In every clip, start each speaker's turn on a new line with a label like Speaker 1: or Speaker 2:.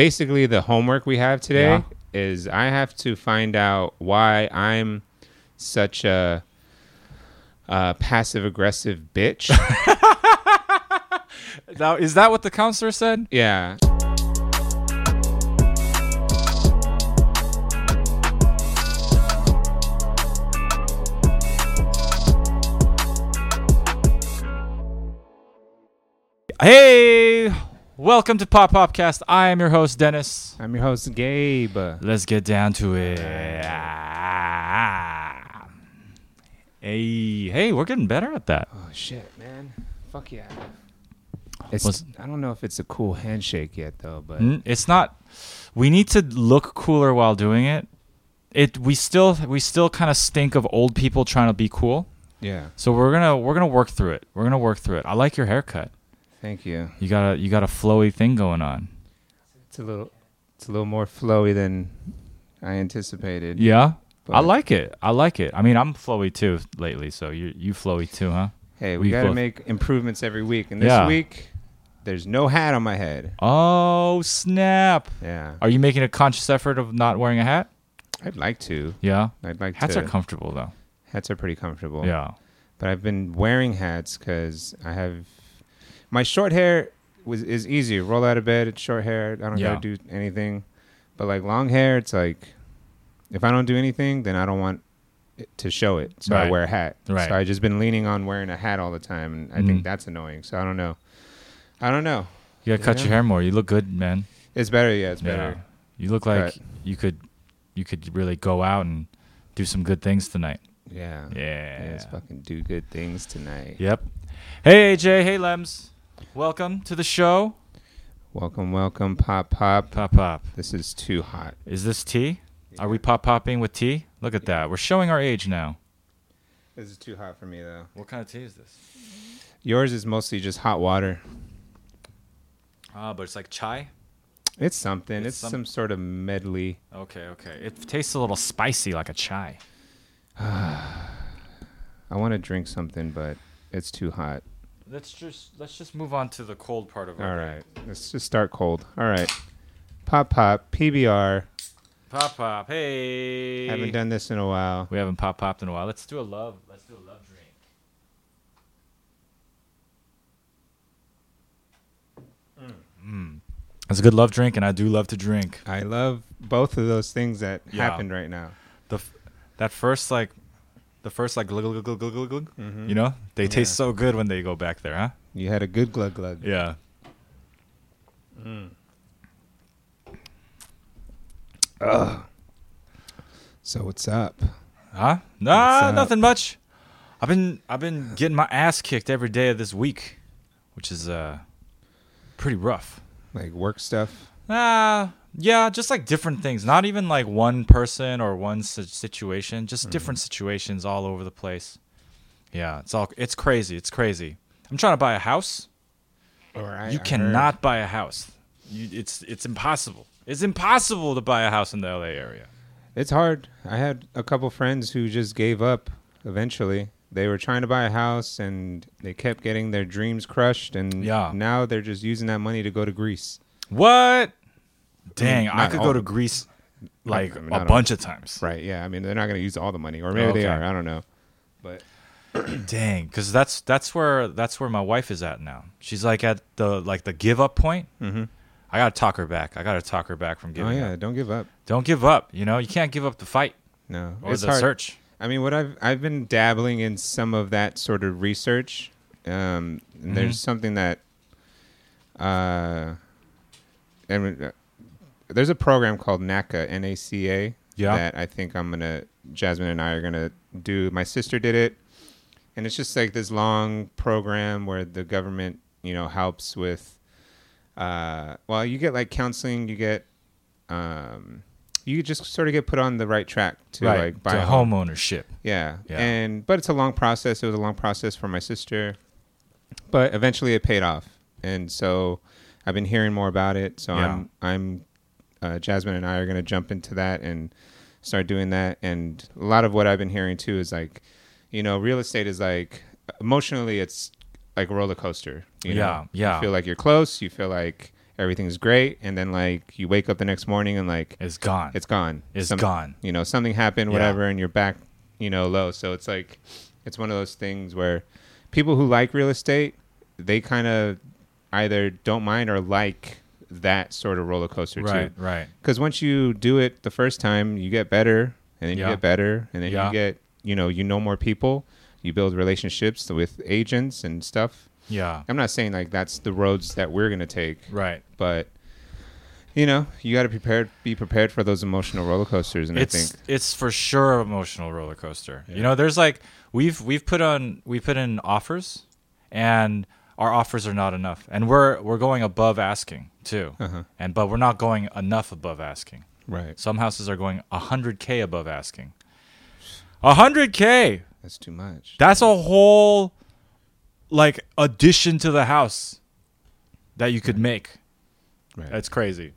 Speaker 1: basically the homework we have today
Speaker 2: Yeah.
Speaker 1: is I have to find out why I'm such a, uh passive aggressive bitch.
Speaker 2: Now, is that what the counselor said?
Speaker 1: yeah.
Speaker 2: Hey, welcome to Pop Popcast. I am your host, Dennis.
Speaker 1: I'm your host, Gabe.
Speaker 2: Let's get down to it. Hey, hey, we're getting better at that.
Speaker 1: Oh shit, man. Fuck yeah. It's,
Speaker 2: What's-
Speaker 1: I don't know if it's a cool handshake yet though, but
Speaker 2: N- It's not. We need to look cooler while doing it. It we still we still kind of stink of old people trying to be cool.
Speaker 1: yeah.
Speaker 2: So we're gonna we're gonna work through it. We're gonna work through it. I like your haircut.
Speaker 1: Thank you.
Speaker 2: You got a you got a flowy thing going on.
Speaker 1: It's a little it's a little more flowy than I anticipated.
Speaker 2: Yeah. I
Speaker 1: But-
Speaker 2: like it. I like it. I mean, I'm flowy too lately, so you you flowy too, huh?
Speaker 1: Hey, we
Speaker 2: We
Speaker 1: got to
Speaker 2: both-
Speaker 1: make improvements every week. And this
Speaker 2: Yeah.
Speaker 1: week, there's no hat on my head.
Speaker 2: Oh, snap.
Speaker 1: Yeah.
Speaker 2: Are you making a conscious effort of not wearing a hat?
Speaker 1: I'd like to.
Speaker 2: Yeah.
Speaker 1: I'd like
Speaker 2: Hats
Speaker 1: to.
Speaker 2: are comfortable though.
Speaker 1: hats are pretty comfortable.
Speaker 2: Yeah.
Speaker 1: But I've been wearing hats because I have my short hair was is easy. Roll out of bed, it's short hair. I don't
Speaker 2: Yeah.
Speaker 1: gotta do anything. But like long hair, it's like if I don't do anything, then I don't want it to show it. So I
Speaker 2: Right.
Speaker 1: wear a hat.
Speaker 2: Right.
Speaker 1: So I just been leaning on wearing a hat all the time, and I think
Speaker 2: Mhm.
Speaker 1: that's annoying. So I don't know. I don't know.
Speaker 2: You got to cut
Speaker 1: Yeah.
Speaker 2: your hair more. You look good, man.
Speaker 1: It's better. Yeah, it's
Speaker 2: Yeah.
Speaker 1: better.
Speaker 2: You look like
Speaker 1: Right.
Speaker 2: you could you could really go out and do some good things tonight.
Speaker 1: Yeah.
Speaker 2: Yeah.
Speaker 1: Let's fucking do good things tonight.
Speaker 2: Yep. Hey AJ, hey Lems. Welcome to the show.
Speaker 1: Welcome, welcome, pop, pop.
Speaker 2: Pop pop.
Speaker 1: This is too hot.
Speaker 2: Is this tea? Are we pop popping with tea? Look at that. We're showing our age now.
Speaker 1: This is too hot for me, though.
Speaker 2: What kind of tea is this?
Speaker 1: Yours is mostly just hot water.
Speaker 2: Ah, but it's like chai.
Speaker 1: It's something. It's,
Speaker 2: It's some-
Speaker 1: some sort of medley.
Speaker 2: Okay, okay. It tastes a little spicy, like a chai.
Speaker 1: I want to drink something, but it's too hot.
Speaker 2: Let's just let's just move on to the cold part of
Speaker 1: All right. Let's just start cold. All right. Pop, pop, PBR.
Speaker 2: pop pop. Hey,
Speaker 1: Haven't done this in a while.
Speaker 2: we haven't pop popped in a while. Let's do a love. Let's do a love drink. Mm. It's a good love drink, and I do love to drink.
Speaker 1: I love both of those things that
Speaker 2: Yeah.
Speaker 1: happened right now.
Speaker 2: the f- that first like the first like glug, glug, glug, glug, glug, glug,
Speaker 1: Mm-hmm.
Speaker 2: you know they taste so good when they go back there huh
Speaker 1: You had a good glug glug.
Speaker 2: yeah
Speaker 1: So what's up?
Speaker 2: huh nah
Speaker 1: What's up?
Speaker 2: nothing much i've been i've been getting my ass kicked every day of this week which is uh pretty rough
Speaker 1: Like work stuff.
Speaker 2: ah yeah just like different things not even like one person or one si- situation just
Speaker 1: Mm-hmm.
Speaker 2: different situations all over the place yeah it's all it's crazy it's crazy i'm trying to buy a house
Speaker 1: All right.
Speaker 2: you cannot buy a house. You, it's it's impossible. It's impossible to buy a house in the LA area.
Speaker 1: It's hard. I had a couple friends who just gave up eventually. They were trying to buy a house and they kept getting their dreams crushed and
Speaker 2: Yeah.
Speaker 1: now they're just using that money to go to Greece.
Speaker 2: What? Dang, I,
Speaker 1: not
Speaker 2: could
Speaker 1: all-
Speaker 2: go to Greece like
Speaker 1: I mean, not
Speaker 2: a
Speaker 1: all-
Speaker 2: bunch of times.
Speaker 1: Right. Yeah. I mean, they're not going to use all the money or maybe they
Speaker 2: Okay.
Speaker 1: are. I don't know. But
Speaker 2: Dang, because that's that's where that's where my wife is at now. She's like at the like the give up point. Mm-hmm. I gotta talk her back. I gotta talk her back from
Speaker 1: oh
Speaker 2: giving
Speaker 1: yeah,
Speaker 2: up.
Speaker 1: don't give up.
Speaker 2: Don't give up. You know, you can't give up the fight
Speaker 1: No.
Speaker 2: or the search.
Speaker 1: I mean, what I've I've been dabbling in some of that sort of research. Um, and There's something that, uh, I mean, uh, there's a program called NACA, N A C A.
Speaker 2: Yeah.
Speaker 1: That I think I'm gonna Jasmine and I are gonna do. My sister did it, and it's just like this long program where the government, you know, helps with. Uh, well, you get like counseling. You get, um, you just sort of get put on the right track to like buy
Speaker 2: to
Speaker 1: a home.
Speaker 2: home ownership.
Speaker 1: Yeah.
Speaker 2: Yeah.
Speaker 1: And but it's a long process. It was a long process for my sister. But eventually it paid off. And so I've been hearing more about it. So
Speaker 2: Yeah.
Speaker 1: I'm I'm uh, Jasmine and I are going to jump into that and start doing that and a lot of what I've been hearing too is like you know, real estate is like emotionally it's like a roller coaster, you know.
Speaker 2: Yeah, yeah.
Speaker 1: You feel like you're close, you feel like everything's great, and then like you wake up the next morning and like
Speaker 2: It's gone.
Speaker 1: it's gone.
Speaker 2: It's
Speaker 1: Some-
Speaker 2: gone.
Speaker 1: You know, something happened,
Speaker 2: Yeah.
Speaker 1: whatever, and you're back, you know, low. So it's like, it's one of those things where people who like real estate, they kind of either don't mind or like that sort of roller coaster
Speaker 2: right,
Speaker 1: too.
Speaker 2: right.
Speaker 1: Because once you do it the first time, you get better, and then
Speaker 2: Yeah.
Speaker 1: you get better, and then
Speaker 2: Yeah.
Speaker 1: you get, you know, you know more people, you build relationships with agents and stuff.
Speaker 2: Yeah,
Speaker 1: I'm not saying like that's the roads that we're gonna take,
Speaker 2: right.
Speaker 1: but you know you got to prepared be prepared for those emotional roller coasters and i
Speaker 2: It's
Speaker 1: think
Speaker 2: it's for sure emotional roller coaster. You know, there's like we've we've put on we put in offers, and our offers are not enough, and we're we're going above asking too,
Speaker 1: Uh-huh.
Speaker 2: and but we're not going enough above asking.
Speaker 1: right
Speaker 2: Some houses are going 100k above asking. 100k.
Speaker 1: that's too much
Speaker 2: That's a whole like addition to the house that you could make.
Speaker 1: right.
Speaker 2: That's crazy.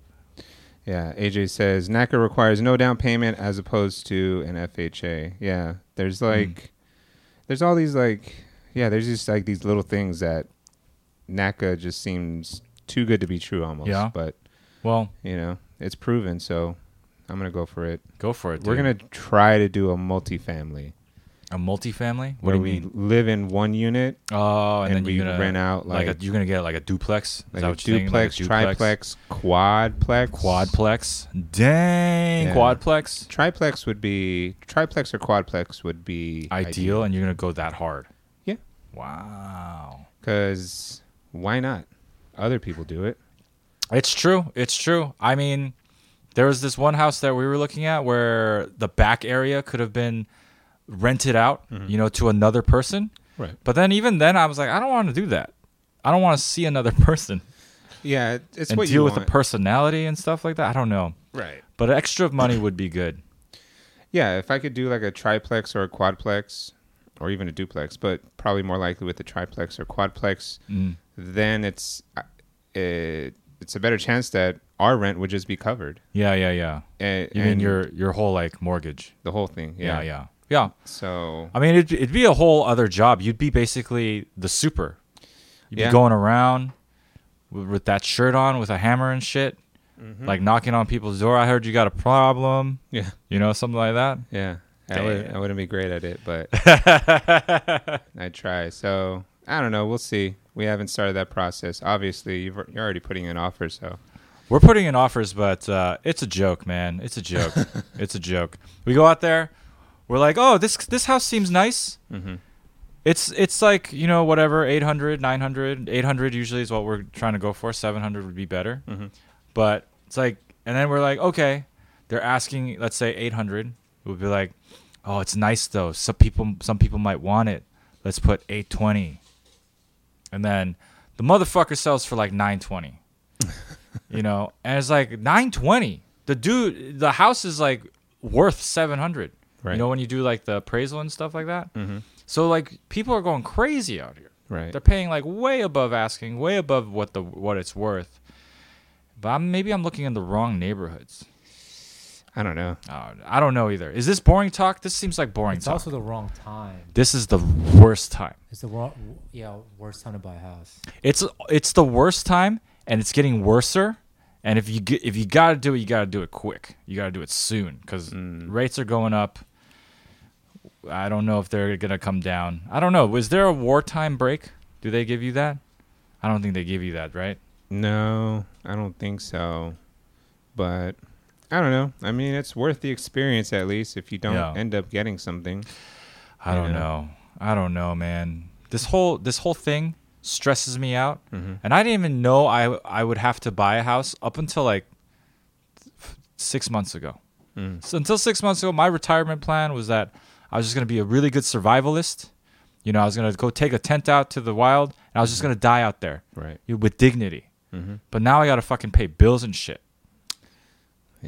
Speaker 1: yeah aj says naca requires no down payment as opposed to an fha yeah there's
Speaker 2: Hmm.
Speaker 1: like there's all these like yeah there's just like these little things that naca just seems too good to be true almost
Speaker 2: Yeah.
Speaker 1: but
Speaker 2: Well,
Speaker 1: you know it's proven so i'm gonna go for it
Speaker 2: go for it.
Speaker 1: we're
Speaker 2: dude.
Speaker 1: gonna try to do a multifamily
Speaker 2: a multifamily. What
Speaker 1: where
Speaker 2: do you
Speaker 1: we
Speaker 2: mean?
Speaker 1: live in one unit
Speaker 2: Oh, and,
Speaker 1: and
Speaker 2: then
Speaker 1: we
Speaker 2: you're gonna
Speaker 1: rent out
Speaker 2: like,
Speaker 1: like,
Speaker 2: a, you're gonna get like a duplex. Is
Speaker 1: like
Speaker 2: that
Speaker 1: a
Speaker 2: what you're thinking?
Speaker 1: duplex, triplex, quadplex,
Speaker 2: quadplex. Dang,
Speaker 1: Yeah.
Speaker 2: quadplex.
Speaker 1: Triplex would be triplex or quadplex would be
Speaker 2: Ideal, and you're gonna go that hard.
Speaker 1: Yeah.
Speaker 2: Wow.
Speaker 1: because why not? Other people do it.
Speaker 2: It's true. It's true. I mean, there was this one house that we were looking at where the back area could have been rented out, you know, to another person.
Speaker 1: Mm-hmm. Right.
Speaker 2: But then even then, I was like, I don't want to do that. I don't want to see another person
Speaker 1: Yeah, it- it's
Speaker 2: and
Speaker 1: what
Speaker 2: deal
Speaker 1: you
Speaker 2: with
Speaker 1: want.
Speaker 2: the personality and stuff like that. I don't know.
Speaker 1: right.
Speaker 2: But extra money would be good.
Speaker 1: Yeah, if I could do like a triplex or a quadplex, or even a duplex, but probably more likely with the triplex or quadplex, then it's uh, it, it's a better chance that our rent would just be covered.
Speaker 2: Yeah, yeah, yeah.
Speaker 1: And,
Speaker 2: You mean
Speaker 1: and
Speaker 2: your your whole like mortgage?
Speaker 1: the whole thing.
Speaker 2: Yeah,
Speaker 1: Yeah,
Speaker 2: yeah, yeah.
Speaker 1: So
Speaker 2: I mean, it'd, it'd be a whole other job. You'd be basically the super. You'd
Speaker 1: Yeah.
Speaker 2: be going around with, with that shirt on, with a hammer and shit,
Speaker 1: Mm-hmm.
Speaker 2: like knocking on people's door. I heard you got a problem.
Speaker 1: yeah.
Speaker 2: You know, something like that.
Speaker 1: Yeah. I, would,
Speaker 2: Damn.
Speaker 1: I wouldn't be great at it, but I try. So I don't know. We'll see. We haven't started that process. Obviously, you've, you're already putting in offers, so
Speaker 2: We're putting in offers, but uh, it's a joke, man. It's a joke. it's a joke. We go out there, we're like, oh, this this house seems nice.
Speaker 1: Mhm.
Speaker 2: It's it's like you know whatever 800, 900, 800 usually is what we're trying to go for. Seven hundred would be better,
Speaker 1: Mhm.
Speaker 2: but it's like, and then we're like, okay, they're asking, let's say eight hundred. It would be like, oh, it's nice though. Some people some people might want it. Let's put eight twenty, and then the motherfucker sells for like nine twenty you know and it's like 920 the dude the house is like worth 700
Speaker 1: Right.
Speaker 2: you know when you do like the appraisal and stuff like that
Speaker 1: Mhm.
Speaker 2: so like people are going crazy out here
Speaker 1: right.
Speaker 2: they're paying like way above asking way above what the what it's worth but I'm, maybe i'm looking in the wrong neighborhoods
Speaker 1: I don't know.
Speaker 2: uh, i don't know either is this boring talk this seems like boring
Speaker 3: It's
Speaker 2: talk
Speaker 3: also the wrong time.
Speaker 2: this is the worst time
Speaker 3: It's the wrong, yeah, worst time to buy a house.
Speaker 2: it's it's the worst time and it's getting worser and if you get, if you got to do it you got to do it quick you got to do it soon cuz rates are going up i don't know if they're going to come down i don't know was there a wartime break do they give you that i don't think they give you that right
Speaker 1: No, I don't think so. But I don't know. I mean, it's worth the experience at least if you don't
Speaker 2: Yeah.
Speaker 1: end up getting something.
Speaker 2: i don't
Speaker 1: Yeah.
Speaker 2: know i don't know man this whole this whole thing stresses me out
Speaker 1: Mhm.
Speaker 2: and i didn't even know i i would have to buy a house up until like f- 6 months ago
Speaker 1: Mm.
Speaker 2: So until six months ago, my retirement plan was that I was just going to be a really good survivalist. You know, I was going to go take a tent out to the wild, and I was just going to die out there
Speaker 1: Right.
Speaker 2: you- with dignity.
Speaker 1: Mm-hmm.
Speaker 2: But now I got to fucking pay bills and shit.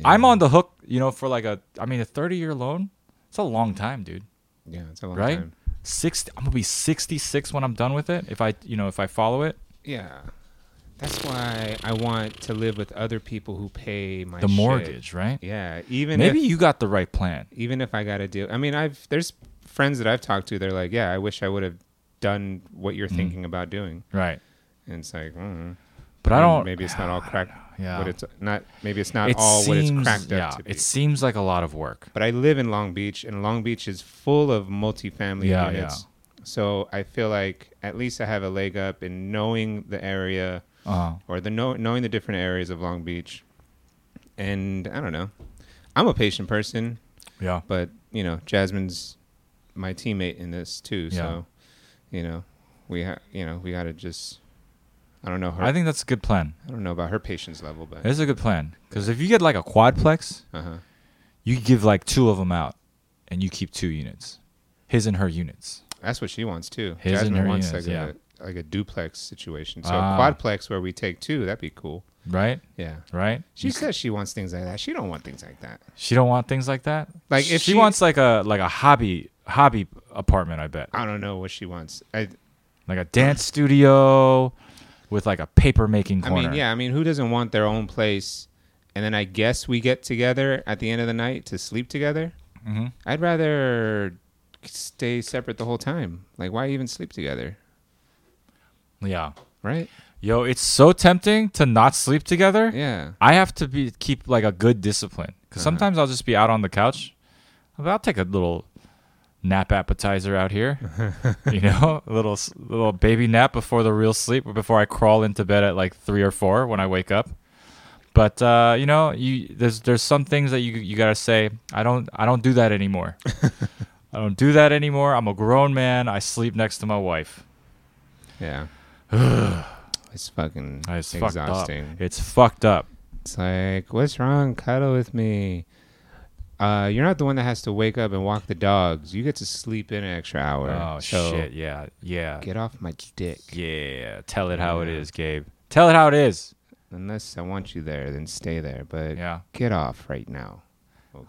Speaker 2: I'm on the hook, you know, for like a, I mean, a 30 year loan. It's a long time, dude.
Speaker 1: Yeah, it's a long
Speaker 2: right?
Speaker 1: time.
Speaker 2: 60, I'm going to be 66 when I'm done with it. If I, you know, if I follow it,
Speaker 1: Yeah. That's why I want to live with other people who pay my
Speaker 2: the
Speaker 1: shit.
Speaker 2: mortgage, right?
Speaker 1: Yeah, even
Speaker 2: Maybe
Speaker 1: if-
Speaker 2: you got the right plan.
Speaker 1: even if I got to do, I mean, I've there's friends that I've talked to. They're like, yeah,
Speaker 2: Mm.
Speaker 1: I wish I would have done what you're thinking about doing.
Speaker 2: Right.
Speaker 1: And it's like, mm,
Speaker 2: But I don't.
Speaker 1: Maybe it's not all cracked.
Speaker 2: Yeah.
Speaker 1: What it's not. Maybe it's not
Speaker 2: it
Speaker 1: all what it's
Speaker 2: seems-
Speaker 1: cracked up
Speaker 2: yeah,
Speaker 1: to be.
Speaker 2: It seems like a lot of work.
Speaker 1: but I live in Long Beach, and Long Beach is full of multifamily
Speaker 2: Yeah,
Speaker 1: units. So I feel like at least I have a leg up in knowing the area
Speaker 2: Uh,
Speaker 1: or the know, knowing the different areas of Long Beach. And I don't know. I'm a patient person,
Speaker 2: yeah.
Speaker 1: but you know, Jasmine's my teammate in this too. So, you know, we ha- you know we gotta just. I don't know her.
Speaker 2: I think that's a good plan.
Speaker 1: I don't know about her patience level, but
Speaker 2: It's a good plan because if you get like a quadplex,
Speaker 1: uh-huh.
Speaker 2: you give like two of them out, and you keep two units, his and her units.
Speaker 1: that's what she wants too.
Speaker 2: His and
Speaker 1: Jasmine
Speaker 2: her
Speaker 1: wants
Speaker 2: units,
Speaker 1: like
Speaker 2: yeah.
Speaker 1: a like a duplex situation. So a
Speaker 2: Ah.
Speaker 1: quadplex where we take two, that'd be cool.
Speaker 2: Right.
Speaker 1: Yeah.
Speaker 2: Right.
Speaker 1: She says she wants things like that. She don't want things like that.
Speaker 2: She don't want things like that.
Speaker 1: Like,
Speaker 2: she,
Speaker 1: if she-
Speaker 2: wants like a like a hobby hobby apartment, I bet.
Speaker 1: I don't know what she wants. I
Speaker 2: Like a dance studio with like a paper making
Speaker 1: I
Speaker 2: corner.
Speaker 1: mean, yeah, I mean, who doesn't want their own place? And then I guess we get together at the end of the night to sleep together.
Speaker 2: Mhm.
Speaker 1: I'd rather stay separate the whole time. Like, why even sleep together?
Speaker 2: Yeah.
Speaker 1: Right?
Speaker 2: Yo, it's so tempting to not sleep together.
Speaker 1: Yeah.
Speaker 2: I have to be keep like a good discipline
Speaker 1: Uh-huh.
Speaker 2: because sometimes I'll just be out on the couch. But I'll take a little nap appetizer out here, you know, a little s- little baby nap before the real sleep, or before I crawl into bed at like three or four when I wake up. But uh, you know, you there's there's some things that you you gotta say. I don't I don't do that anymore. I don't do that anymore. I'm a grown man. I sleep next to my wife.
Speaker 1: Yeah. it's fucking
Speaker 2: It's
Speaker 1: exhausting.
Speaker 2: fucked up. It's fucked up.
Speaker 1: It's like, what's wrong? Cuddle with me. Uh, you're not the one that has to wake up and walk the dogs. You get to sleep in an extra hour.
Speaker 2: Oh
Speaker 1: So
Speaker 2: shit! Yeah, yeah.
Speaker 1: Get off my dick.
Speaker 2: Yeah, tell it how it
Speaker 1: Yeah.
Speaker 2: is, Gabe. Tell it how it is.
Speaker 1: Unless I want you there, then stay there. But
Speaker 2: Yeah,
Speaker 1: get off right now.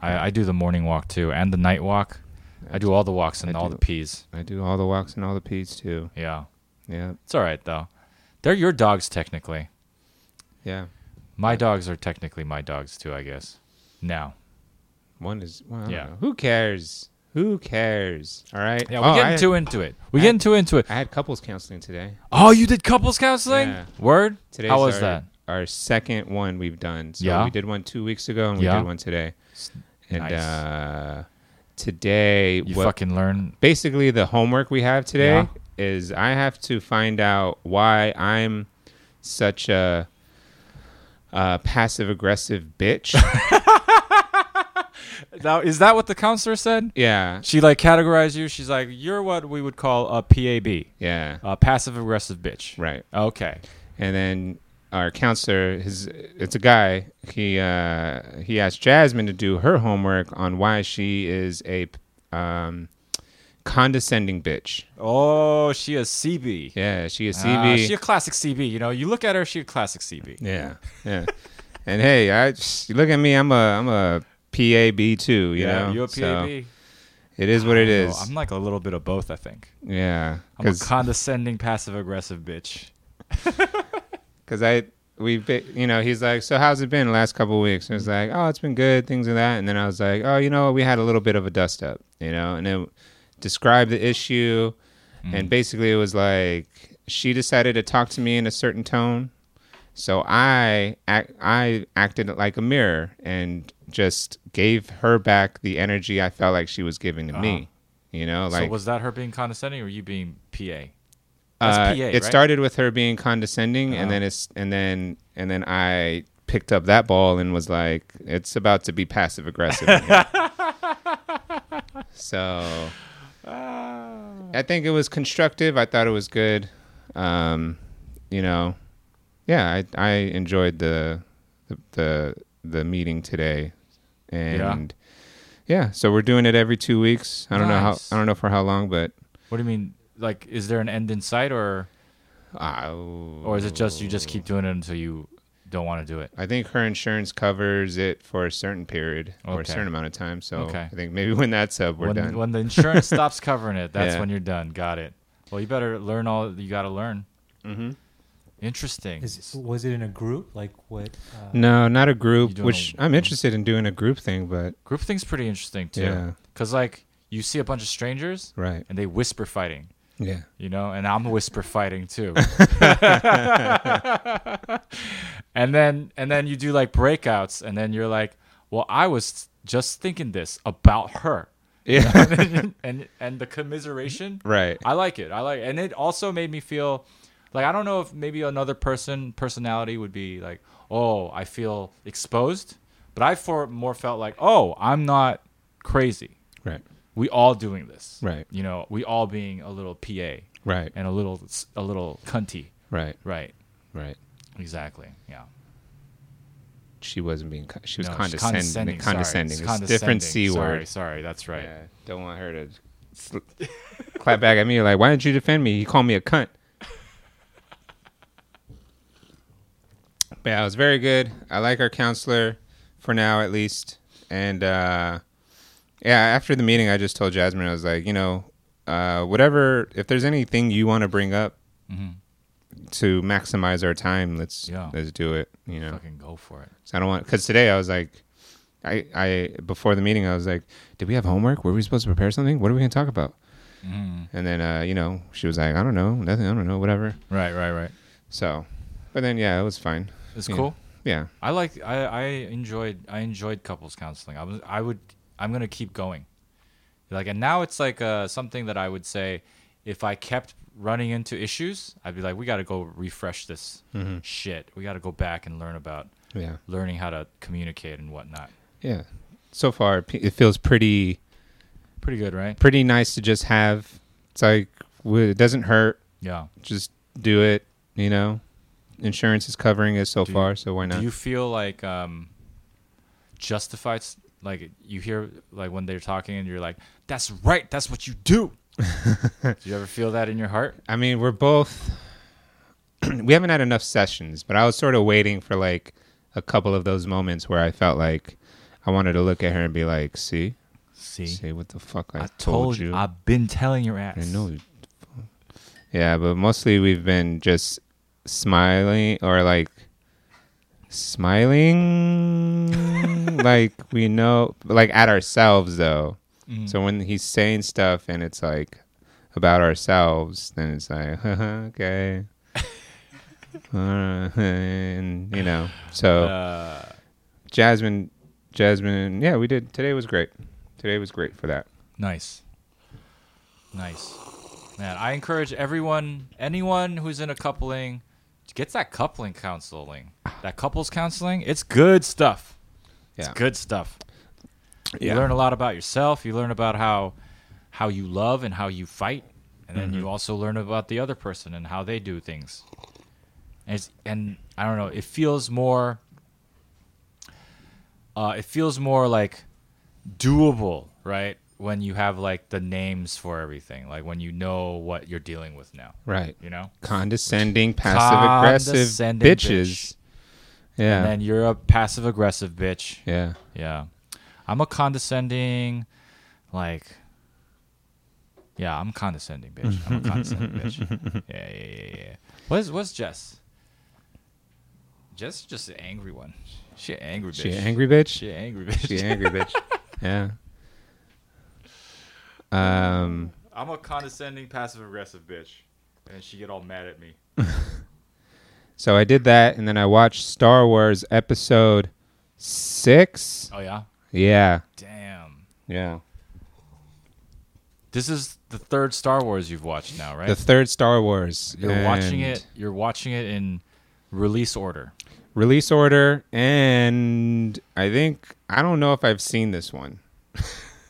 Speaker 2: I, I do the morning walk too, and the night walk. I do all the walks and
Speaker 1: I
Speaker 2: all
Speaker 1: do.
Speaker 2: the peas.
Speaker 1: I do all the walks and all the peas too.
Speaker 2: Yeah,
Speaker 1: Yeah,
Speaker 2: it's all right though. They're your dogs technically.
Speaker 1: yeah.
Speaker 2: My dogs are technically my dogs too, I guess. Now,
Speaker 1: One is well,
Speaker 2: Yeah.
Speaker 1: yeah. Who cares? Who cares? All right.
Speaker 2: yeah, we're
Speaker 1: Oh,
Speaker 2: getting
Speaker 1: I,
Speaker 2: too into it. We're getting too into it.
Speaker 1: I had couples counseling today.
Speaker 2: Oh, you did couples counseling?
Speaker 1: Yeah.
Speaker 2: Word.
Speaker 1: Today's
Speaker 2: how was
Speaker 1: our,
Speaker 2: that?
Speaker 1: Our second one we've done. So
Speaker 2: Yeah.
Speaker 1: we did one two weeks ago and we
Speaker 2: Yeah.
Speaker 1: did one today. And
Speaker 2: Nice.
Speaker 1: uh, today,
Speaker 2: You
Speaker 1: what-
Speaker 2: fucking learn.
Speaker 1: basically the homework we have today
Speaker 2: Yeah.
Speaker 1: is I have to find out why I'm such a, uh passive aggressive bitch.
Speaker 2: Now, is that what the counselor said?
Speaker 1: yeah,
Speaker 2: She like categorized you. She's like, you're what we would call a PAB,
Speaker 1: yeah,
Speaker 2: a passive aggressive bitch.
Speaker 1: right.
Speaker 2: Okay.
Speaker 1: and then our counselor his it's a guy he uh he asked jasmine to do her homework on why she is a um condescending bitch
Speaker 2: Oh, she a CB.
Speaker 1: yeah she is
Speaker 2: Ah,
Speaker 1: cb
Speaker 2: she a classic CB. You know, you look at her, she a classic CB.
Speaker 1: yeah yeah and hey i you look at me i'm a i'm a pab too you know
Speaker 2: you a
Speaker 1: So
Speaker 2: PAB.
Speaker 1: it is what it
Speaker 2: Oh,
Speaker 1: is
Speaker 2: I'm like a little bit of both. I think
Speaker 1: yeah
Speaker 2: I'm a condescending, passive aggressive bitch.
Speaker 1: because I we ba- you know he's like so how's it been the last couple of weeks and it's like oh it's been good things and that and then I was like oh you know we had a little bit of a dust up you know and then described the issue and basically it was like she decided to talk to me in a certain tone so I act, I acted like a mirror and just gave her back the energy I felt like she was giving to me you know like
Speaker 2: so was that her being condescending, or you being PA? That's
Speaker 1: uh,
Speaker 2: PA,
Speaker 1: it
Speaker 2: right?
Speaker 1: started with her being condescending,
Speaker 2: Uh-huh.
Speaker 1: and then it's and then and then I picked up that ball and was like, "It's about to be passive aggressive." in here." so
Speaker 2: Ah.
Speaker 1: I think it was constructive. I thought it was good. Um, you know, yeah, I I enjoyed the the the, the meeting today, and yeah. so we're doing it every two weeks. I don't
Speaker 2: Nice.
Speaker 1: know how I don't know for how long, but.
Speaker 2: What do you mean? Like, is there an end in sight, or
Speaker 1: Or
Speaker 2: or is it just you just keep doing it until you don't want to do it?
Speaker 1: I think her insurance covers it for a certain period or a
Speaker 2: Okay.
Speaker 1: certain amount of time. So
Speaker 2: Okay.
Speaker 1: I think maybe when that's up, we're
Speaker 2: when,
Speaker 1: done.
Speaker 2: when the insurance stops covering it, that's
Speaker 1: Yeah.
Speaker 2: when you're done. Got it. Well, you better learn all you got to learn. Mm-hmm. Interesting.
Speaker 3: Is, was it in a group? Like what? Uh,
Speaker 1: no, not a
Speaker 2: You
Speaker 1: group.
Speaker 2: doing
Speaker 1: Which
Speaker 2: a-
Speaker 1: i I'm interested in doing a group thing, but
Speaker 2: Group thing's pretty interesting too.
Speaker 1: Yeah.
Speaker 2: Cause like you see a bunch of strangers
Speaker 1: right,
Speaker 2: and they whisper fighting.
Speaker 1: Yeah.
Speaker 2: you know, and I'm whisper fighting too. and then and then you do like breakouts, and then you're like, well, I was just thinking this about her,
Speaker 1: Yeah.
Speaker 2: and and, and the commiseration.
Speaker 1: right.
Speaker 2: I like it. I like, and it also made me feel like I don't know if maybe another person personality would be like, oh, I feel exposed, but I for more felt like, oh, I'm not crazy.
Speaker 1: Right.
Speaker 2: We all doing this,
Speaker 1: Right.
Speaker 2: You know, we all being a little PA
Speaker 1: Right.
Speaker 2: and a little a little cunty.
Speaker 1: Right.
Speaker 2: Right.
Speaker 1: Right.
Speaker 2: Exactly. Yeah.
Speaker 1: She wasn't being. Con- she was
Speaker 2: No, it's
Speaker 1: condescending. Condescending.
Speaker 2: sorry. It's
Speaker 1: It's different c
Speaker 2: Sorry,
Speaker 1: word.
Speaker 2: Sorry. That's right.
Speaker 1: Yeah, don't want her to sl- clap back at me like, why didn't you defend me? You called me a cunt. But yeah, it was very good. I like our counselor for now, at least. And uh, yeah, after the meeting, I just told Jasmine, I was like, you know, uh, whatever, if there's anything you want to bring up
Speaker 2: Mm-hmm.
Speaker 1: to maximize our time, let's
Speaker 2: Yeah.
Speaker 1: let's do it. You know,
Speaker 2: Fucking go for it.
Speaker 1: so I don't want because today I was like, I I before the meeting I was like, did we have homework? Were we supposed to prepare something? What are we gonna talk about?
Speaker 2: Mm-hmm.
Speaker 1: And then uh, you know she was like, I don't know, nothing, I don't know, whatever.
Speaker 2: Right. Right. Right.
Speaker 1: So, but then yeah, it was fine.
Speaker 2: It's
Speaker 1: Yeah.
Speaker 2: cool.
Speaker 1: Yeah,
Speaker 2: I like. I, I enjoyed. I enjoyed couples counseling. I was. I would. I'm gonna keep going. Like, and now it's like uh, something that I would say, if I kept running into issues, I'd be like, we got to go refresh this shit. We got to go back and learn about
Speaker 1: yeah,
Speaker 2: learning how to communicate and whatnot.
Speaker 1: yeah. So far, p- it feels pretty
Speaker 2: Pretty good, right?
Speaker 1: pretty nice to just have. It's like w- it doesn't hurt.
Speaker 2: Yeah.
Speaker 1: Just do it. You know, insurance is covering it so
Speaker 2: Do you-
Speaker 1: far, so why not?
Speaker 2: Do you feel like um, justified? s- Like you hear like when they're talking and you're like, "That's right. That's what you do." do you ever feel that in your heart?
Speaker 1: I mean, we're both. we haven't had enough sessions, but I was sort of waiting for like a couple of those moments where I felt like I wanted to look at her and be like, "See, see what the fuck I,
Speaker 2: I told you. I've been telling your ass.
Speaker 1: I know." you- Yeah, but mostly we've been just smiling or like smiling, like we know, like at ourselves though. So when he's saying stuff and it's like about ourselves, then it's like, "Uh-huh, okay. Uh, and you know, so Oh.
Speaker 2: Uh,
Speaker 1: Jasmine, Jasmine, yeah, we did. Today was great. Today was great for that.
Speaker 2: nice. Nice. Man, I encourage everyone, anyone who's in a coupling, to get that coupling counseling, that couples counseling. It's good
Speaker 1: Ah.
Speaker 2: stuff.
Speaker 1: Yeah.
Speaker 2: It's good stuff.
Speaker 1: Yeah.
Speaker 2: You learn a lot about yourself. You learn about how how you love and how you fight, and
Speaker 1: Mm-hmm.
Speaker 2: then you also learn about the other person and how they do things. And, it's, and I don't know. It feels more. Uh, it feels more like doable, right? When you have like the names for everything, like when you know what you're dealing with now,
Speaker 1: Right.
Speaker 2: you know.
Speaker 1: Condescending, passive aggressive
Speaker 2: Condescending
Speaker 1: bitches.
Speaker 2: bitch.
Speaker 1: Yeah.
Speaker 2: And then you're a passive aggressive bitch.
Speaker 1: yeah.
Speaker 2: Yeah. I'm a condescending, like, yeah, I'm condescending, bitch. I'm a condescending bitch. Yeah, yeah, yeah, yeah. What's what's Jess? Jess is just an angry one. She an angry bitch.
Speaker 1: She an angry bitch.
Speaker 2: She an angry bitch.
Speaker 1: She an angry bitch. Yeah. Um.
Speaker 2: I'm a condescending, passive aggressive bitch, and she get all mad at me.
Speaker 1: So I did that, and then I watched Star Wars Episode Six.
Speaker 2: Oh yeah.
Speaker 1: Yeah.
Speaker 2: Damn.
Speaker 1: Yeah.
Speaker 2: This is the third Star Wars you've watched now, right?
Speaker 1: The third Star Wars.
Speaker 2: you're watching
Speaker 1: and
Speaker 2: it. You're watching it in release order.
Speaker 1: Release order, and I think I don't know if I've seen this one.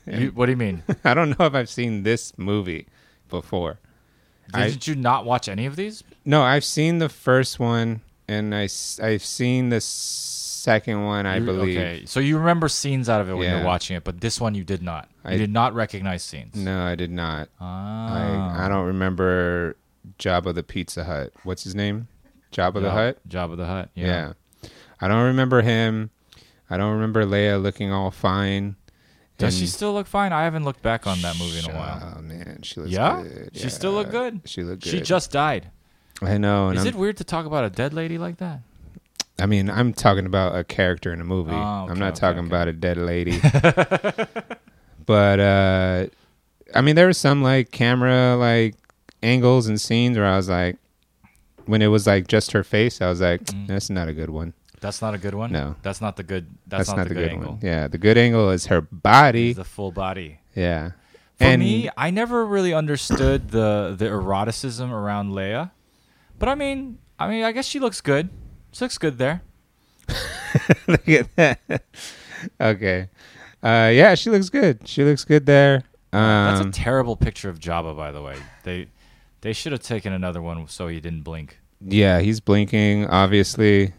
Speaker 2: You, what do you mean?
Speaker 1: I don't know if I've seen this movie before. I-
Speaker 2: Didn't you not watch any of these?
Speaker 1: No, I've seen the first one, and I have seen the second one. I
Speaker 2: You-
Speaker 1: believe.
Speaker 2: Okay, so you remember scenes out of it when
Speaker 1: Yeah.
Speaker 2: you're watching it, but this one you did not. You
Speaker 1: I-
Speaker 2: did not recognize scenes.
Speaker 1: No, I did not.
Speaker 2: Ah.
Speaker 1: I, I don't remember Jabba the Pizza Hut. What's his name? Jabba the Hut.
Speaker 2: Job of the Hut. Yeah.
Speaker 1: Yeah. I don't remember him. I don't remember Leia looking all fine.
Speaker 2: Does she
Speaker 1: And-
Speaker 2: still look fine? I haven't looked back on that movie in a while.
Speaker 1: Oh man, she looks
Speaker 2: Yeah?
Speaker 1: good.
Speaker 2: She still looked good.
Speaker 1: She looked good.
Speaker 2: She just died.
Speaker 1: I know. And
Speaker 2: Is
Speaker 1: I'm,
Speaker 2: it weird to talk about a dead lady like that?
Speaker 1: I mean, I'm talking about a character in a movie.
Speaker 2: Oh,
Speaker 1: I'm
Speaker 2: okay,
Speaker 1: not
Speaker 2: okay,
Speaker 1: talking
Speaker 2: okay.
Speaker 1: about a dead lady. but uh I mean there was some like camera like angles and scenes where I was like, when it was like just her face, I was like,
Speaker 2: Mm-hmm.
Speaker 1: that's not a good one.
Speaker 2: That's not a good one.
Speaker 1: No.
Speaker 2: that's not the good. That's, not, the, good, angle.
Speaker 1: one. Yeah, the good angle is her body.
Speaker 2: The full body.
Speaker 1: yeah.
Speaker 2: For me, I never really understood the the eroticism around Leia, but I mean, I mean, I guess she looks good. She looks good there.
Speaker 1: Look at that. okay. Uh, yeah, she looks good. She looks good there.
Speaker 2: That's
Speaker 1: Um,
Speaker 2: a terrible picture of Jabba, by the way. They they should have taken another one so he didn't blink.
Speaker 1: yeah, he's blinking. Obviously,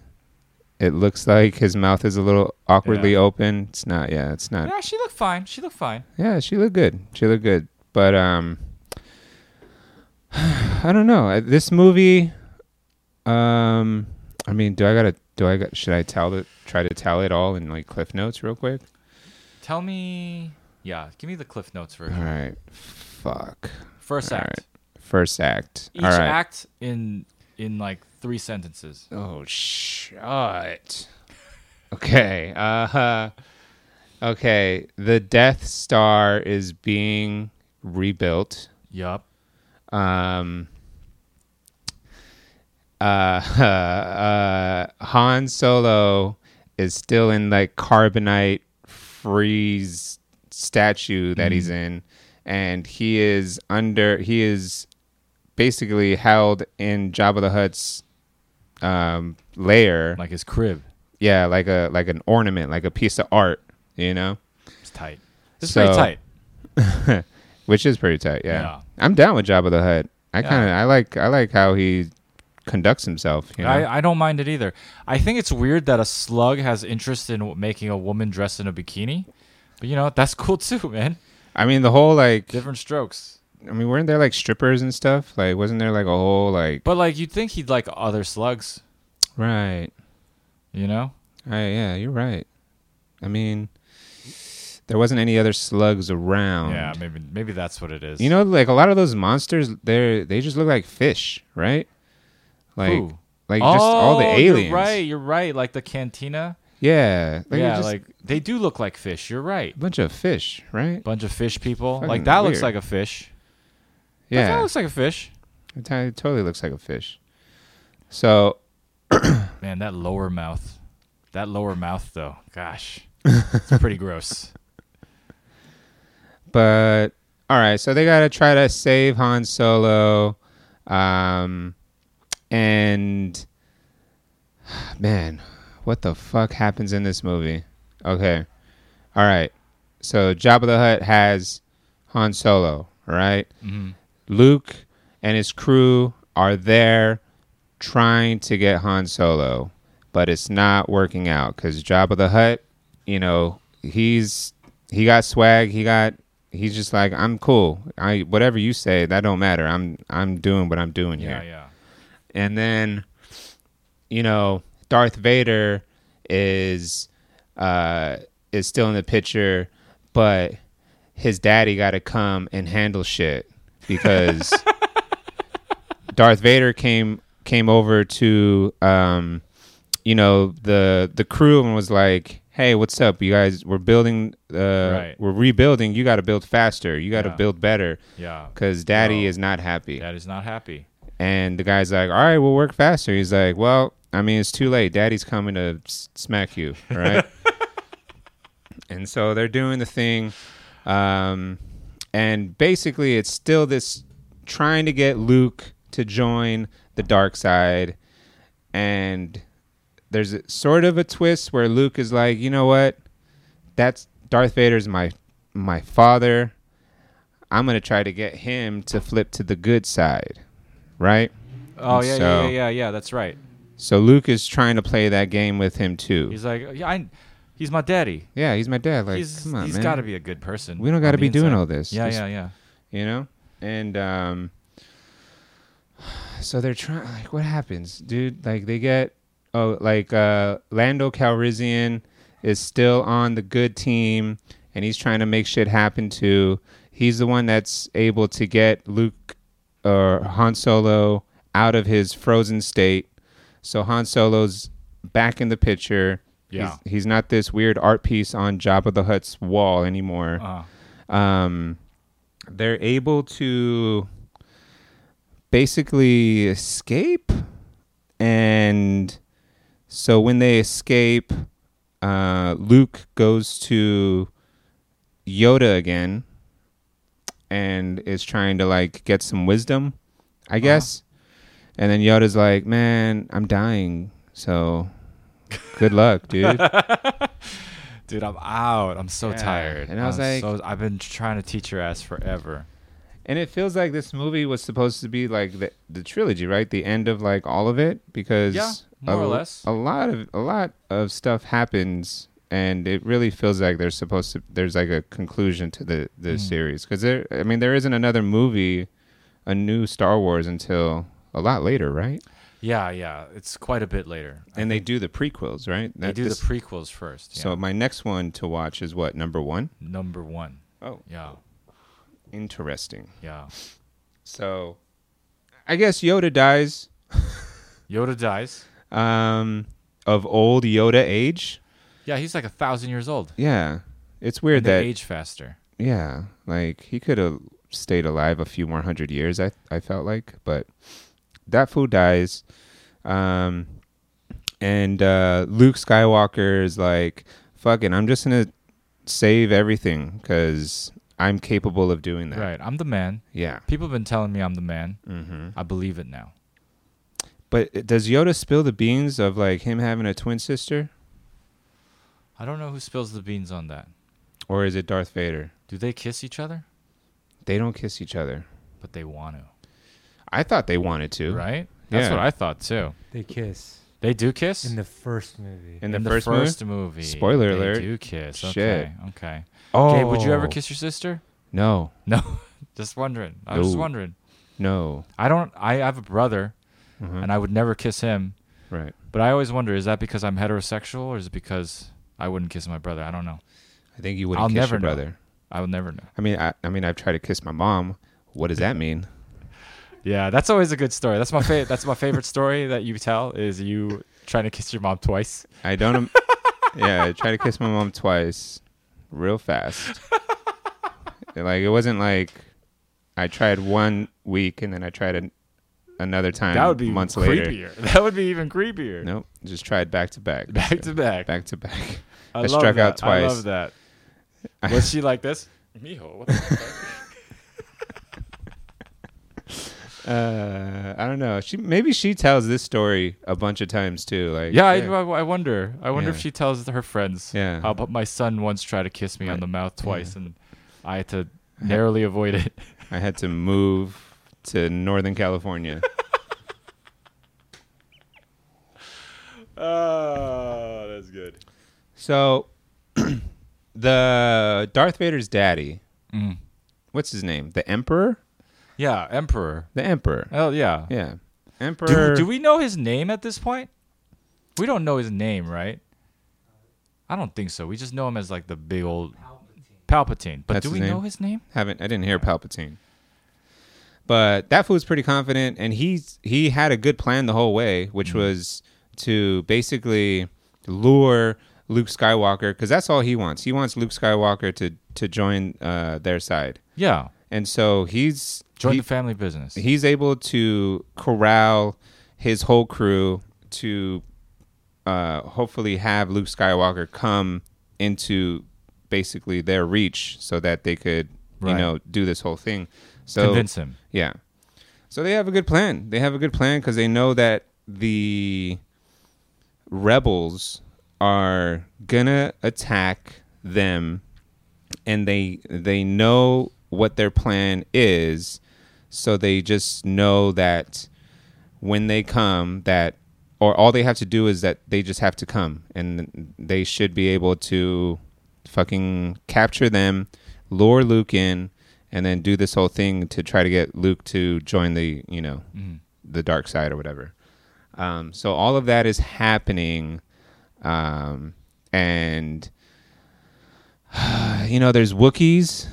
Speaker 1: it looks like his mouth is a little awkwardly
Speaker 2: Yeah.
Speaker 1: open. It's not. Yeah, it's not.
Speaker 2: Yeah, she looked fine. She looked fine.
Speaker 1: Yeah, she looked good. She looked good. But um, I don't know. Uh, This movie. Um, I mean, do I gotta? Do I got? Should I tell it? Try to tell it all in like cliff notes, real quick.
Speaker 2: Tell me, yeah, give me the Cliff Notes
Speaker 1: All
Speaker 2: version.
Speaker 1: right. Fuck.
Speaker 2: First
Speaker 1: All
Speaker 2: act.
Speaker 1: right. First act.
Speaker 2: Each
Speaker 1: all right.
Speaker 2: act in in like three sentences.
Speaker 1: Oh shit. Okay. Uh Okay, the Death Star is being rebuilt.
Speaker 2: Yup.
Speaker 1: Um uh, uh Han Solo is still in like carbonite freeze statue that he's in and he is under he is basically held in Jabba the Hutt's um lair
Speaker 2: Like his crib.
Speaker 1: yeah like a like an ornament like a piece of art you know
Speaker 2: It's tight. It's pretty
Speaker 1: So-
Speaker 2: tight.
Speaker 1: which is pretty tight yeah,
Speaker 2: Yeah.
Speaker 1: i'm down with jabba the hutt i
Speaker 2: Yeah.
Speaker 1: kind of i like i like how he conducts himself you know
Speaker 2: I, uh, I don't mind it either. I think it's weird that a slug has interest in w- making a woman dressed in a bikini, but you know that's cool too, man.
Speaker 1: I mean the whole like
Speaker 2: Different strokes.
Speaker 1: i mean weren't there like strippers and stuff like wasn't there like a whole like
Speaker 2: But like you'd think he'd like other slugs,
Speaker 1: right
Speaker 2: you know?
Speaker 1: right yeah you're right i mean there wasn't any other slugs around
Speaker 2: Yeah, maybe maybe that's what it is.
Speaker 1: you know like a lot of those monsters they're they just look like fish right like
Speaker 2: Who?
Speaker 1: like just all the
Speaker 2: Oh,
Speaker 1: aliens
Speaker 2: You're right. You're right. Like the cantina.
Speaker 1: yeah they're
Speaker 2: yeah,
Speaker 1: just
Speaker 2: like they do look like fish. You're right.
Speaker 1: a bunch of fish right
Speaker 2: Bunch of fish people.
Speaker 1: Fucking
Speaker 2: Like that
Speaker 1: weird.
Speaker 2: looks like a fish. That-
Speaker 1: Yeah,
Speaker 2: that looks like a fish.
Speaker 1: it ti- it totally looks like a fish. So
Speaker 2: Man, that lower mouth. That lower mouth though. Gosh, it's pretty gross.
Speaker 1: But all right, so they gotta try to save Han Solo, um, and man, what the fuck happens in this movie? Okay, all right. So Jabba the Hutt has Han Solo, all right?
Speaker 2: Mm-hmm.
Speaker 1: Luke and his crew are there trying to get Han Solo, but it's not working out because Jabba the Hutt, you know, he's he got swag, he got he's just like I'm cool. I whatever you say, that don't matter. I'm I'm doing what I'm doing here
Speaker 2: Yeah, yeah.
Speaker 1: and then you know Darth Vader is uh is still in the picture but his daddy got to come and handle shit because Darth Vader came came over to um you know the the crew and was like hey what's up you guys we're building uh
Speaker 2: Right.
Speaker 1: we're rebuilding you got to build faster you got to
Speaker 2: Yeah.
Speaker 1: build better
Speaker 2: Yeah.
Speaker 1: cuz daddy
Speaker 2: No.
Speaker 1: is not happy
Speaker 2: Dad is not happy.
Speaker 1: and the guy's like, "All right, we'll work faster." He's like, "Well, I mean, it's too late. Daddy's coming to s- smack you, all right?" and so they're doing the thing, um, and basically, it's still this trying to get Luke to join the dark side, and there's a, sort of a twist where Luke is like, "You know what? That's Darth Vader's my my father. I'm gonna try to get him to flip to the good side, right?"
Speaker 2: Oh
Speaker 1: And
Speaker 2: yeah, yeah,
Speaker 1: so-
Speaker 2: yeah, yeah, yeah. That's right.
Speaker 1: So Luke is trying to play that game with him too.
Speaker 2: He's like, yeah, I, he's my daddy.
Speaker 1: yeah, he's my dad. Like,
Speaker 2: he's
Speaker 1: come on,
Speaker 2: he's
Speaker 1: man.
Speaker 2: got to be a good person.
Speaker 1: We don't
Speaker 2: on
Speaker 1: gotta
Speaker 2: the
Speaker 1: be doing
Speaker 2: inside.
Speaker 1: all this.
Speaker 2: Yeah,
Speaker 1: Just-
Speaker 2: yeah, yeah.
Speaker 1: you know. And um, so they're trying. Like, what happens, dude? Like, they get oh, like uh, Lando Calrissian is still on the good team, and he's trying to make shit happen too. He's the one that's able to get Luke or Han Solo out of his frozen state. So Han Solo's back in the picture.
Speaker 2: Yeah.
Speaker 1: He's, he's not this weird art piece on Jabba the Hutt's wall
Speaker 2: Uh-huh.
Speaker 1: anymore
Speaker 2: Uh,
Speaker 1: um, they're able to basically escape, and so when they escape, uh, Luke goes to Yoda again, and is trying to like get some wisdom, I guess. And then Yoda's like, "Man, I'm dying, so good luck, dude."
Speaker 2: Dude, I'm out. I'm so
Speaker 1: Yeah.
Speaker 2: tired.
Speaker 1: And I was
Speaker 2: I'm
Speaker 1: like-
Speaker 2: so- I've been trying to teach your ass forever.
Speaker 1: And it feels like this movie was supposed to be like the, the trilogy, right? The end of like all of it because
Speaker 2: Yeah, more
Speaker 1: a,
Speaker 2: or less.
Speaker 1: a lot of a lot of stuff happens and it really feels like there's supposed to there's like a conclusion to the the
Speaker 2: Hmm.
Speaker 1: series cuz there I mean there isn't another movie a new Star Wars until a lot later, right?
Speaker 2: Yeah, yeah. It's quite a bit later.
Speaker 1: And they do the prequels, right?
Speaker 2: Uh-huh. They
Speaker 1: That-
Speaker 2: do
Speaker 1: this-
Speaker 2: the prequels first. Yeah.
Speaker 1: So my next one to watch is what? Number 1?
Speaker 2: number one.
Speaker 1: Oh,
Speaker 2: Yeah,
Speaker 1: interesting.
Speaker 2: yeah.
Speaker 1: So I guess Yoda dies
Speaker 2: Yoda dies.
Speaker 1: um, of old Yoda age.
Speaker 2: Yeah, he's like a thousand years old.
Speaker 1: Yeah, it's weird
Speaker 2: And they
Speaker 1: that.
Speaker 2: age faster.
Speaker 1: Yeah, like he could have stayed alive a few more hundred years. I I felt like, but that fool dies, um, and uh, Luke Skywalker is like, "Fucking, I'm just gonna save everything because I'm capable of doing that."
Speaker 2: Right. I'm the man.
Speaker 1: Yeah.
Speaker 2: People have been telling me I'm the man.
Speaker 1: Mm-hmm.
Speaker 2: I believe it now.
Speaker 1: But uh, does Yoda spill the beans of like him having a twin sister,
Speaker 2: I don't know who spills the beans on that.
Speaker 1: or is it Darth Vader?
Speaker 2: Do they kiss each other?
Speaker 1: They don't kiss each other.
Speaker 2: But they want to.
Speaker 1: I thought they wanted to.
Speaker 2: Right? That's
Speaker 1: Yeah.
Speaker 2: what I thought too.
Speaker 3: They kiss
Speaker 2: They do kiss?
Speaker 3: in the first movie.
Speaker 1: in,
Speaker 2: In
Speaker 1: the, first, movie.
Speaker 2: movie.
Speaker 1: Spoiler
Speaker 2: they
Speaker 1: alert.
Speaker 2: do kiss.
Speaker 1: Shit. Oh.
Speaker 2: Okay. Okay. Gabe, would you ever kiss your sister?
Speaker 1: No,
Speaker 2: No. just wondering. I was just
Speaker 1: No.
Speaker 2: wondering.
Speaker 1: no.
Speaker 2: I don't I have a brother
Speaker 1: Uh-huh.
Speaker 2: and I would never kiss him.
Speaker 1: right.
Speaker 2: But I always wonder, is that because I'm heterosexual or is it because I wouldn't kiss my brother? I don't know.
Speaker 1: I think you would
Speaker 2: I'll
Speaker 1: kiss
Speaker 2: never
Speaker 1: your
Speaker 2: know.
Speaker 1: brother.
Speaker 2: I would never know.
Speaker 1: I mean, I, I mean, I've tried to kiss my mom. What does that mean?
Speaker 2: Yeah, that's always a good story. That's my favorite. that's my favorite story that you tell is you trying to kiss your mom twice.
Speaker 1: I don't. am- yeah, I tried to kiss my mom twice, real fast. And, like it wasn't like I tried one week and then I tried an, another time.
Speaker 2: that would be
Speaker 1: months later.
Speaker 2: creepier. That would be even creepier.
Speaker 1: Nope, just tried back to back.
Speaker 2: Back to back.
Speaker 1: back to back.
Speaker 2: I,
Speaker 1: I
Speaker 2: love
Speaker 1: struck out
Speaker 2: that. I
Speaker 1: twice.
Speaker 2: love that. Was she like this? Mijo, what the fuck?
Speaker 1: Uh, I don't know. She maybe she tells this story a bunch of times too. Like
Speaker 2: yeah, I, I, I wonder. I wonder if
Speaker 1: Yeah.
Speaker 2: she tells her friends.
Speaker 1: Yeah.
Speaker 2: How about my son once tried to kiss me on the mouth twice, and I had
Speaker 1: Yeah.
Speaker 2: to narrowly avoid it.
Speaker 1: I had to move to Northern California.
Speaker 2: Oh, that's good.
Speaker 1: so, the Darth Vader's daddy,
Speaker 2: Mm.
Speaker 1: what's his name? The Emperor?
Speaker 2: Yeah, Emperor.
Speaker 1: The Emperor.
Speaker 2: Oh yeah.
Speaker 1: Yeah. Emperor.
Speaker 2: Do, do we know his name at this point? We don't know his name, right? I don't think so. We just know him as like the big old Palpatine. But
Speaker 1: That's
Speaker 2: do
Speaker 1: his
Speaker 2: we
Speaker 1: name?
Speaker 2: know his name?
Speaker 1: haven't I didn't hear Palpatine. But that fool's pretty confident and he's he had a good plan the whole way,
Speaker 2: Mm.
Speaker 1: which was to basically lure Luke Skywalker cuz that's all he wants. He wants Luke Skywalker to to join uh, their side.
Speaker 2: Yeah.
Speaker 1: And so he's
Speaker 2: Join
Speaker 1: he-
Speaker 2: the family business.
Speaker 1: he's able to corral his whole crew to uh, hopefully have Luke Skywalker come into basically their reach so that they could
Speaker 2: Right.
Speaker 1: you know do this whole thing. So
Speaker 2: Convince him.
Speaker 1: yeah. So they have a good plan. They have a good plan because they know that the rebels are gonna attack them, and they they know what their plan is. So they just know that when they come, that or all they have to do is that they just have to come, and they should be able to fucking capture them, lure Luke in, and then do this whole thing to try to get Luke to join the you know
Speaker 2: Mm-hmm.
Speaker 1: the dark side or whatever. Um, so all of that is happening, um, and you know there's Wookiees.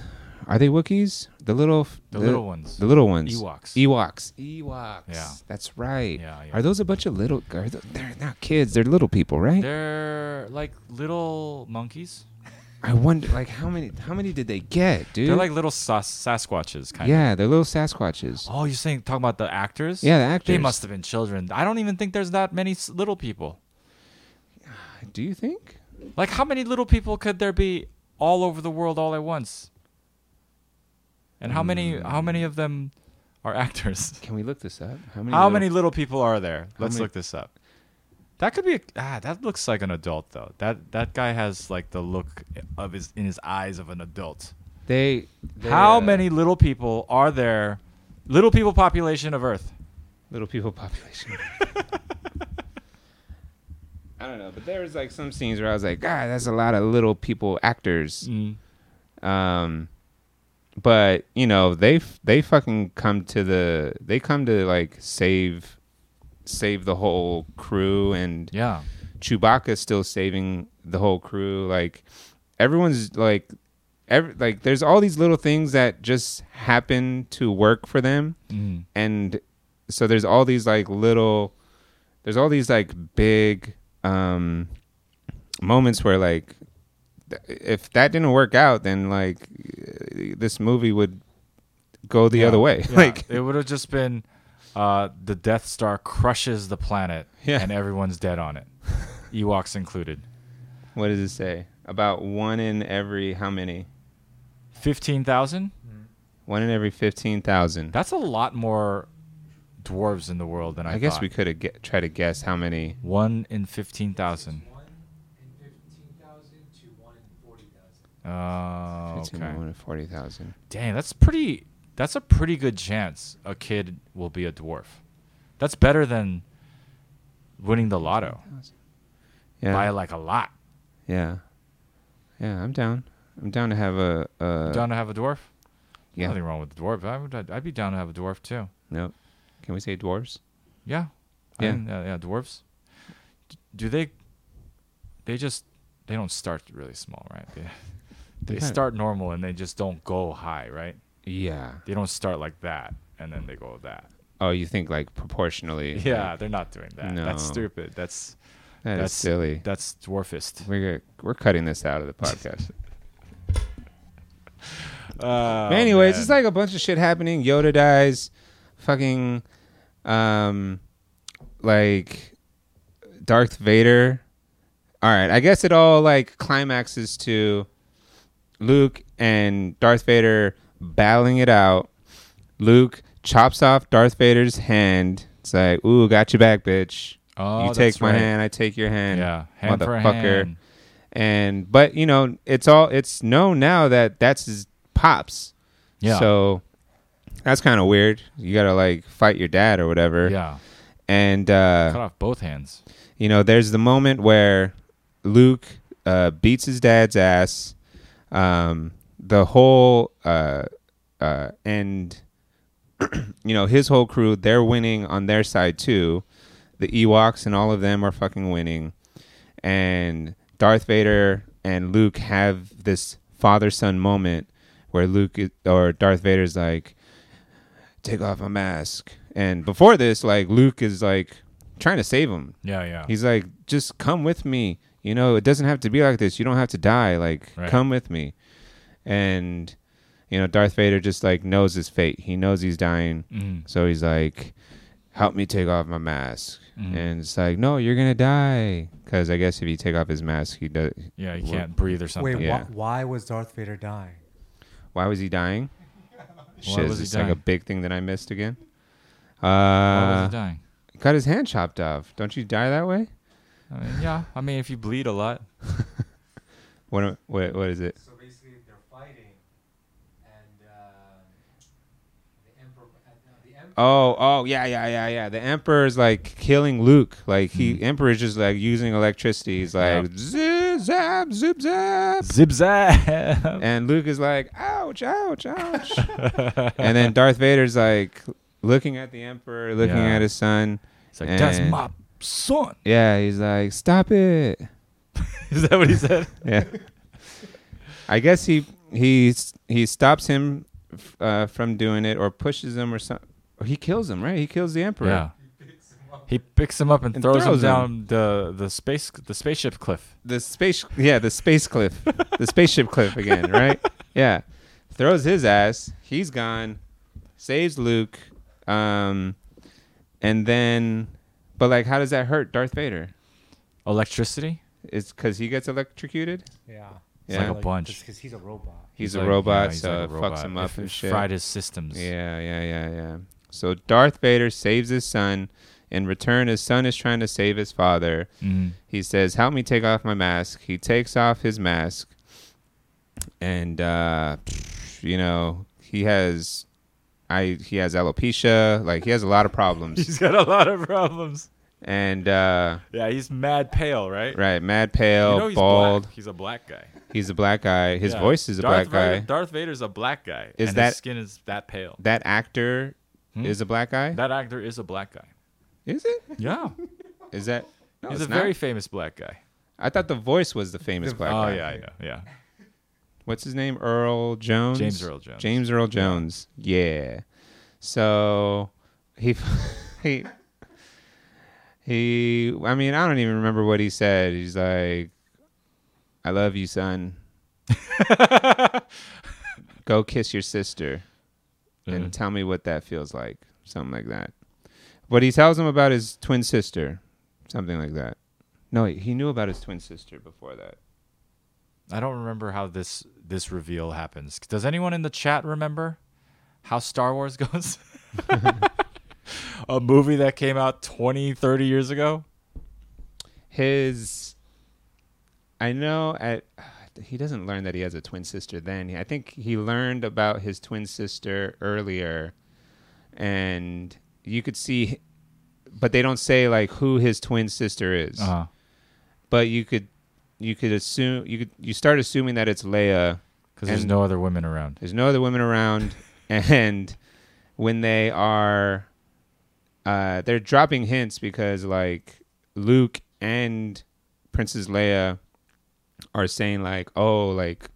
Speaker 1: Are they Wookiees? The little
Speaker 2: The little ones.
Speaker 1: The little ones.
Speaker 2: Ewoks.
Speaker 1: Ewoks. Ewoks.
Speaker 2: Yeah.
Speaker 1: That's right.
Speaker 2: Yeah, yeah.
Speaker 1: Are those a bunch of little? Are th- they're not kids. They're little people, right?
Speaker 2: They're like little monkeys.
Speaker 1: I wonder, like, how many how many did they get, dude?
Speaker 2: They're like little sas- Sasquatches, kind of.
Speaker 1: yeah, they're little Sasquatches.
Speaker 2: Oh, you're saying talking about the actors?
Speaker 1: Yeah, the actors.
Speaker 2: They must have been children. I don't even think there's that many s- little people.
Speaker 1: Uh, Do you think?
Speaker 2: Like, how many little people could there be all over the world all at once? And how many? How many of them are actors?
Speaker 1: Can we look this up? How many?
Speaker 2: How
Speaker 1: little-
Speaker 2: many little people are there? Let's
Speaker 1: many-
Speaker 2: look this up. That could be a, ah. That looks like an adult though. That that guy has like the look of his in his eyes of an adult.
Speaker 1: They. they,
Speaker 2: How
Speaker 1: uh,
Speaker 2: many little people are there? Little people population of Earth.
Speaker 1: little people population? I don't know, but there was like some scenes where I was like, God, that's a lot of little people actors.
Speaker 2: Mm,
Speaker 1: Um, but you know, they f- they fucking come to the they come to like save save the whole crew and
Speaker 2: Yeah.
Speaker 1: Chewbacca's still saving the whole crew. Like everyone's like, every, like there's all these little things that just happen to work for them,
Speaker 2: Mm.
Speaker 1: and so there's all these like little, there's all these like big um moments where like th- if that didn't work out, then like uh, this movie would go the
Speaker 2: Yeah.
Speaker 1: other way.
Speaker 2: Yeah.
Speaker 1: Like
Speaker 2: it would have just been uh, the Death Star crushes the planet
Speaker 1: Yeah.
Speaker 2: and everyone's dead on it, Ewoks included.
Speaker 1: what does it say about one in every how many?
Speaker 2: Fifteen thousand.
Speaker 1: One in every fifteen thousand.
Speaker 2: That's a lot more dwarves in the world than I,
Speaker 1: I, guess
Speaker 2: thought.
Speaker 1: we could have get, try to guess how many.
Speaker 2: One in fifteen thousand. Oh, okay.
Speaker 1: Forty thousand.
Speaker 2: Dang, that's pretty. That's a pretty good chance a kid will be a dwarf. That's better than winning the lotto
Speaker 1: Yeah,
Speaker 2: by like a lot.
Speaker 1: yeah, yeah. I'm down. I'm down to have a. a
Speaker 2: You down to have a dwarf?
Speaker 1: Uh, yeah.
Speaker 2: Nothing wrong with a dwarf. I would. I'd, I'd be down to have a dwarf too.
Speaker 1: Nope. Can we say dwarves?
Speaker 2: Yeah.
Speaker 1: Yeah.
Speaker 2: I mean, uh, yeah. Dwarves. D- do they? They just. They don't start really small, right? They, they
Speaker 1: kinda-
Speaker 2: start normal and they just don't go high, right?
Speaker 1: Yeah.
Speaker 2: They don't start like that and then they go that.
Speaker 1: Oh, you think like proportionally?
Speaker 2: Yeah, they're not doing that. That's
Speaker 1: No.
Speaker 2: stupid. That's
Speaker 1: That is
Speaker 2: that's
Speaker 1: silly.
Speaker 2: That's dwarfist.
Speaker 1: We're gonna- we're cutting this out of the podcast.
Speaker 2: Uh,
Speaker 1: But anyways, it's like a bunch of shit happening. Yoda dies. Fucking, um, like Darth Vader. All right, I guess it all like climaxes to Luke and Darth Vader battling it out. Luke chops off Darth Vader's hand. It's like, ooh, got you back, bitch.
Speaker 2: oh,
Speaker 1: you take
Speaker 2: that's
Speaker 1: my
Speaker 2: right.
Speaker 1: hand, I take your hand.
Speaker 2: Yeah, hand for hand.
Speaker 1: And but you know, it's all it's known now that that's his pops.
Speaker 2: Yeah.
Speaker 1: So that's kind of weird. You got to like fight your dad or whatever.
Speaker 2: yeah,
Speaker 1: And uh,
Speaker 2: cut off both hands.
Speaker 1: you know, there's the moment where Luke uh, beats his dad's ass. Um, the whole uh, uh, and you know his whole crew, they're winning on their side too. The Ewoks and all of them are fucking winning. And Darth Vader and Luke have this father son moment where Luke i- or Darth Vader's like, "Take off my mask." And before this, like Luke is like trying to save him,
Speaker 2: Yeah, yeah.
Speaker 1: He's like, just come with me. You know, it doesn't have to be like this. You don't have to die. Like,
Speaker 2: Right.
Speaker 1: come with me. And, you know, Darth Vader just like knows his fate. He knows he's dying.
Speaker 2: Mm.
Speaker 1: So he's like, help me take off my mask.
Speaker 2: Mhm.
Speaker 1: And it's like, no, you're going to die. Because I guess if you take off his mask, he does.
Speaker 2: Yeah, you can't breathe or something.
Speaker 3: Wait,
Speaker 1: Yeah.
Speaker 3: wh- why was Darth Vader dying?
Speaker 1: Why was he dying? Shit,
Speaker 2: was
Speaker 1: is
Speaker 2: he
Speaker 1: this like a
Speaker 2: dying?
Speaker 1: big thing that I missed again?
Speaker 2: Why was
Speaker 1: Uh,
Speaker 2: he dying?
Speaker 1: got his hand chopped off. Don't you die that way?
Speaker 2: I mean, yeah. I mean, if you bleed a lot,
Speaker 1: What, am- what, what is it?
Speaker 4: So basically, they're fighting, and uh, the emperor. Uh, no, the emperor
Speaker 1: Oh, oh, yeah, yeah, yeah, yeah. The Emperor is like killing Luke. Like he,
Speaker 2: Hmm.
Speaker 1: Emperor is just like using electricity. He's like zip, zap, zip, zap,
Speaker 2: zip zap.
Speaker 1: and Luke is like, ouch, ouch, ouch. and then Darth Vader's like looking at the Emperor, looking
Speaker 2: Yeah.
Speaker 1: at his son.
Speaker 2: It's like that's
Speaker 1: And-
Speaker 2: my son.
Speaker 1: Yeah, he's like, stop it.
Speaker 2: Is that what he said?
Speaker 1: yeah. I guess he he he stops him uh, from doing it, or pushes him, or something. He kills him, right? He kills the Emperor.
Speaker 2: yeah.
Speaker 4: picks him up
Speaker 2: He picks him up and,
Speaker 1: And
Speaker 2: throws,
Speaker 1: throws
Speaker 2: him down
Speaker 1: him.
Speaker 2: the the space the spaceship cliff.
Speaker 1: the space yeah the space cliff the spaceship cliff again right yeah throws his ass he's gone saves luke um and then but like how does that hurt darth vader
Speaker 2: Electricity.
Speaker 1: it's because he gets electrocuted
Speaker 3: Yeah.
Speaker 1: It's like a
Speaker 2: bunch.
Speaker 3: Because he's a robot.
Speaker 1: he's, a
Speaker 2: like-
Speaker 1: robot
Speaker 2: yeah, he's
Speaker 1: so
Speaker 2: like a
Speaker 1: it
Speaker 2: robot.
Speaker 1: fucks him up
Speaker 2: It-
Speaker 1: and
Speaker 2: it
Speaker 1: shit
Speaker 2: Fried his systems.
Speaker 1: yeah yeah yeah yeah so darth vader saves his son in return his son is trying to save his father
Speaker 2: Mhm.
Speaker 1: He says, "Help me take off my mask." He takes off his mask, and uh, you know he has, I he has alopecia. Like he has a lot of problems,
Speaker 2: He's got a lot of problems.
Speaker 1: and uh,
Speaker 2: Yeah, he's mad pale, right?
Speaker 1: right, mad pale,
Speaker 2: you know he's
Speaker 1: Oh, bald.
Speaker 2: Black. He's a black guy.
Speaker 1: He's a black guy. His
Speaker 2: Yeah.
Speaker 1: voice is a
Speaker 2: Darth
Speaker 1: black
Speaker 2: Vader,
Speaker 1: guy.
Speaker 2: Darth Vader's a black guy.
Speaker 1: Is
Speaker 2: and
Speaker 1: that-
Speaker 2: his skin is that pale?
Speaker 1: That actor
Speaker 2: Hmm?
Speaker 1: is a black guy.
Speaker 2: That actor is a black guy.
Speaker 1: Is it?
Speaker 2: Yeah,
Speaker 1: Is that? No,
Speaker 2: he's
Speaker 1: it's
Speaker 2: a
Speaker 1: not.
Speaker 2: very famous black guy.
Speaker 1: I thought the voice was the famous black
Speaker 2: oh
Speaker 1: guy.
Speaker 2: yeah, yeah, yeah.
Speaker 1: what's his name? Earl Jones.
Speaker 2: James Earl Jones.
Speaker 1: James Earl Jones. Yeah. So he he he. I mean, I don't even remember what he said. He's like, "I love you, son. Go kiss your sister
Speaker 2: Mhm.
Speaker 1: and tell me what that feels like." Something like that. But he tells him about his twin sister. Something like that. No, he knew about his twin sister before that.
Speaker 2: I don't remember how this this reveal happens. Does anyone in the chat remember how Star Wars goes? a movie that came out 20, 30 years ago?
Speaker 1: his i know at he doesn't learn that he has a twin sister then i think he learned about his twin sister earlier and you could see but they don't say like who his twin sister is
Speaker 2: Uh-huh.
Speaker 1: but you could you could assume you could you start assuming that it's leia
Speaker 2: Cuz there's
Speaker 1: And-
Speaker 2: no other women around.
Speaker 1: there's no other women around and when they are uh they're dropping hints because like Luke and Princess Leia are saying like oh like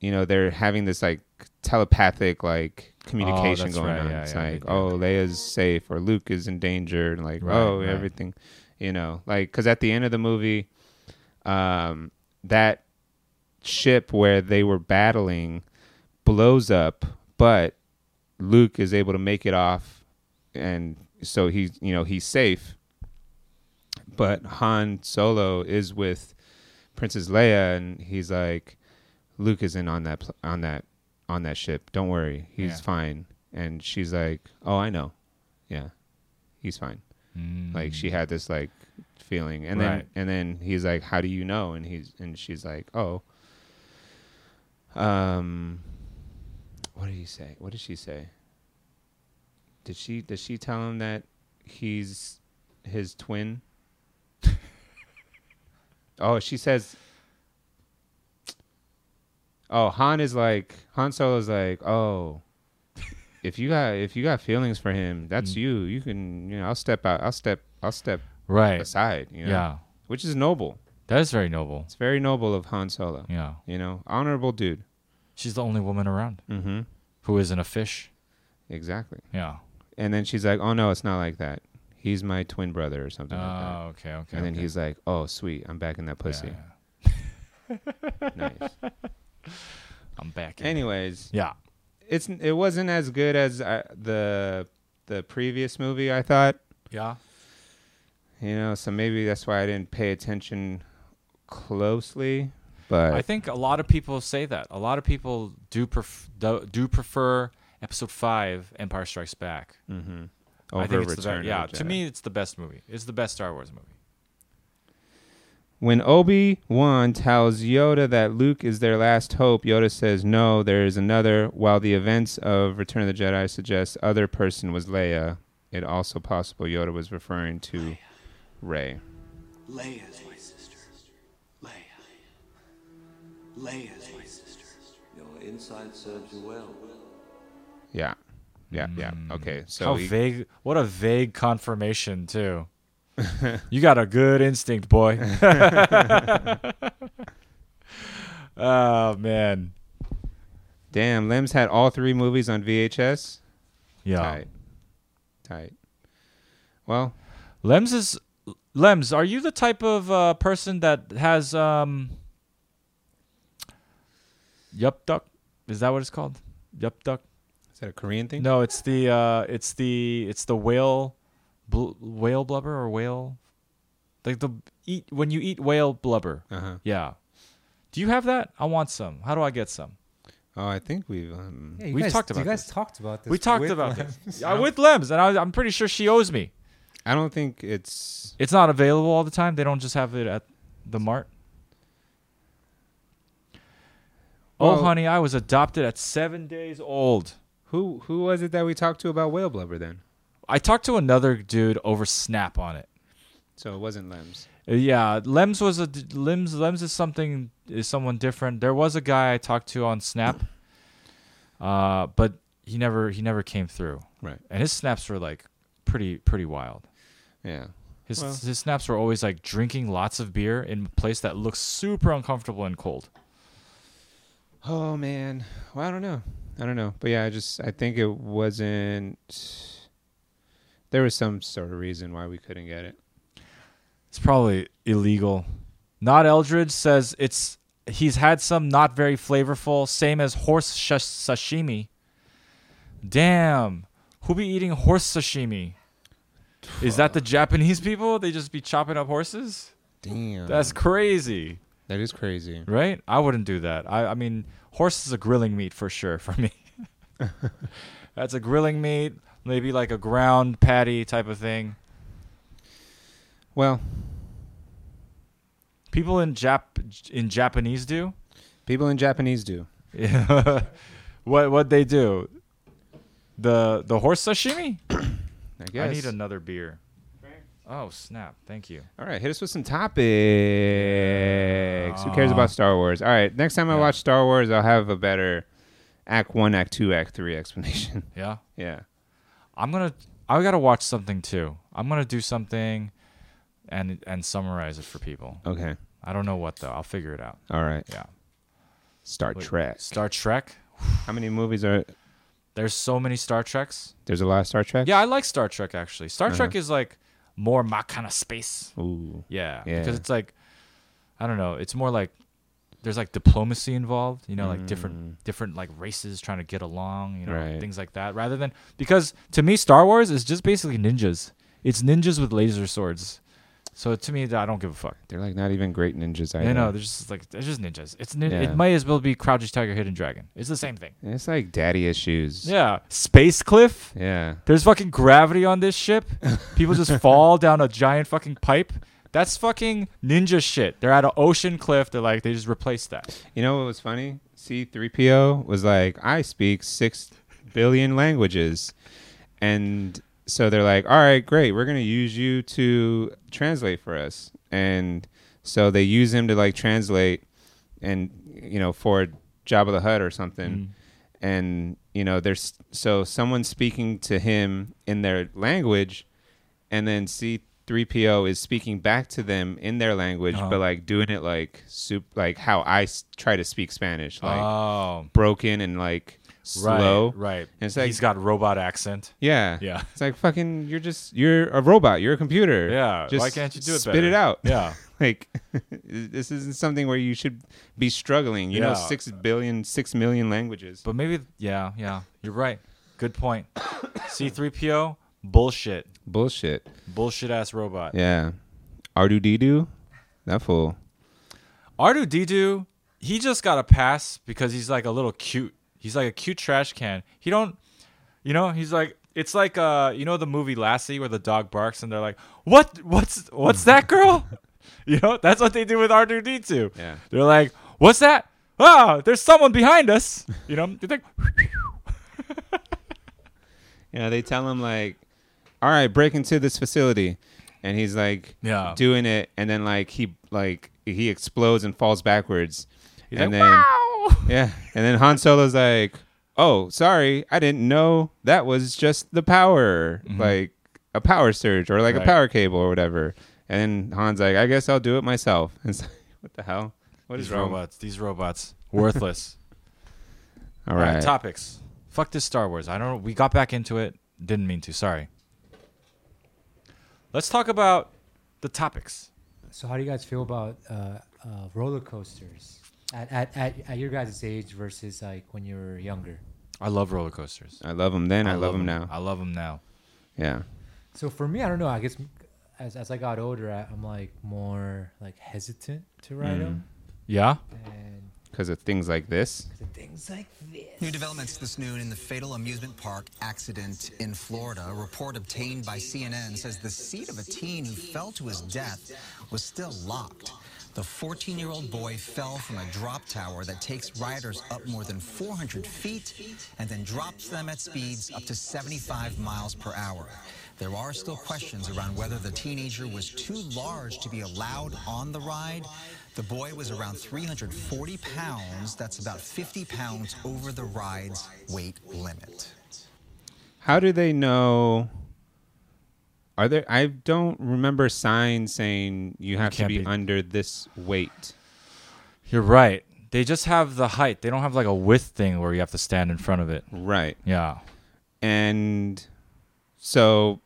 Speaker 1: you know they're having this like telepathic like communication
Speaker 2: Oh, that's
Speaker 1: going
Speaker 2: right.
Speaker 1: on
Speaker 2: Yeah,
Speaker 1: it's
Speaker 2: yeah, they
Speaker 1: like
Speaker 2: do.
Speaker 1: oh Leia's safe or Luke is in danger and like
Speaker 2: Right,
Speaker 1: oh
Speaker 2: right.
Speaker 1: everything you know like cuz at the end of the movie um that ship where they were battling blows up, but Luke is able to make it off, and so he's you know he's safe. But Han Solo is with Princess Leia, and he's like, Luke isn't on that pl- on that on that ship. Don't worry, he's
Speaker 2: Yeah.
Speaker 1: fine. And she's like, Oh, I know, yeah, he's fine. Like
Speaker 2: Mm.
Speaker 1: she had this like feeling, and
Speaker 2: Right.
Speaker 1: then and then he's like, How do you know? And he's and she's like, Oh, um, what did he say? What did she say? Did she did she tell him that he's his twin? oh, she says. Oh, Han is like Han Solo is like, oh, if you got if you got feelings for him, that's you. You can you know I'll step out. I'll step I'll step
Speaker 2: Right.
Speaker 1: aside. You know,
Speaker 2: Yeah.
Speaker 1: which is noble.
Speaker 2: That is very noble.
Speaker 1: It's very noble of Han Solo.
Speaker 2: Yeah.
Speaker 1: You know, honorable dude.
Speaker 2: She's the only woman around
Speaker 1: Mm-hmm.
Speaker 2: who isn't a fish.
Speaker 1: Exactly.
Speaker 2: Yeah.
Speaker 1: And then she's like, "Oh no, it's not like that. He's my twin brother or something like that."
Speaker 2: Oh, okay, okay.
Speaker 1: and then
Speaker 2: okay.
Speaker 1: he's like, "Oh sweet, I'm back in that
Speaker 2: Yeah,
Speaker 1: pussy."
Speaker 2: yeah.
Speaker 1: Nice.
Speaker 2: I'm back. in.
Speaker 1: Anyways,
Speaker 2: Yeah.
Speaker 1: it's it wasn't as good as uh, the the previous movie. I thought,
Speaker 2: Yeah.
Speaker 1: you know, so maybe that's why I didn't pay attention closely. But
Speaker 2: I think a lot of people say that. A lot of people do pref- do, do prefer Episode Five, Empire Strikes Back.
Speaker 1: mm-hmm.
Speaker 2: I
Speaker 1: over
Speaker 2: think it's the
Speaker 1: Return
Speaker 2: best.
Speaker 1: of
Speaker 2: Yeah,
Speaker 1: the
Speaker 2: to
Speaker 1: Jedi.
Speaker 2: me, it's the best movie. It's the best Star Wars movie.
Speaker 1: When Obi Wan tells Yoda that Luke is their last hope, Yoda says, No, there is another. While the events of Return of the Jedi suggest other person was Leia, it also possible Yoda was referring to Rey.
Speaker 5: Leia is my sister. Leia. Leia is my sister.
Speaker 6: Your insight serves you well.
Speaker 1: Yeah. Yeah, yeah. Okay. So
Speaker 2: How
Speaker 1: he-
Speaker 2: vague! What a vague confirmation too. you got a good instinct, boy. oh man,
Speaker 1: damn, Limbs had all three movies on VHS.
Speaker 2: yeah.
Speaker 1: Tight. Tight. Well,
Speaker 2: Lems is Lems. Are you the type of uh, person that has um? Yup duck, is that what it's called? Yup duck.
Speaker 1: Is that a Korean thing?
Speaker 2: No, it's the uh, it's the it's the whale, bl- whale blubber or whale, like the eat when you eat whale blubber.
Speaker 1: Uh huh.
Speaker 2: Yeah. Do you have that? I want some. How do I get some?
Speaker 1: Oh, I think we've. Um,
Speaker 3: Yeah, you
Speaker 2: We've
Speaker 3: guys,
Speaker 2: talked
Speaker 3: You
Speaker 2: about
Speaker 3: guys talked about this.
Speaker 2: we talked
Speaker 3: with
Speaker 2: about
Speaker 3: Lem.
Speaker 2: this. Yeah, with Lems, and I, I'm pretty sure she owes me.
Speaker 1: I don't think it's.
Speaker 2: It's not available all the time. They don't just have it at the mart. oh,
Speaker 1: Well-
Speaker 2: honey, I was adopted at seven days old.
Speaker 1: Who who was it that we talked to about whale blubber then?
Speaker 2: I talked to another dude over Snap on it.
Speaker 1: So it wasn't Lems.
Speaker 2: Uh, Yeah, Lems was a d- Lems. Lems is something is someone different. There was a guy I talked to on Snap, uh, but he never he never came through.
Speaker 1: Right.
Speaker 2: And his snaps were like pretty pretty wild.
Speaker 1: Yeah.
Speaker 2: His
Speaker 1: Well-
Speaker 2: his snaps were always like drinking lots of beer in a place that looks super uncomfortable and cold.
Speaker 1: Oh man. Well, I don't know. I don't know. But yeah, I just I think it wasn't. There was some sort of reason why we couldn't get it.
Speaker 2: It's probably illegal. Not Eldridge says it's he's had some not very flavorful, same as horse sh- sashimi. Damn, who be eating horse sashimi? Is that the Japanese people? They just be chopping up horses?
Speaker 1: Damn.
Speaker 2: That's crazy,
Speaker 1: that is crazy.
Speaker 2: right? I wouldn't do that. I, I mean, horse is a grilling meat for sure for me. That's a grilling meat, maybe like a ground patty type of thing.
Speaker 1: Well,
Speaker 2: People in Jap in Japanese do.
Speaker 1: people in Japanese do.
Speaker 2: Yeah. what what they do? The the horse sashimi?
Speaker 1: I guess.
Speaker 2: I need another beer. Oh snap! Thank you.
Speaker 1: All right, hit us with some topics. Who cares about Star Wars? All right, next time I watch Star Wars, I'll have a better Act One, Act Two, Act Three explanation.
Speaker 2: Yeah,
Speaker 1: yeah.
Speaker 2: I'm gonna. I gotta watch something too. I'm gonna do something, and and summarize it for people.
Speaker 1: Okay.
Speaker 2: I don't know what though. I'll figure it out.
Speaker 1: All right.
Speaker 2: Yeah.
Speaker 1: Star
Speaker 2: Wait,
Speaker 1: Trek.
Speaker 2: Star Trek.
Speaker 1: How many movies are?
Speaker 2: There's so many Star Treks.
Speaker 1: There's a lot of Star Trek.
Speaker 2: Yeah, I like Star Trek actually. Star Trek is like more my kind of space.
Speaker 1: Ooh.
Speaker 2: Yeah,
Speaker 1: Yeah.
Speaker 2: Because it's like, I don't know. It's more like there's like diplomacy involved. You know, like different different like races trying to get along. You know,
Speaker 1: Mm. Right.
Speaker 2: things like that. Rather than because to me, Star Wars is just basically ninjas. It's ninjas with laser swords. So to me, I don't give a fuck.
Speaker 1: They're like not even great ninjas. I
Speaker 2: You know, they're just like they're just ninjas. It's nin-
Speaker 1: Yeah.
Speaker 2: it might as well be Crouching Tiger, Hidden Dragon. It's the same thing.
Speaker 1: It's like daddy issues.
Speaker 2: Yeah, Space Cliff.
Speaker 1: Yeah.
Speaker 2: There's fucking gravity on this ship. People just fall down a giant fucking pipe. That's fucking ninja shit. They're at an ocean cliff. They're like, they just replaced that.
Speaker 1: You know what was funny? C3PO was like, I speak six billion languages. And so they're like, all right, great. We're going to use you to translate for us. And so they use him to like translate and, you know, for Jabba the Hutt or something.
Speaker 2: Mm.
Speaker 1: And, you know, there's so someone speaking to him in their language. And then C3PO is speaking back to them in their language,
Speaker 2: Uh-huh.
Speaker 1: but like doing it like soup, like how I s- try to speak Spanish, like
Speaker 2: oh,
Speaker 1: broken and like slow.
Speaker 2: Right.
Speaker 1: And it's like-
Speaker 2: He's got robot accent.
Speaker 1: Yeah.
Speaker 2: Yeah.
Speaker 1: It's like fucking. You're just. You're a robot. You're a computer.
Speaker 2: Yeah.
Speaker 1: Just
Speaker 2: why can't you do it
Speaker 1: Spit
Speaker 2: better?
Speaker 1: it out.
Speaker 2: Yeah.
Speaker 1: like this isn't something where you should be struggling. You know,
Speaker 2: Yeah.
Speaker 1: six billion, six million languages.
Speaker 2: But maybe, yeah, yeah. You're right. Good point. C3PO, bullshit.
Speaker 1: Bullshit.
Speaker 2: Bullshit ass robot.
Speaker 1: Yeah. Ardu Didu. That fool.
Speaker 2: Ardu Didu, he just got a pass because he's like a little cute. He's like a cute trash can. He don't, you know, he's like it's like uh, you know, the movie Lassie where the dog barks and they're like, "What? What's what's that girl?" you know, that's what they do with Ardu Didu.
Speaker 1: Yeah.
Speaker 2: they're like, "What's that? Ah, there's someone behind us." You know, they're like,
Speaker 1: Yeah, they tell him like, "All right, break into this facility," and he's like,
Speaker 2: Yeah.
Speaker 1: doing it," and then like he like he explodes and falls backwards, and
Speaker 2: like,
Speaker 1: then yeah, and then Han Solo's like, "Oh, sorry, I didn't know that was just the power, like a power surge or like a
Speaker 2: Mm-hmm. Right.
Speaker 1: power cable or whatever." And then Han's like, "I guess I'll do it myself." And it's like, what the hell? What is
Speaker 2: "These
Speaker 1: wrong?
Speaker 2: robots, these robots, worthless."
Speaker 1: All
Speaker 2: All
Speaker 1: right,
Speaker 2: right, topics. Fuck this Star Wars. I don't. We got back into it. Didn't mean to. Sorry. Let's talk about the topics.
Speaker 3: So, how do you guys feel about uh, uh, roller coasters at, at, at, at your guys' age versus like when you were younger?
Speaker 2: I love roller coasters.
Speaker 1: I love them then. I, love them
Speaker 2: 'em.
Speaker 1: now.
Speaker 2: I love them now.
Speaker 1: Yeah.
Speaker 3: So for me, I don't know. I guess as as I got older, I, I'm like more like hesitant to
Speaker 2: Mm-hmm.
Speaker 3: ride them,
Speaker 2: Yeah.
Speaker 3: and
Speaker 1: Because of things like this.
Speaker 3: things like this.
Speaker 7: New developments this noon in the fatal amusement park accident in Florida. A report obtained by CNN says the seat of a teen who fell to his death was still locked. The 14 year old boy fell from a drop tower that takes riders up more than 400 feet and then drops them at speeds up to 75 miles per hour. There are still questions around whether the teenager was too large to be allowed on the ride. The boy was around 340 pounds. That's about 50 pounds over the ride's weight limit.
Speaker 1: How do they know? Are there? I don't remember signs saying you have to
Speaker 2: can't
Speaker 1: be,
Speaker 2: be-
Speaker 1: under this weight.
Speaker 2: You're right. They just have the height. They don't have like a width thing where you have to stand in front of it.
Speaker 1: Right.
Speaker 2: Yeah.
Speaker 1: And so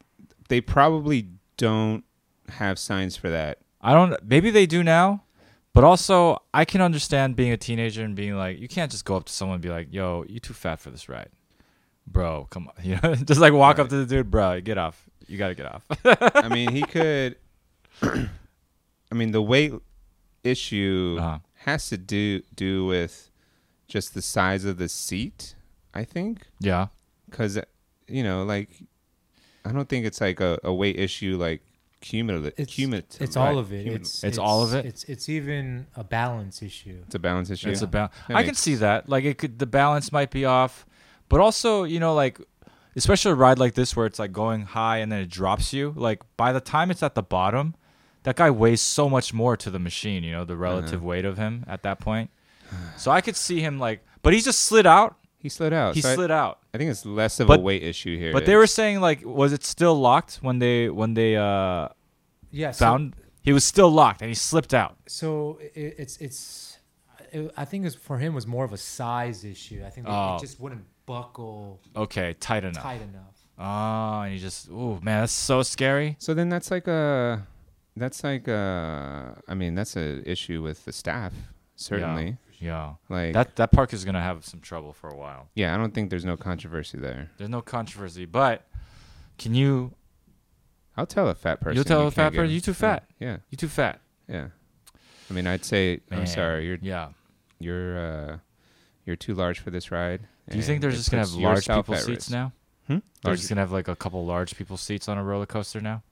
Speaker 1: they probably don't have signs for that.
Speaker 2: I don't. Maybe they do now, but also I can understand being a teenager and being like, you can't just go up to someone and be like, "Yo, you too fat for this ride, bro. Come on." You know, just like walk up to the dude, bro. Get off. You gotta get off.
Speaker 1: I mean, he could. I mean, the weight issue
Speaker 2: Uh-huh.
Speaker 1: has to do do with just the size of the seat. I think
Speaker 2: yeah.
Speaker 1: because you know, like, I don't think it's like a, a weight issue like cumulative.
Speaker 3: It's
Speaker 1: cumulative,
Speaker 3: it's
Speaker 1: right?
Speaker 3: all of it.
Speaker 1: Cumul-
Speaker 3: It's,
Speaker 2: It's all of it?
Speaker 3: It's it's even a balance issue.
Speaker 1: it's a balance issue.
Speaker 2: It's a balance.
Speaker 1: That
Speaker 2: I can
Speaker 1: makes-
Speaker 2: see that. Like it could the balance might be off, but also you know like especially a ride like this where it's like going high and then it drops you. Like by the time it's at the bottom, that guy weighs so much more to the machine. You know
Speaker 1: Uh-huh.
Speaker 2: the relative weight of him at that point. So I could see him like, but he just slid out.
Speaker 1: He slid out.
Speaker 2: He
Speaker 1: Oh, so I-
Speaker 2: slid out.
Speaker 1: I think it's less of a
Speaker 2: But-
Speaker 1: weight issue here.
Speaker 2: But they were
Speaker 1: It's-
Speaker 2: saying like, was it still locked when they when they uh
Speaker 3: Yeah. so-
Speaker 2: found? He was still locked and he slipped out.
Speaker 3: So i it's it's. It, I think it's for him was more of a size issue. I think that
Speaker 2: Oh.
Speaker 3: it just wouldn't buckle
Speaker 2: Okay, tight enough.
Speaker 3: tight enough.
Speaker 2: Oh, and he just, oh man, that's so scary.
Speaker 1: So then that's like a, that's like a. I mean, that's a issue with the staff certainly.
Speaker 2: Yeah. yeah.
Speaker 1: Like
Speaker 2: that that park is gonna have some trouble for a while.
Speaker 1: Yeah, I don't think there's no controversy there.
Speaker 2: There's no controversy, but can you?
Speaker 1: I'll tell a fat person.
Speaker 2: You'll tell
Speaker 1: you
Speaker 2: a
Speaker 1: can't
Speaker 2: fat
Speaker 1: get
Speaker 2: person,
Speaker 1: it.
Speaker 2: "You too
Speaker 1: Yeah,
Speaker 2: fat."
Speaker 1: Yeah,
Speaker 2: You too fat.
Speaker 1: yeah. I mean, I'd say I'm
Speaker 2: Man.
Speaker 1: sorry. You're
Speaker 2: Yeah.
Speaker 1: you're uh, you're too large for this ride.
Speaker 2: Do you think
Speaker 1: and
Speaker 2: they're
Speaker 1: it
Speaker 2: just gonna have
Speaker 1: puts
Speaker 2: large
Speaker 1: yourself
Speaker 2: people
Speaker 1: at
Speaker 2: seats
Speaker 1: risk.
Speaker 2: now?
Speaker 1: Hmm?
Speaker 2: They're
Speaker 1: Large-
Speaker 2: just gonna have like a couple large people seats on a roller coaster now.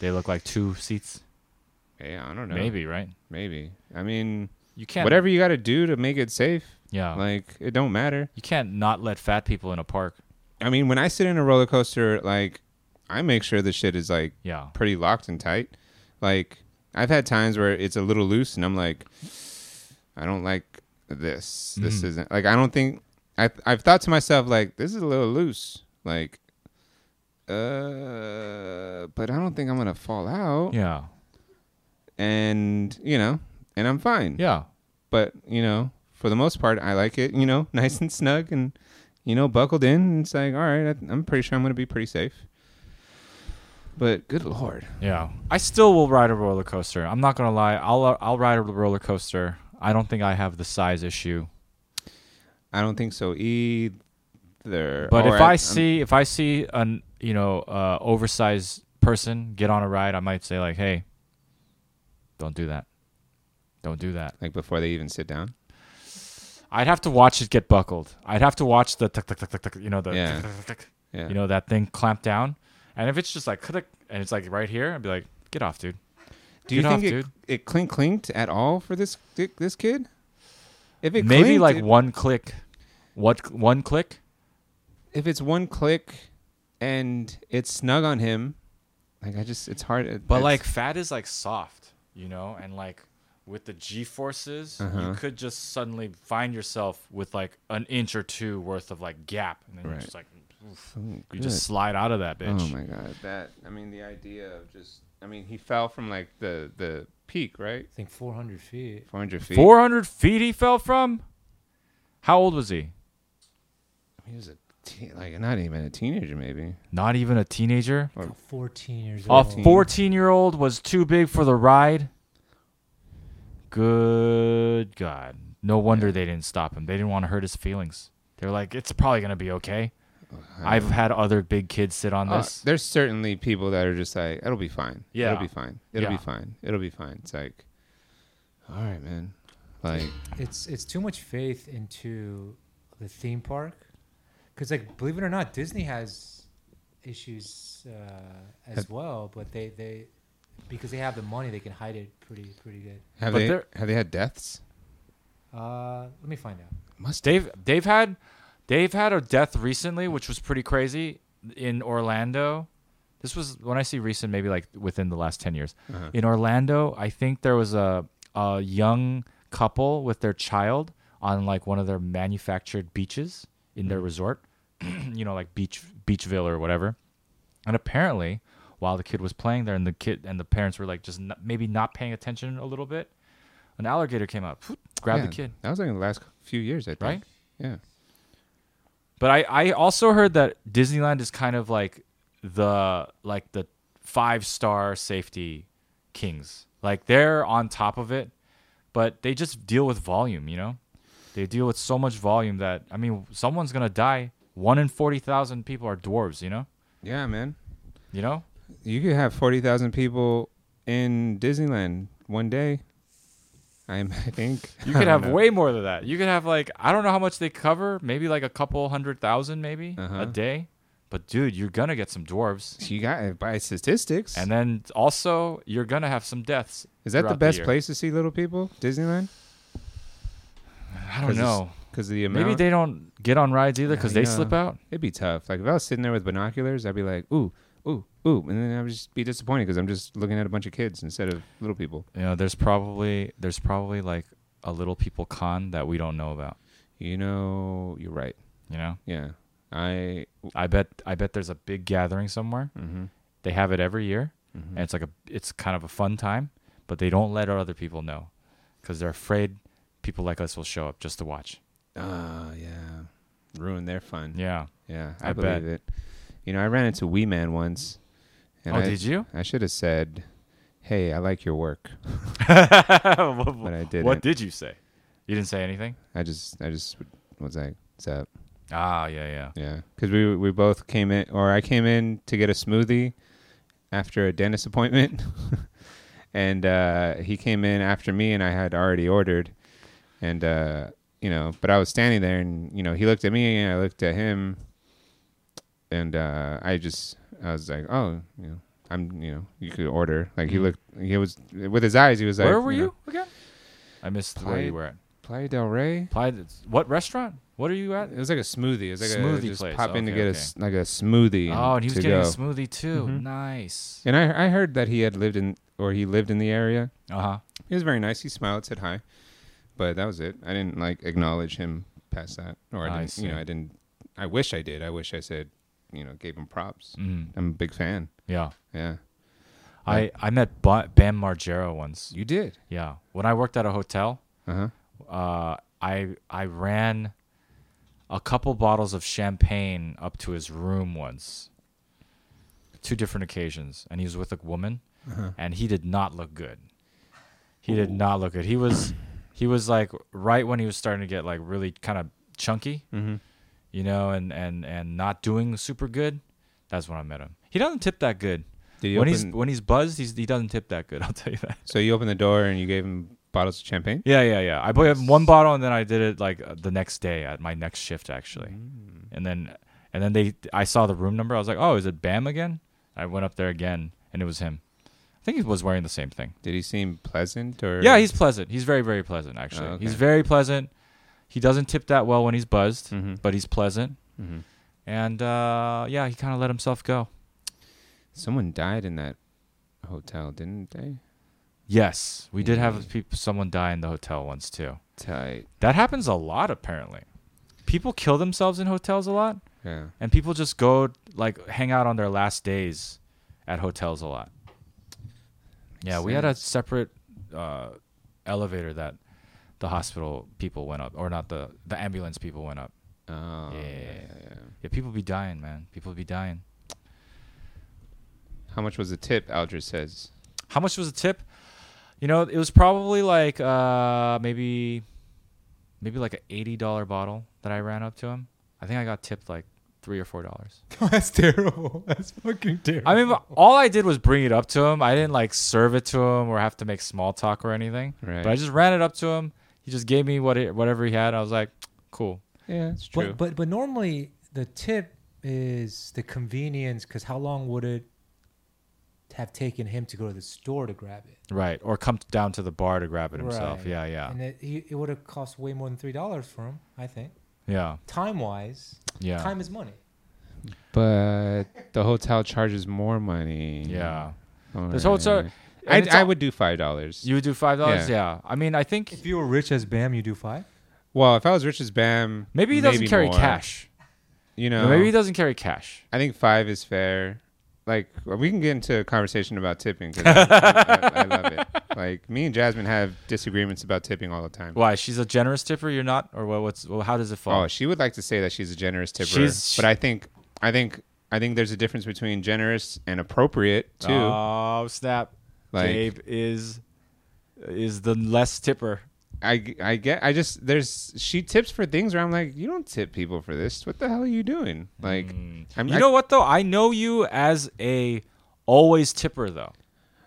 Speaker 2: They look like two seats,
Speaker 1: yeah, I don't know.
Speaker 2: maybe, right?
Speaker 1: maybe. I mean,
Speaker 2: You can't Oh.
Speaker 1: whatever you got to do to make it safe.
Speaker 2: Yeah.
Speaker 1: Like it don't matter.
Speaker 2: you can't not let fat people in a park.
Speaker 1: I mean, when I sit in a roller coaster, like I make sure the shit is like
Speaker 2: Yeah.
Speaker 1: pretty locked and tight. Like I've had times where it's a little loose, and I'm like, I don't like this. This
Speaker 2: Mm.
Speaker 1: isn't like I don't think I. I've thought to myself like this is a little loose. Like, uh, but I don't think I'm gonna fall out.
Speaker 2: Yeah.
Speaker 1: And you know, and I'm fine.
Speaker 2: Yeah.
Speaker 1: But you know, for the most part, I like it. You know, nice and snug and. You know, buckled in, and it's like, all right, I- I'm pretty sure I'm going to be pretty safe. But good lord,
Speaker 2: Yeah, I still will ride a roller coaster. I'm not gonna lie. I'll I'll ride a roller coaster. I don't think I have the size issue.
Speaker 1: I don't think so either.
Speaker 2: But
Speaker 1: Or
Speaker 2: if I
Speaker 1: I'm-
Speaker 2: see if I see an you know uh, oversized person get on a ride, I might say like, hey, don't do that. Don't do that.
Speaker 1: like before they even sit down,
Speaker 2: I'd have to watch it get buckled. I'd have to watch the tuck tuck tuck tuck tuck. You know the
Speaker 1: Yeah.
Speaker 2: tuck, tuck, tuck, tuck,
Speaker 1: Yeah.
Speaker 2: you know that thing clamped down. And if it's just like click and it's like right here, I'd be like, get off, dude.
Speaker 1: do you
Speaker 2: Get off,
Speaker 1: think it,
Speaker 2: dude.
Speaker 1: it clink clinked at all for this thi- this kid? If it
Speaker 2: Maybe
Speaker 1: clinked,
Speaker 2: like
Speaker 1: it-
Speaker 2: one click. What one click?
Speaker 1: if it's one click and it's snug on him, like I just it's hard. it-
Speaker 2: But
Speaker 1: it's-
Speaker 2: like fat is like soft, you know, and like with the G forces, you
Speaker 1: Uh-huh.
Speaker 2: could just suddenly find yourself with like an inch or two worth of like gap, and then you're
Speaker 1: Right.
Speaker 2: just like, oof,
Speaker 1: Oh,
Speaker 2: you just
Speaker 1: good.
Speaker 2: slide out of that bitch.
Speaker 1: Oh my god, that I mean the idea of just I mean he fell from like the the peak right,
Speaker 3: I think 400 feet.
Speaker 1: four hundred feet.
Speaker 2: 400 feet he fell from. How old was he?
Speaker 1: He was a te- like not even a teenager, maybe.
Speaker 2: Not even a teenager.
Speaker 3: Oh.
Speaker 1: Or
Speaker 3: 14 years
Speaker 2: A
Speaker 3: old.
Speaker 1: 14.
Speaker 2: 14 year old was too big for the ride. Good God. No wonder they didn't stop him. They didn't want to hurt his feelings. They're like, it's probably going to be okay. I've had other big kids sit on
Speaker 1: Uh,
Speaker 2: this.
Speaker 1: there's certainly people that are just like, it'll be fine.
Speaker 2: Yeah.
Speaker 1: It'll be fine. It'll
Speaker 2: Yeah.
Speaker 1: be fine. It'll be fine. It's like, all right, man. Like,
Speaker 3: It's it's too much faith into the theme park, because like believe it or not, Disney has issues uh, as well, but they they because they have the money, they can hide it pretty pretty good.
Speaker 1: have
Speaker 2: But
Speaker 1: they
Speaker 2: there-
Speaker 1: have they had deaths?
Speaker 3: Uh, let me find out.
Speaker 1: Must
Speaker 2: Dave, they've had, they've had a death recently, which was pretty crazy in Orlando. This was when I see recent, maybe like within the last ten years. In Orlando, I think there was a a young couple with their child on like one of their manufactured beaches in their resort, you know, like beach Beachville or whatever. And apparently, while the kid was playing there, and the kid and the parents were like just not, maybe not paying attention a little bit, an alligator came up, grabbed
Speaker 1: Yeah,
Speaker 2: the kid.
Speaker 1: That was like in the last few years, I think.
Speaker 2: Right?
Speaker 1: Yeah.
Speaker 2: But I, I also heard that Disneyland is kind of like the like the five star safety kings. Like they're on top of it, but they just deal with volume, you know? They deal with so much volume that I mean someone's gonna die. One in forty thousand people are dwarves, you know?
Speaker 1: Yeah, man.
Speaker 2: You know?
Speaker 1: You could have forty thousand people in Disneyland one day. I am- I think
Speaker 2: You
Speaker 1: I
Speaker 2: could
Speaker 1: don't
Speaker 2: have
Speaker 1: know.
Speaker 2: way more than that. You could have like I don't know how much they cover, maybe like a couple hundred thousand maybe
Speaker 1: Uh-huh.
Speaker 2: a day. But dude, you're gonna get some dwarves.
Speaker 1: You got it by statistics.
Speaker 2: And then also you're gonna have some deaths.
Speaker 1: is that the
Speaker 2: throughout
Speaker 1: best
Speaker 2: year.
Speaker 1: place to see little people? Disneyland?
Speaker 2: I don't know.
Speaker 1: because the amount.
Speaker 2: Maybe they don't get on rides either
Speaker 1: Yeah,
Speaker 2: because
Speaker 1: yeah.
Speaker 2: they slip out.
Speaker 1: It'd be tough. Like if I was sitting there with binoculars, I'd be like, ooh, ooh, ooh, and then I would just be disappointed because I'm just looking at a bunch of kids instead of little people.
Speaker 2: You know, there's probably there's probably like a little people con that we don't know about.
Speaker 1: You know, you're right.
Speaker 2: You know,
Speaker 1: Yeah, I.
Speaker 2: I bet I bet there's a big gathering somewhere. Mm-hmm. They have it every year,
Speaker 1: Mm-hmm.
Speaker 2: and it's like a it's kind of a fun time, but they don't let other people know because they're afraid people like us will show up just to watch.
Speaker 1: Ah, yeah. Ruin their fun.
Speaker 2: Yeah.
Speaker 1: Yeah, I,
Speaker 2: I bet.
Speaker 1: believe it. You know, I ran into Wee Man once.
Speaker 2: oh,
Speaker 1: I,
Speaker 2: did you?
Speaker 1: I should have said, "Hey, I like your work."
Speaker 2: but
Speaker 1: I
Speaker 2: What
Speaker 1: didn't.
Speaker 2: did you say? You didn't say anything.
Speaker 1: I just, I just was like, "What's up?"
Speaker 2: Ah, yeah, yeah.
Speaker 1: Yeah, because we we both came in, or I came in to get a smoothie after a dentist appointment, and uh, he came in after me, and I had already ordered, and uh, you know, but I was standing there, and you know, he looked at me, and I looked at him, and uh, I just I was like, oh, you know, I'm you know, you could order. Like he looked, he was with his eyes, he was like,
Speaker 2: Where were
Speaker 1: know,
Speaker 2: you again? I missed where
Speaker 1: Playa-
Speaker 2: you were at.
Speaker 1: Playa del Rey.
Speaker 2: Playa, what restaurant? What are you at?
Speaker 1: It was like a smoothie. It was like
Speaker 2: Smoothie
Speaker 1: a just
Speaker 2: place.
Speaker 1: pop in to
Speaker 2: Okay,
Speaker 1: get a
Speaker 2: okay.
Speaker 1: s like a smoothie.
Speaker 2: Oh, and he was
Speaker 1: to
Speaker 2: getting a
Speaker 1: go.
Speaker 2: smoothie too. Nice.
Speaker 1: And I I heard that he had lived in or he lived in the area.
Speaker 2: Uh huh.
Speaker 1: He was very nice. He smiled, said hi, but that was it. I didn't like acknowledge him past that, or I
Speaker 2: I
Speaker 1: didn't. you know,
Speaker 2: see.
Speaker 1: I didn't. I wish I did. I wish I said, you know, gave him props.
Speaker 2: Mm.
Speaker 1: I'm a big fan.
Speaker 2: Yeah.
Speaker 1: Yeah,
Speaker 2: I I met ba- Bam Margera once.
Speaker 1: you did.
Speaker 2: Yeah. When I worked at a hotel,
Speaker 1: Uh huh.
Speaker 2: uh, I I ran a couple bottles of champagne up to his room once. Two different occasions, and he was with a woman,
Speaker 1: Uh-huh.
Speaker 2: and he did not look good. He did not look good. He was he was like right when he was starting to get like really kind of chunky,
Speaker 1: Mm-hmm.
Speaker 2: you know, and and and not doing super good. That's when I met him. He doesn't tip that good.
Speaker 1: Did he
Speaker 2: when he's
Speaker 1: open-
Speaker 2: when he's buzzed, he's, he doesn't tip that good. I'll tell you that.
Speaker 1: So you opened the door and you gave him bottles of champagne.
Speaker 2: Yeah, yeah, yeah. I bought one bottle and then I did it like uh, the next day at my next shift actually.
Speaker 1: Mm.
Speaker 2: And then and then they I saw the room number. I was like, "Oh, is it Bam again?" I went up there again and it was him. I think he was wearing the same thing.
Speaker 1: Did he seem pleasant or?
Speaker 2: Yeah, he's pleasant. He's very very pleasant actually.
Speaker 1: Oh, okay.
Speaker 2: He's very pleasant. He doesn't tip that well when he's buzzed,
Speaker 1: Mm-hmm.
Speaker 2: but he's pleasant. And uh, yeah, he kind of let himself go.
Speaker 1: Someone died in that hotel, didn't they?
Speaker 2: Yes, we did
Speaker 1: Mm.
Speaker 2: have peop someone die in the hotel once too.
Speaker 1: Tight.
Speaker 2: That happens a lot apparently. People kill themselves in hotels a lot.
Speaker 1: Yeah.
Speaker 2: and people just go like hang out on their last days at hotels a lot. Yeah, we had a separate uh, elevator that the hospital people went up, or not the the ambulance people went up.
Speaker 1: Oh. Yeah.
Speaker 2: yeah. yeah, Yeah, people be dying, man. People be dying.
Speaker 1: How much was the tip? Aldrich says.
Speaker 2: How much was the tip? You know, it was probably like uh maybe maybe like an eighty dollar bottle that I ran up to him. I think I got tipped like three or four dollars.
Speaker 3: That's terrible. That's fucking terrible.
Speaker 2: I mean all I did was bring it up to him. I didn't like serve it to him or have to make small talk or anything.
Speaker 1: Right.
Speaker 2: But I just ran it up to him. He just gave me what it, whatever he had. I was like, cool.
Speaker 1: Yeah, it's true.
Speaker 3: but, but but normally the tip is the convenience because how long would it have taken him to go to the store to grab it?
Speaker 2: Right. Or come down to the bar to grab it himself.
Speaker 3: Right.
Speaker 2: Yeah, yeah.
Speaker 3: And it, he- it would have cost way more than three dollars for him. I think
Speaker 2: yeah.
Speaker 3: time wise,
Speaker 2: Yeah.
Speaker 3: time is money.
Speaker 1: But the hotel charges more money.
Speaker 2: yeah.
Speaker 1: All
Speaker 2: This hotel-
Speaker 1: right.
Speaker 2: and
Speaker 1: I,
Speaker 2: it's
Speaker 1: I
Speaker 2: all-
Speaker 1: would do five dollars.
Speaker 2: You would do five dollars?
Speaker 1: Yeah.
Speaker 2: yeah. I mean, I think
Speaker 3: If you were rich as Bam, you do five.
Speaker 1: Well, if I was rich as Bam,
Speaker 2: Maybe he doesn't carry
Speaker 1: more.
Speaker 2: cash.
Speaker 1: You know,
Speaker 2: Maybe he doesn't carry cash.
Speaker 1: I think five is fair. Like we can get into a conversation about tipping because I, I, I love it. Like me and Jasmine have disagreements about tipping all the time.
Speaker 2: Why? She's a generous tipper. You're not, or what, what's? Well, how does it fall?
Speaker 1: Oh, she would like to say that she's a generous tipper,
Speaker 2: She's-
Speaker 1: but I think I think I think there's a difference between generous and appropriate too.
Speaker 2: Oh, snap!
Speaker 1: Like-
Speaker 2: Gabe is is the less tipper.
Speaker 1: I I get I just there's she tips for things where I'm like you don't tip people for this. What the hell are you doing? Like I'm,
Speaker 2: Mm. You
Speaker 1: I-
Speaker 2: know what though? I know you as a always tipper though.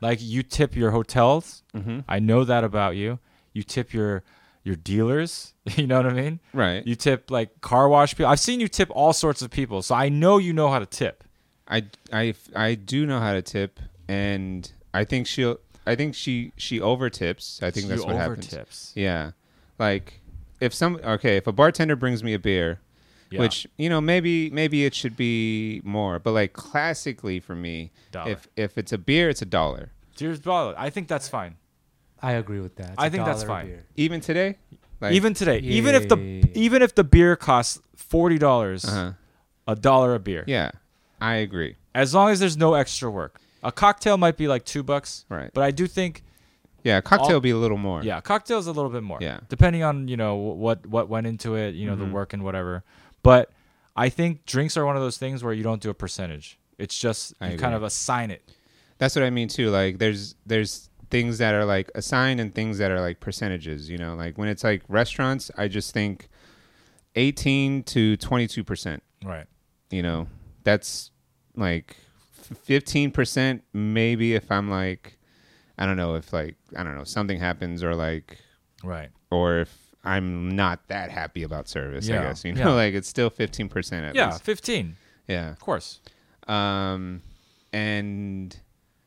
Speaker 2: Like you tip your hotels.
Speaker 1: Mm-hmm.
Speaker 2: I know that about you. You tip your your dealers. You know what I mean?
Speaker 1: Right.
Speaker 2: You tip like car wash people. I've seen you tip all sorts of people, so I know you know how to tip.
Speaker 1: I, I, I do know how to tip, and I think she'll. I think she she over tips. I think
Speaker 2: You
Speaker 1: that's what happens.
Speaker 2: overtips.
Speaker 1: Yeah, like if some okay, if a bartender brings me a beer,
Speaker 2: Yeah.
Speaker 1: which you know maybe maybe it should be more, but like classically for me,
Speaker 2: Dollar.
Speaker 1: if if it's a beer, it's a dollar.
Speaker 2: Dear brother, I think that's fine.
Speaker 3: I agree with that. It's
Speaker 2: I
Speaker 3: a
Speaker 2: think that's
Speaker 3: dollar a
Speaker 2: fine.
Speaker 3: beer.
Speaker 1: Even today, like,
Speaker 2: even today,
Speaker 3: Yeah,
Speaker 2: even if the
Speaker 3: yeah, yeah, yeah.
Speaker 2: even if the beer costs forty dollars, a dollar a beer.
Speaker 1: Uh-huh. yeah, I agree.
Speaker 2: As long as there's no extra work, a cocktail might be like two bucks.
Speaker 1: Right.
Speaker 2: But I do think,
Speaker 1: Yeah, a cocktail
Speaker 2: All-
Speaker 1: would be a little more.
Speaker 2: yeah, cocktails a little bit more.
Speaker 1: Yeah. Mm-hmm.
Speaker 2: Depending on you know wh- what what went into it, you know the work and whatever. But I think drinks are one of those things where you don't do a percentage. It's just
Speaker 1: I
Speaker 2: you kind
Speaker 1: agree.
Speaker 2: of assign it.
Speaker 1: that's what I mean too. Like there's there's things that are like assigned and things that are like percentages. You know, like when it's like restaurants, I just think eighteen to twenty two percent.
Speaker 2: Right.
Speaker 1: You know, that's like fifteen percent maybe if I'm like I don't know if like I don't know something happens or like
Speaker 2: Right.
Speaker 1: or if I'm not that happy about service. I
Speaker 2: Yeah,
Speaker 1: guess you know,
Speaker 2: yeah.
Speaker 1: like it's still fifteen percent at
Speaker 2: Yeah,
Speaker 1: least.
Speaker 2: fifteen.
Speaker 1: Yeah.
Speaker 2: Of course.
Speaker 1: um, and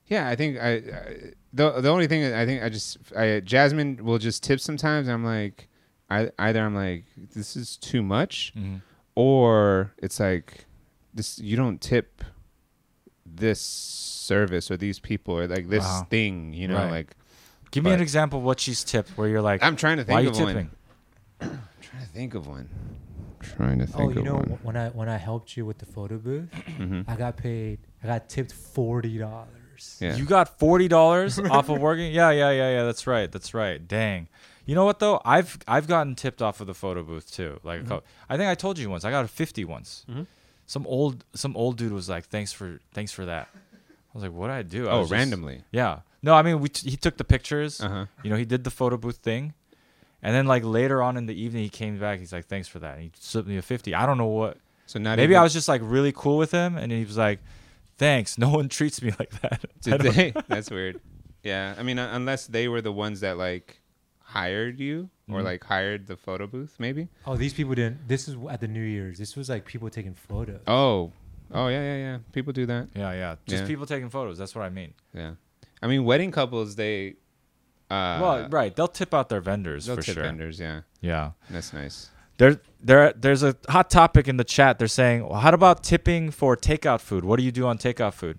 Speaker 1: yeah, I think I, I the the only thing I think I just I, Jasmine will just tip sometimes. I'm like, I either I'm like this is too much,
Speaker 2: Mm-hmm.
Speaker 1: or it's like this you don't tip this service or these people or like this
Speaker 2: Wow.
Speaker 1: thing, you know,
Speaker 2: Right.
Speaker 1: like
Speaker 2: Give me an
Speaker 1: But-
Speaker 2: example of what she's tipped where you're like,
Speaker 1: I'm trying to
Speaker 2: why are
Speaker 1: think
Speaker 2: you
Speaker 1: of
Speaker 2: tipping?
Speaker 1: one. trying to think of one. Trying to think
Speaker 3: Oh, you
Speaker 1: of
Speaker 3: know
Speaker 1: one.
Speaker 3: when I when I helped you with the photo booth,
Speaker 2: Mm-hmm.
Speaker 3: I got paid. I got tipped forty dollars.
Speaker 1: Yeah.
Speaker 2: You got forty dollars off of working. Yeah, yeah, yeah, yeah. That's right. That's right. Dang. You know what though? I've I've gotten tipped off of the photo booth too. Like
Speaker 1: Mm-hmm.
Speaker 2: a couple, I think I told you once. I got a fifty once. Some old some old dude was like, "Thanks for thanks for that." I was like, "What did I do?" I
Speaker 1: Oh,
Speaker 2: was just-
Speaker 1: randomly.
Speaker 2: yeah. No, I mean, we t- he took the pictures.
Speaker 1: Uh-huh.
Speaker 2: You know, he did the photo booth thing, and then like later on in the evening, he came back. He's like, "Thanks for that." And he slipped me a fifty. I don't know what.
Speaker 1: So not
Speaker 2: Maybe
Speaker 1: even-
Speaker 2: I was just like really cool with him, and he was like, "Thanks. No one treats me like that." I
Speaker 1: Did
Speaker 2: don't-
Speaker 1: they? That's weird. Yeah, I mean, uh, unless they were the ones that like hired you or
Speaker 2: Mm-hmm.
Speaker 1: like hired the photo booth, maybe.
Speaker 3: Oh, these people didn't. This is at the New Year's. This was like people taking photos.
Speaker 1: Oh, oh yeah, yeah, yeah. People do that.
Speaker 2: Yeah, yeah. Just
Speaker 1: Yeah.
Speaker 2: people taking photos. That's what I mean.
Speaker 1: Yeah, I mean, wedding couples they. Uh,
Speaker 2: well, right. They'll tip out their vendors
Speaker 1: they'll
Speaker 2: for
Speaker 1: tip
Speaker 2: sure.
Speaker 1: vendors. Yeah,
Speaker 2: Yeah.
Speaker 1: that's nice.
Speaker 2: There, there, there's a hot topic in the chat. They're saying, well, how about tipping for takeout food? What do you do on takeout food?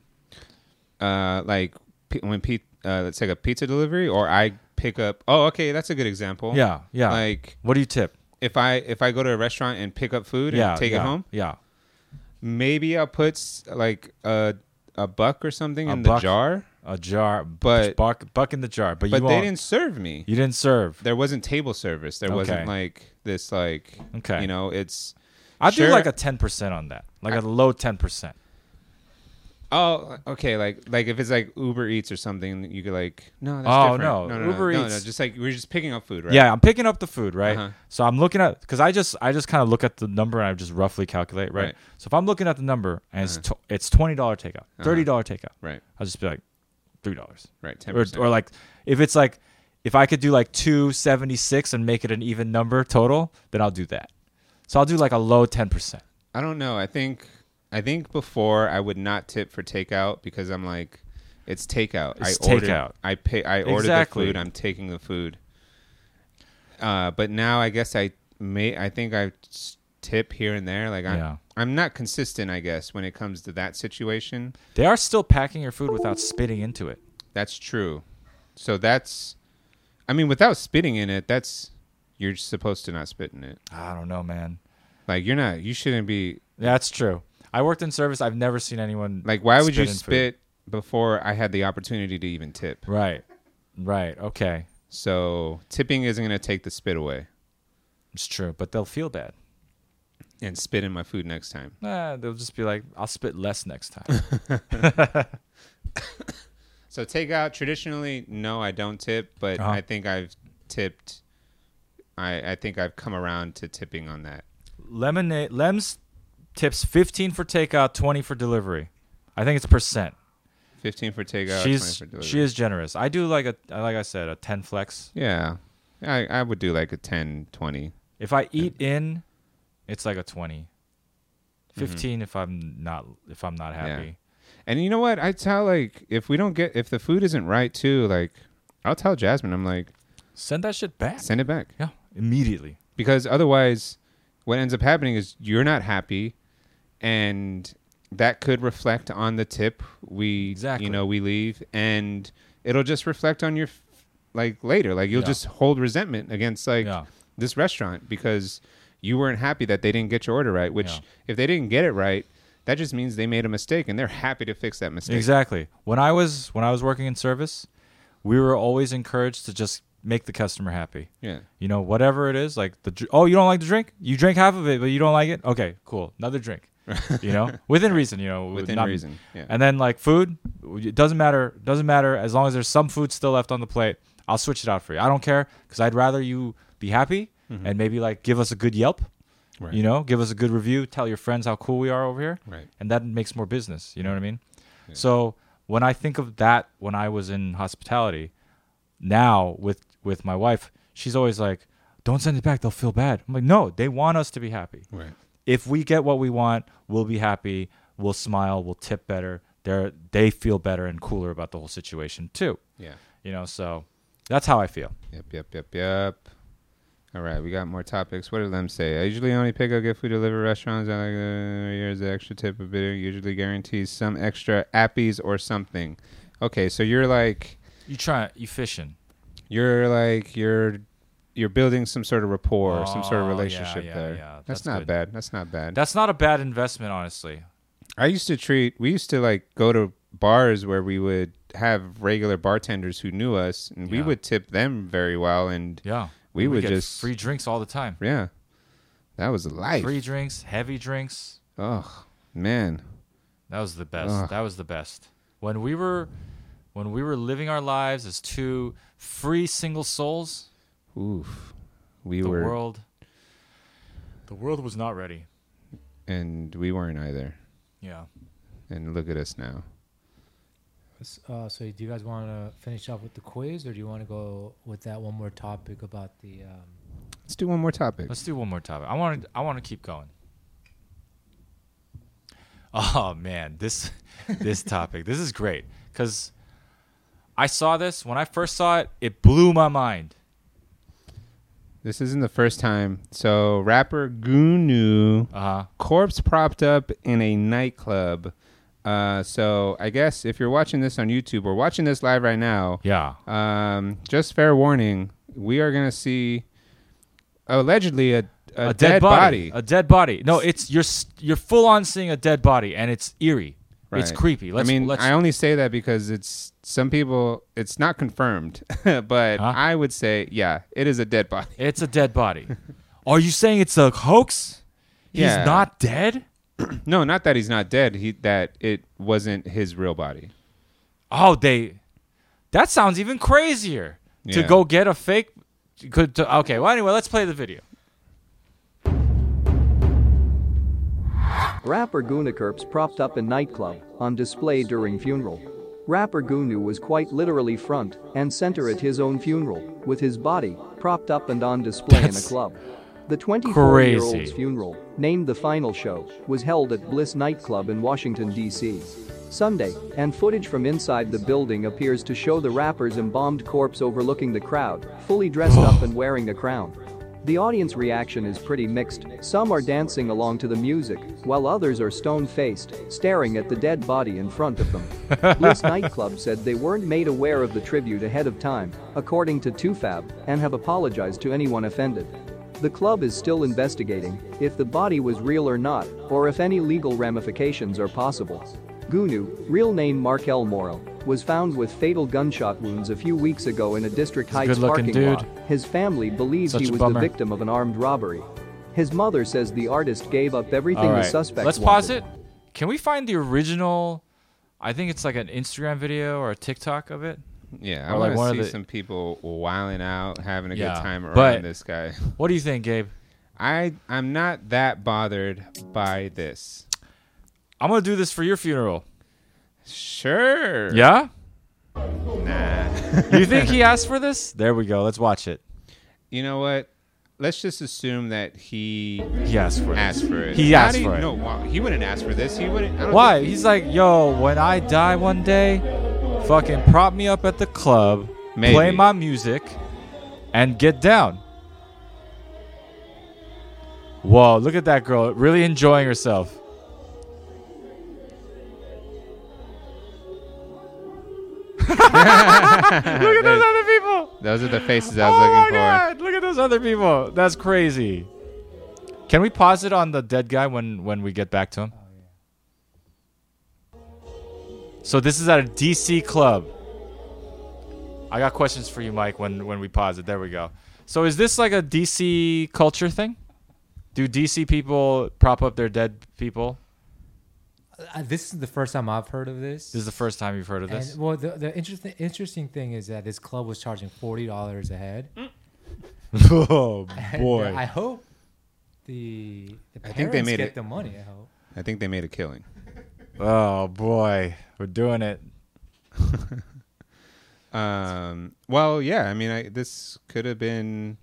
Speaker 1: Uh, like p- when Pete, uh, let's take a pizza delivery, or I pick up. Oh, okay, that's a good example.
Speaker 2: Yeah, yeah.
Speaker 1: Like
Speaker 2: What do you tip?
Speaker 1: if I if I go to a restaurant and pick up food
Speaker 2: yeah.
Speaker 1: and take
Speaker 2: yeah,
Speaker 1: it home,
Speaker 2: Yeah.
Speaker 1: maybe I'll put s- like a a buck or something
Speaker 2: A
Speaker 1: in
Speaker 2: buck.
Speaker 1: the jar.
Speaker 2: A jar,
Speaker 1: But-
Speaker 2: buck, buck in the jar. But,
Speaker 1: but
Speaker 2: you
Speaker 1: they
Speaker 2: won't-
Speaker 1: didn't serve me.
Speaker 2: You didn't serve.
Speaker 1: There wasn't table service. There wasn't
Speaker 2: Okay.
Speaker 1: like this like
Speaker 2: Okay.
Speaker 1: you know, it's
Speaker 2: I do
Speaker 1: Sure.
Speaker 2: like a ten percent on that, like a low ten percent.
Speaker 1: Oh, okay. Like, like if it's like Uber Eats or something, you could like, no, that's
Speaker 2: Oh,
Speaker 1: different.
Speaker 2: no,
Speaker 1: no, no,
Speaker 2: Uber
Speaker 1: no, no, no,
Speaker 2: Eats-
Speaker 1: just like we're just picking up food, right?
Speaker 2: Yeah, I'm picking up the food, right?
Speaker 1: Uh-huh.
Speaker 2: So I'm looking at because I just I just kind of look at the number and I just roughly calculate, right?
Speaker 1: Right. Uh-huh.
Speaker 2: So if I'm looking at the number and it's tw- it's twenty dollar takeout, thirty dollar takeout,
Speaker 1: Right.
Speaker 2: I'll just be like three dollars,
Speaker 1: Right. Ten
Speaker 2: or,
Speaker 1: percent.
Speaker 2: or like if it's like if I could do like two seventy six and make it an even number total, then I'll do that. So I'll do like a low ten percent.
Speaker 1: I don't know. I think I think before I would not tip for takeout because I'm like, it's takeout.
Speaker 2: It's
Speaker 1: I ordered,
Speaker 2: takeout.
Speaker 1: I pay. I ordered
Speaker 2: Exactly.
Speaker 1: the food. I'm taking the food. Uh, but now I guess I may. I think I s- tip here and there. Like I'm,
Speaker 2: Yeah.
Speaker 1: I'm not consistent. I guess when it comes to that situation,
Speaker 2: They are still packing your food without spitting into it.
Speaker 1: that's true. So that's, I mean, without spitting in it, that's you're supposed to not spit in it.
Speaker 2: I don't know, man.
Speaker 1: Like you're not. You shouldn't be.
Speaker 2: That's true. I worked in service. I've never seen anyone
Speaker 1: Like why would you
Speaker 2: in food.
Speaker 1: spit before I had the opportunity to even tip?
Speaker 2: Right. Right. Okay.
Speaker 1: So tipping isn't going to take the spit away
Speaker 2: It's true, but they'll feel bad.
Speaker 1: and spit in my food next time.
Speaker 2: Nah, they'll just be like, I'll spit less next time.
Speaker 1: So takeout traditionally, no, I don't tip, but
Speaker 2: Uh-huh.
Speaker 1: I think I've tipped. I, I think I've come around to tipping on that.
Speaker 2: Lemonade Lems tips 15 for takeout, 20 for delivery. I think it's percent.
Speaker 1: Fifteen for takeout.
Speaker 2: She's
Speaker 1: 20 for delivery.
Speaker 2: she is generous. I do like a like I said, a 10 flex.
Speaker 1: Yeah, I I would do like a 10, 20.
Speaker 2: If I eat in, it's like a 20.
Speaker 1: Mm-hmm.
Speaker 2: 15 if I'm not if I'm not happy.
Speaker 1: And you know what? I tell like if we don't get if the food isn't right too, like I'll tell Jasmine. I'm like
Speaker 2: Send that shit back.
Speaker 1: send it back.
Speaker 2: yeah, immediately.
Speaker 1: because otherwise what ends up happening is you're not happy and that could reflect on the tip we
Speaker 2: Exactly.
Speaker 1: you know we leave and it'll just reflect on your f- like later like you'll
Speaker 2: Yeah.
Speaker 1: just hold resentment against like
Speaker 2: Yeah.
Speaker 1: this restaurant because you weren't happy that they didn't get your order right which
Speaker 2: Yeah.
Speaker 1: if they didn't get it right that just means they made a mistake and they're happy to fix that mistake
Speaker 2: Exactly. When I was when I was working in service, we were always encouraged to just make the customer happy.
Speaker 1: yeah
Speaker 2: You know, whatever it is, like the dr- oh, you don't like the drink? You drink half of it, but you don't like it? Okay, cool. Another drink. you know, within reason. You know,
Speaker 1: Within reason, yeah.
Speaker 2: And then like food, it doesn't matter. Doesn't matter as long as there's some food still left on the plate. I'll switch it out for you. I don't care because I'd rather you be happy
Speaker 1: Mm-hmm.
Speaker 2: and maybe like give us a good Yelp. You know, give us a good review. Tell your friends how cool we are over here.
Speaker 1: Right.
Speaker 2: And that makes more business. You know what I mean? So when I think of that, when I was in hospitality, now with with my wife, she's always like, "Don't send it back; they'll feel bad." I'm like, "No, they want us to be happy.
Speaker 1: Right.
Speaker 2: If we get what we want, we'll be happy. We'll smile. We'll tip better. They they feel better and cooler about the whole situation too.
Speaker 1: yeah
Speaker 2: You know, so that's how I feel.
Speaker 1: Yep, yep, yep, yep. All right, we got more topics. What did Lem say? I usually only pick up get food delivery restaurants. I like uh, here's the extra tip a bit. Usually guarantees some extra appies or something. Okay, so you're like
Speaker 2: You try you fishing.
Speaker 1: you're like you're you're building some sort of rapport, or some sort of
Speaker 2: Oh, yeah,
Speaker 1: relationship
Speaker 2: yeah,
Speaker 1: there.
Speaker 2: yeah,
Speaker 1: that's,
Speaker 2: that's
Speaker 1: not
Speaker 2: good.
Speaker 1: bad. That's not bad.
Speaker 2: That's not a bad investment, honestly.
Speaker 1: I used to treat. We used to like go to bars where we would have regular bartenders who knew us, and we
Speaker 2: Yeah.
Speaker 1: would tip them very well, and
Speaker 2: Yeah,
Speaker 1: We would
Speaker 2: get
Speaker 1: just-
Speaker 2: free drinks all the time.
Speaker 1: yeah, that was life.
Speaker 2: Free drinks, heavy drinks.
Speaker 1: Oh man,
Speaker 2: That was the best.
Speaker 1: Ugh.
Speaker 2: That was the best. When we were when we were living our lives as two free single souls,
Speaker 1: oof, we
Speaker 2: the
Speaker 1: were
Speaker 2: world the world was not ready.
Speaker 1: and we weren't either.
Speaker 2: Yeah.
Speaker 1: And look at us now.
Speaker 3: S- Uh, so do you guys want to finish up with the quiz, or do you want to go with that one more topic about the? Um,
Speaker 1: Let's do one more topic.
Speaker 2: Let's do one more topic. I want to I want to keep going. Oh man, this this topic. This is great cuz I saw this when I first saw it, it blew my mind.
Speaker 1: This isn't the first time. So rapper Gunu
Speaker 2: Uh-huh.
Speaker 1: corpse propped up in a nightclub. Uh, so I guess if you're watching this on YouTube or watching this live right now,
Speaker 2: Yeah.
Speaker 1: um, just fair warning, we are gonna see allegedly a, a,
Speaker 2: a dead, body. A dead body. No, it's you're s- you're full on seeing a dead body, and it's eerie. It's
Speaker 1: Right.
Speaker 2: creepy. Let's,
Speaker 1: I mean,
Speaker 2: let's,
Speaker 1: I only say that because it's some people. It's not confirmed, but
Speaker 2: Huh?
Speaker 1: I would say, yeah, it is a dead body.
Speaker 2: it's a dead body. Are you saying it's a hoax?
Speaker 1: Yeah.
Speaker 2: He's not dead?
Speaker 1: No, not that he's not dead. He that it wasn't his real body.
Speaker 2: Oh, they. That sounds even crazier. To
Speaker 1: Yeah.
Speaker 2: go get a fake. Could to, okay. Well, anyway, let's play the video.
Speaker 8: Rapper Gunakerps propped up in nightclub, on display during funeral. Rapper Gunu was quite literally front and center at his own funeral, with his body propped up and on display in
Speaker 2: That's
Speaker 8: a club. The 24 year old's
Speaker 2: crazy.
Speaker 8: funeral, named The Final Show, was held at Bliss Nightclub in Washington, D.C. Sunday, and footage from inside the building appears to show the rapper's embalmed corpse overlooking the crowd, fully dressed up and wearing a crown. The audience reaction is pretty mixed. Some are dancing along to the music, while others are stone faced, staring at the dead body in front of them. Bliss Nightclub said they weren't made aware of the tribute ahead of time, according to 2Fab, and have apologized to anyone offended. The club is still investigating if the body was real or not, or if any legal ramifications are possible. Gunu, real name Markel Morrow, was found with fatal gunshot wounds a few weeks ago in a District
Speaker 2: a
Speaker 8: Heights
Speaker 2: good-looking
Speaker 8: parking
Speaker 2: dude.
Speaker 8: lot. His family believes
Speaker 2: Such
Speaker 8: he
Speaker 2: a
Speaker 8: was
Speaker 2: bummer.
Speaker 8: the victim of an armed robbery. His mother says the artist gave up everything
Speaker 2: All
Speaker 8: the
Speaker 2: right.
Speaker 8: suspect
Speaker 2: Let's
Speaker 8: wanted.
Speaker 2: pause it. Can we find the original? I think it's like an Instagram video or a TikTok of it.
Speaker 1: Yeah, I
Speaker 2: Or like
Speaker 1: want
Speaker 2: one of
Speaker 1: to see
Speaker 2: the-
Speaker 1: some people wilding out, having a
Speaker 2: Yeah,
Speaker 1: good time around
Speaker 2: but-
Speaker 1: this guy.
Speaker 2: What do you think, Gabe?
Speaker 1: I I'm not that bothered by this.
Speaker 2: I'm gonna do this for your funeral.
Speaker 1: Sure.
Speaker 2: Yeah?
Speaker 1: Nah.
Speaker 2: You think he asked for this? There we go. Let's watch it.
Speaker 1: you know what? Let's just assume that he
Speaker 2: He asked for it.
Speaker 1: asked for it.
Speaker 2: He
Speaker 1: How
Speaker 2: asked
Speaker 1: do you-
Speaker 2: for it.
Speaker 1: No, why- he wouldn't ask for this. He wouldn't. I don't
Speaker 2: Why?
Speaker 1: think-
Speaker 2: He's like, yo, when I die one day, fucking prop me up at the club, play
Speaker 1: Maybe.
Speaker 2: my music, and get down. Whoa, look at that girl really enjoying herself. look at those other people.
Speaker 1: Those are the faces I was
Speaker 2: Oh my
Speaker 1: looking for.
Speaker 2: god, look at those other people. That's crazy. Can we pause it on the dead guy when when we get back to him? So this is at a DC club. I got questions for you, Mike, when when we pause it. There we go. So is this like a DC culture thing? Do DC people prop up their dead people?
Speaker 3: Uh, this is the first time I've heard of this.
Speaker 2: This is the first time you've heard of this.
Speaker 3: And, well, the, the interesting interesting thing is that this club was charging forty dollars a head.
Speaker 2: oh
Speaker 3: And, uh, I hope the, the parents
Speaker 1: I think they made
Speaker 3: get
Speaker 1: it-
Speaker 3: the money. I hope.
Speaker 1: I think they made a killing.
Speaker 2: Oh boy. We're doing it.
Speaker 1: Um. Well, yeah. I mean, I, this could have been.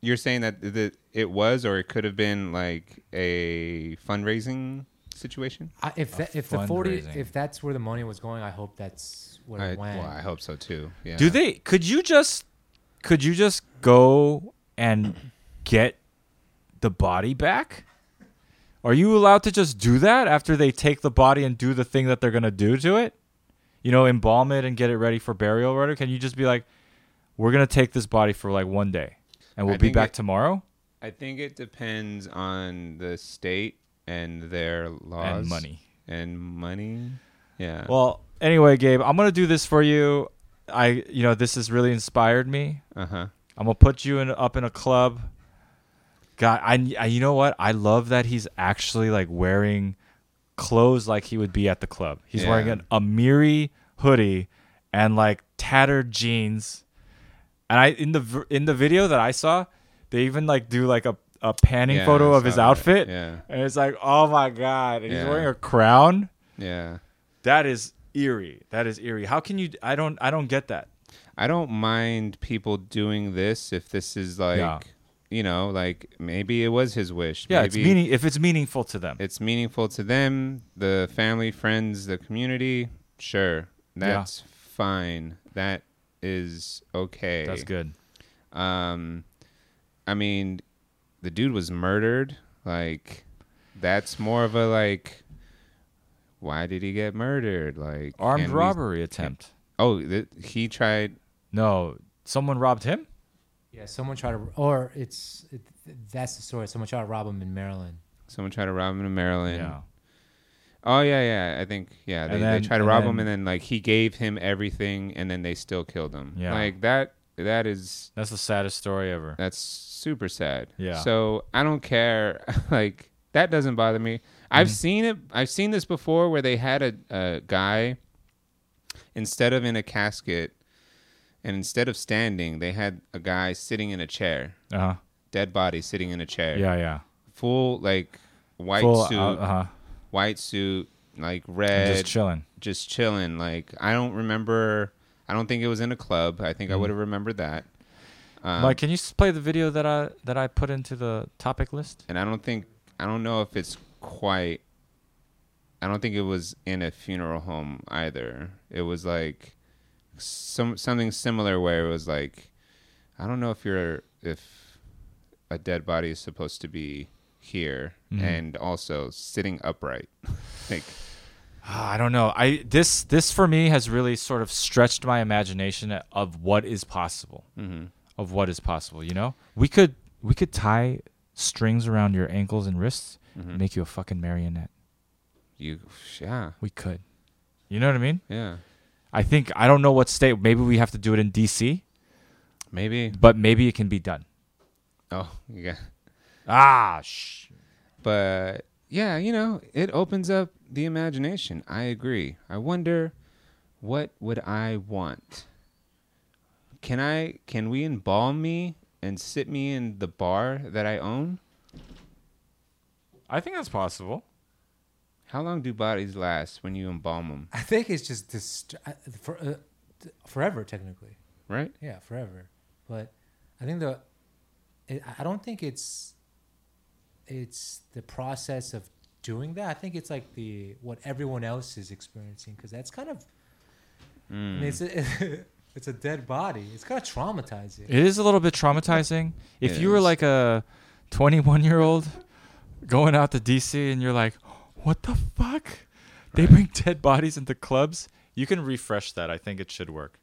Speaker 1: You're saying that the, it was, or it could have been like a fundraising situation.
Speaker 3: I, if that, if the forty
Speaker 2: fundraising.
Speaker 3: if that's where the money was going, I hope that's where
Speaker 1: I,
Speaker 3: it went.
Speaker 1: well, I hope so too. Yeah.
Speaker 2: Do they? Could you just? Could you just go and get the body back? Are you allowed to just do that after they take the body and do the thing that they're gonna do to it? You know, embalm it and get it ready for burial. Or whatever? Can you just be like, we're gonna take this body for like one day, and we'll
Speaker 1: I
Speaker 2: be
Speaker 1: think
Speaker 2: back
Speaker 1: it-
Speaker 2: tomorrow
Speaker 1: I think it depends on the state and their laws
Speaker 2: and money.
Speaker 1: and money. Yeah.
Speaker 2: Well, anyway, Gabe, I'm gonna do this for you. I, you know, this has really inspired me.
Speaker 1: uh huh.
Speaker 2: I'm gonna put you in up in a club. God, I, I you know what? I love that he's actually like wearing clothes like he would be at the club. He's
Speaker 1: Yeah.
Speaker 2: wearing an Amiri hoodie and like tattered jeans. And I in the v- in the video that I saw, they even like do like a a panning
Speaker 1: Yeah,
Speaker 2: photo
Speaker 1: I
Speaker 2: of his
Speaker 1: saw that.
Speaker 2: outfit.
Speaker 1: Yeah.
Speaker 2: And it's like, "Oh my god." And he's
Speaker 1: Yeah.
Speaker 2: wearing a crown.
Speaker 1: Yeah.
Speaker 2: That is eerie. That is eerie. How can you I don't I don't get that.
Speaker 1: I don't mind people doing this if this is like,
Speaker 2: Yeah.
Speaker 1: you know, like maybe it was his wish.
Speaker 2: Yeah,
Speaker 1: maybe
Speaker 2: it's meaning if it's meaningful to them.
Speaker 1: it's meaningful to them, the family, friends, the community. Sure, that's fine. That is okay.
Speaker 2: That's good.
Speaker 1: Um, I mean, the dude was murdered. Like, that's more of a like, why did he get murdered? Like
Speaker 2: Armed
Speaker 1: can we-
Speaker 2: robbery attempt.
Speaker 1: Oh, th- he tried.
Speaker 2: No, someone robbed him.
Speaker 3: yeah, someone tried to, or it's it, that's the story. Someone tried to rob him in Maryland.
Speaker 1: Someone tried to rob him in Maryland.
Speaker 2: Yeah.
Speaker 1: Oh yeah, yeah. I think yeah. They,
Speaker 2: And
Speaker 1: they
Speaker 2: then-
Speaker 1: tried to
Speaker 2: and
Speaker 1: rob
Speaker 2: then-
Speaker 1: him, and then like he gave him everything, and then they still killed him.
Speaker 2: Yeah.
Speaker 1: Like that. that is
Speaker 2: That's the saddest story ever.
Speaker 1: that's super sad.
Speaker 2: Yeah.
Speaker 1: So I don't care. like that doesn't bother me.
Speaker 2: Mm-hmm.
Speaker 1: I've seen it. I've seen this before where they had a, a guy instead of in a casket and instead of standing, they had a guy sitting in a chair,
Speaker 2: Uh huh.
Speaker 1: dead body sitting in a chair.
Speaker 2: Yeah, yeah.
Speaker 1: Full like white
Speaker 2: Full. Uh
Speaker 1: suit,
Speaker 2: huh.
Speaker 1: white suit, like red,
Speaker 2: Just chilling.
Speaker 1: just chilling. Like I don't remember. I don't think it was in a club. I
Speaker 2: Mm-hmm.
Speaker 1: think I would have remembered that.
Speaker 2: Mike, can you s- play the video that I that I put into the topic list?
Speaker 1: and I don't think I don't know if it's quite. I don't think it was in a funeral home either. It was like some something similar where it was like I don't know if you're if a dead body is supposed to be here and also sitting upright. like
Speaker 2: Ah, I don't know. I this this for me has really sort of stretched my imagination of what is possible. Mm-hmm. Of what is possible, you know? We could we could tie strings around your ankles and wrists and make you a fucking marionette.
Speaker 1: you, yeah,
Speaker 2: We could. You know what I mean?
Speaker 1: yeah,
Speaker 2: I think I don't know what state. Maybe we have to do it in DC,
Speaker 1: maybe.
Speaker 2: but maybe it can be done.
Speaker 1: Oh, yeah.
Speaker 2: Ah, sh-
Speaker 1: but yeah, you know, it opens up the imagination. I agree. I wonder what would I want? Can I can we embalm me and sit me in the bar that I own?
Speaker 2: I think that's possible.
Speaker 1: How long do bodies last when you embalm them,
Speaker 3: I think it's just dist- I- for, uh, t- forever, technically.
Speaker 1: right?
Speaker 3: Yeah, forever. But I think the, it, I- I don't think it's, it's the process of doing that. I think it's like the what everyone else is experiencing because that's kind of, I mean, it's a, it's a dead body. It's kind of traumatizing.
Speaker 2: It is a little bit traumatizing. If
Speaker 1: It
Speaker 2: you were
Speaker 1: is.
Speaker 2: like a 21 year old going out to DC and you're like, what the fuck? They bring dead bodies into clubs. You can refresh that. I think it should work.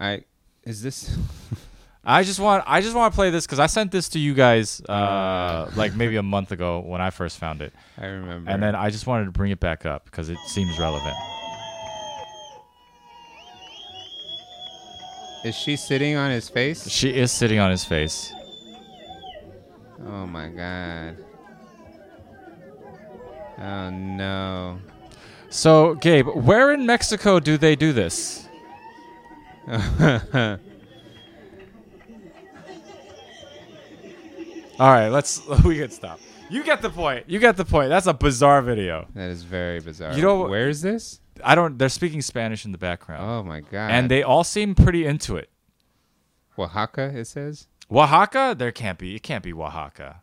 Speaker 1: I is this
Speaker 2: I just want I just want to play this because I sent this to you guys uh, like maybe a month ago when I first found it,
Speaker 1: I remember.
Speaker 2: and then I just wanted to bring it back up because it seems relevant.
Speaker 1: is she sitting on his face?
Speaker 2: She is sitting on his face.
Speaker 1: Oh my god. Oh no.
Speaker 2: So, Gabe, where in Mexico do they do this? All right, let's we can stop. You get the point. You get the point. That's a bizarre video.
Speaker 1: That is very bizarre.
Speaker 2: You know-
Speaker 1: where is this?
Speaker 2: I don't they're speaking Spanish in the background.
Speaker 1: Oh my god.
Speaker 2: and they all seem pretty into it.
Speaker 1: Oaxaca, it says.
Speaker 2: Oaxaca? There can't be. It can't be Oaxaca.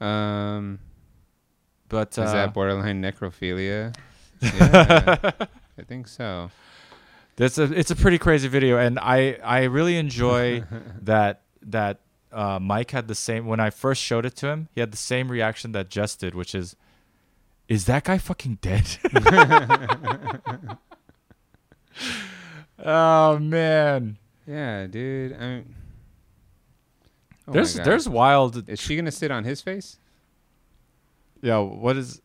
Speaker 1: Um,
Speaker 2: But uh,
Speaker 1: is that borderline necrophilia? Yeah, I think so.
Speaker 2: That's a it's a pretty crazy video, and I I really enjoy that that uh, Mike had the same when I first showed it to him. He had the same reaction that Jess did, which is, is that guy fucking dead? oh man,
Speaker 1: Yeah, dude. I mean, oh my
Speaker 2: there's
Speaker 1: God.
Speaker 2: there's wild.
Speaker 1: Is she gonna sit on his face?
Speaker 2: Yo, what is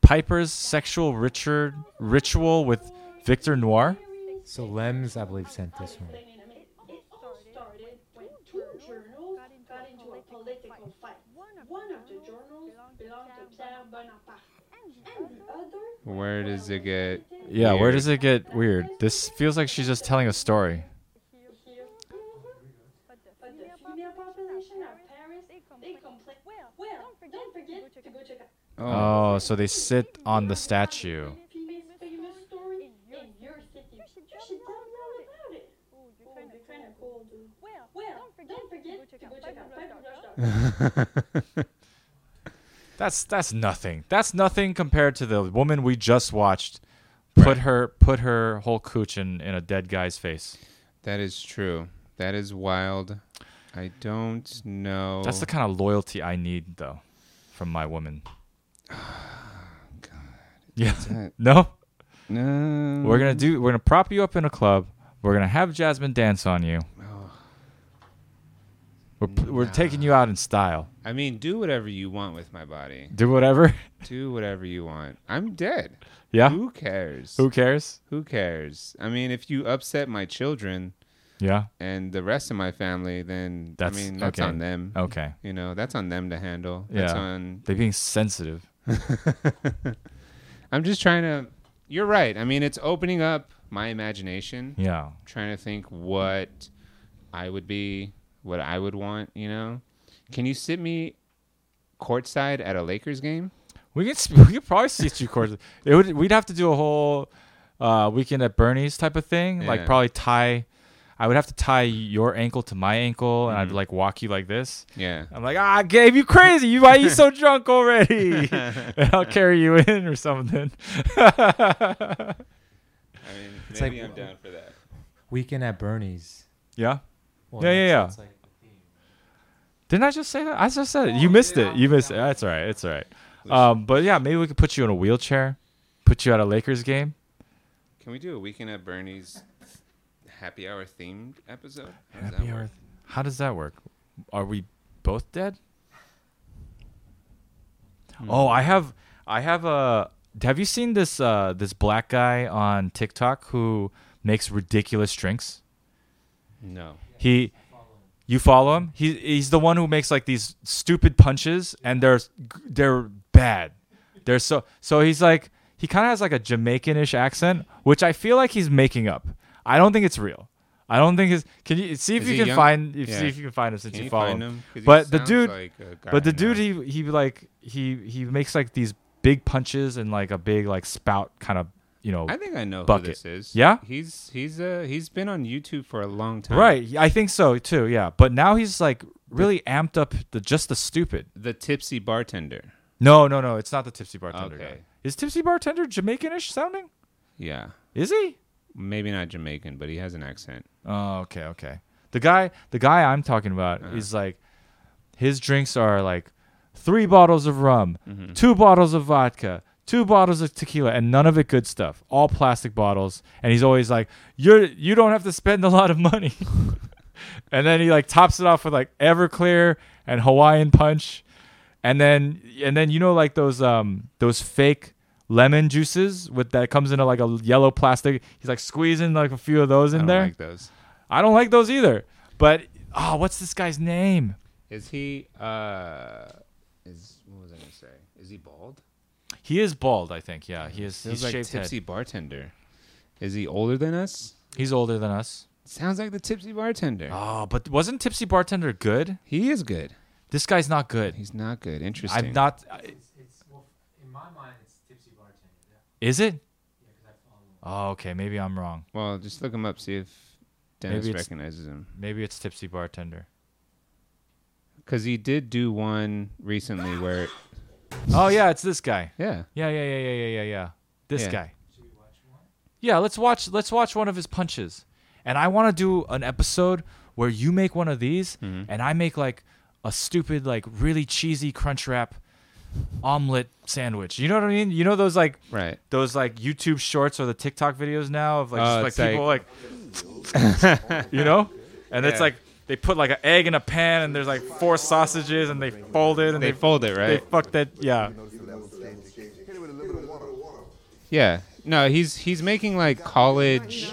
Speaker 2: Piper's sexual Richard ritual with Victor Noir?
Speaker 3: So Lems, I believe, sent this one.
Speaker 9: It all started when two journals got into a political fight. One of the journals belonged to Pierre Bonaparte, and the other
Speaker 1: Where does it get?
Speaker 2: Yeah, where
Speaker 1: weird?
Speaker 2: does it get weird? This feels like she's just telling a story.
Speaker 9: here. But the female population of Paris, they complained, well, don't forget to go check out
Speaker 1: Oh,
Speaker 2: Oh, so they sit on the statue.
Speaker 9: Phoebe's famous story in your city. You should tell them all about it. Oh, you're kind of cool, dude. Well, don't forget to go check out Piper.com.
Speaker 2: That's that's nothing. That's nothing compared to the woman we just watched put her put her whole cooch in, in a dead guy's face.
Speaker 1: that is true. That is wild. I don't know.
Speaker 2: That's the kind of loyalty I need though from my woman. Yeah.
Speaker 1: that-
Speaker 2: No.
Speaker 1: no.
Speaker 2: We're gonna do we're gonna prop you up in a club. We're gonna have Jasmine dance on you. We're, we're taking you out in style.
Speaker 1: I mean, do whatever you want with my body.
Speaker 2: Do whatever.
Speaker 1: Do whatever you want. I'm dead.
Speaker 2: yeah.
Speaker 1: Who cares?
Speaker 2: Who cares?
Speaker 1: Who cares? I mean, if you upset my children
Speaker 2: Yeah.
Speaker 1: and the rest of my family, then
Speaker 2: That's
Speaker 1: I mean, that's
Speaker 2: okay.
Speaker 1: on them.
Speaker 2: Okay.
Speaker 1: You know, that's on them to handle. That's
Speaker 2: Yeah.
Speaker 1: on.
Speaker 2: They're being sensitive.
Speaker 1: I'm just trying to. You're right. I mean, it's opening up my imagination.
Speaker 2: Yeah.
Speaker 1: trying to think what I would be, what I would want, you know? Can you sit me courtside at a Lakers game?
Speaker 2: We could sp- we could probably see two courses. It would we'd have to do a whole uh, weekend at Bernie's type of thing. Like
Speaker 1: Yeah.
Speaker 2: probably tie. I would have to tie your ankle to my ankle, and
Speaker 3: Mm-hmm.
Speaker 2: I'd like walk you like this.
Speaker 1: Yeah.
Speaker 2: I'm like, ah, Gabe, you crazy? You why are you so drunk already? and I'll carry you in or something.
Speaker 1: I mean,
Speaker 3: It's maybe like- I'm
Speaker 1: down for that.
Speaker 3: Weekend at Bernie's.
Speaker 2: yeah.
Speaker 3: Well,
Speaker 2: Yeah, yeah,
Speaker 3: that's-
Speaker 2: yeah.
Speaker 3: that's like-
Speaker 2: Didn't I just say that? I just said it. You missed it. You missed it. That's all right. It's all right. Um, but yeah, maybe we could put you in a wheelchair, put you at a Lakers game.
Speaker 1: Can we do a weekend at Bernie's happy hour themed episode? How does that
Speaker 2: Happy
Speaker 1: work?
Speaker 2: Earth. How does that work? Are we both dead?
Speaker 1: Hmm.
Speaker 2: Oh, I have I have a have you seen this uh this black guy on TikTok who makes ridiculous drinks?
Speaker 1: No.
Speaker 2: He you follow him? He he's the one who makes like these stupid punches and they're they're bad. They're so so he's like he kind of has like a Jamaicanish accent, which I feel like he's making up. I don't think it's real. I don't think his. Can you see if
Speaker 1: Is
Speaker 2: you
Speaker 1: he
Speaker 2: can
Speaker 1: young?
Speaker 2: find if,
Speaker 1: Yeah.
Speaker 2: see if you can find him since
Speaker 1: Can
Speaker 2: you
Speaker 1: you
Speaker 2: follow
Speaker 1: find
Speaker 2: him?
Speaker 1: him? 'Cause he
Speaker 2: But the
Speaker 1: sounds
Speaker 2: dude,
Speaker 1: like a
Speaker 2: but
Speaker 1: guy
Speaker 2: the
Speaker 1: I
Speaker 2: dude, he he like he he makes like these big punches and like a big like spout kind of you know
Speaker 1: I think I know
Speaker 2: Bucket.
Speaker 1: who this is.
Speaker 2: Yeah?
Speaker 1: He's he's uh he's been on YouTube for a long time.
Speaker 2: right. I think so too. Yeah, but now he's like really amped up the just the stupid.
Speaker 1: The tipsy bartender.
Speaker 2: No, no, no. It's not the tipsy bartender
Speaker 1: Okay.
Speaker 2: guy. Is tipsy bartender Jamaicanish sounding?
Speaker 1: Yeah.
Speaker 2: Is he?
Speaker 1: Maybe not Jamaican, but he has an accent.
Speaker 2: Oh, okay, okay. The guy, the guy I'm talking about
Speaker 1: Uh-huh.
Speaker 2: is like, his drinks are like three bottles of rum,
Speaker 1: Mm-hmm.
Speaker 2: two bottles of vodka, two bottles of tequila, and none of it good stuff. All plastic bottles, and he's always like, "You're you don't have to spend a lot of money." and then he like tops it off with like Everclear and Hawaiian Punch, and then and then you know like those um those fake lemon juices with that comes into like a yellow plastic. He's like squeezing like a few of those
Speaker 1: I
Speaker 2: in
Speaker 1: don't
Speaker 2: there.
Speaker 1: like those.
Speaker 2: I don't like those either. But oh, what's this guy's name?
Speaker 1: Is he uh is what was I gonna say? Is he bald?
Speaker 2: He is bald, I think. Yeah, he is.
Speaker 1: He's
Speaker 2: He's
Speaker 1: like
Speaker 2: shaved head.
Speaker 1: tipsy bartender. Is he older than us?
Speaker 2: He's older than us.
Speaker 1: Sounds like the tipsy bartender.
Speaker 2: Oh, but wasn't Tipsy Bartender good?
Speaker 1: He is good.
Speaker 2: This guy's not good.
Speaker 1: He's not good. Interesting.
Speaker 2: I'm not. I-
Speaker 4: It's, it's well, in my mind, it's tipsy bartender. Yeah,
Speaker 2: Is it?
Speaker 4: yeah, 'cause I follow. him.
Speaker 2: Oh, okay. Maybe I'm wrong.
Speaker 1: Well, just look him up. See if Dennis
Speaker 2: Maybe it's-
Speaker 1: recognizes him.
Speaker 2: Maybe it's Tipsy Bartender.
Speaker 1: Because he did do one recently where,
Speaker 2: Oh yeah, it's this guy.
Speaker 1: yeah,
Speaker 2: Yeah, yeah, yeah, yeah, yeah, yeah, yeah. This
Speaker 1: Yeah.
Speaker 2: guy. Yeah, let's watch. Let's watch one of his punches. And I want to do an episode where you make one of these,
Speaker 1: Mm-hmm.
Speaker 2: and I make like a stupid, like really cheesy crunch wrap omelet sandwich. You know what I mean? You know those like
Speaker 1: right.
Speaker 2: those like YouTube shorts or the TikTok videos now of like
Speaker 1: Oh, it's
Speaker 2: just like people like, you know, and it's
Speaker 1: Yeah.
Speaker 2: like they put like an egg in a pan and there's like four sausages and they fold it and
Speaker 1: They
Speaker 2: they,
Speaker 1: fold it,
Speaker 2: they
Speaker 1: right?
Speaker 2: fuck that yeah.
Speaker 1: yeah. No, he's he's making like college.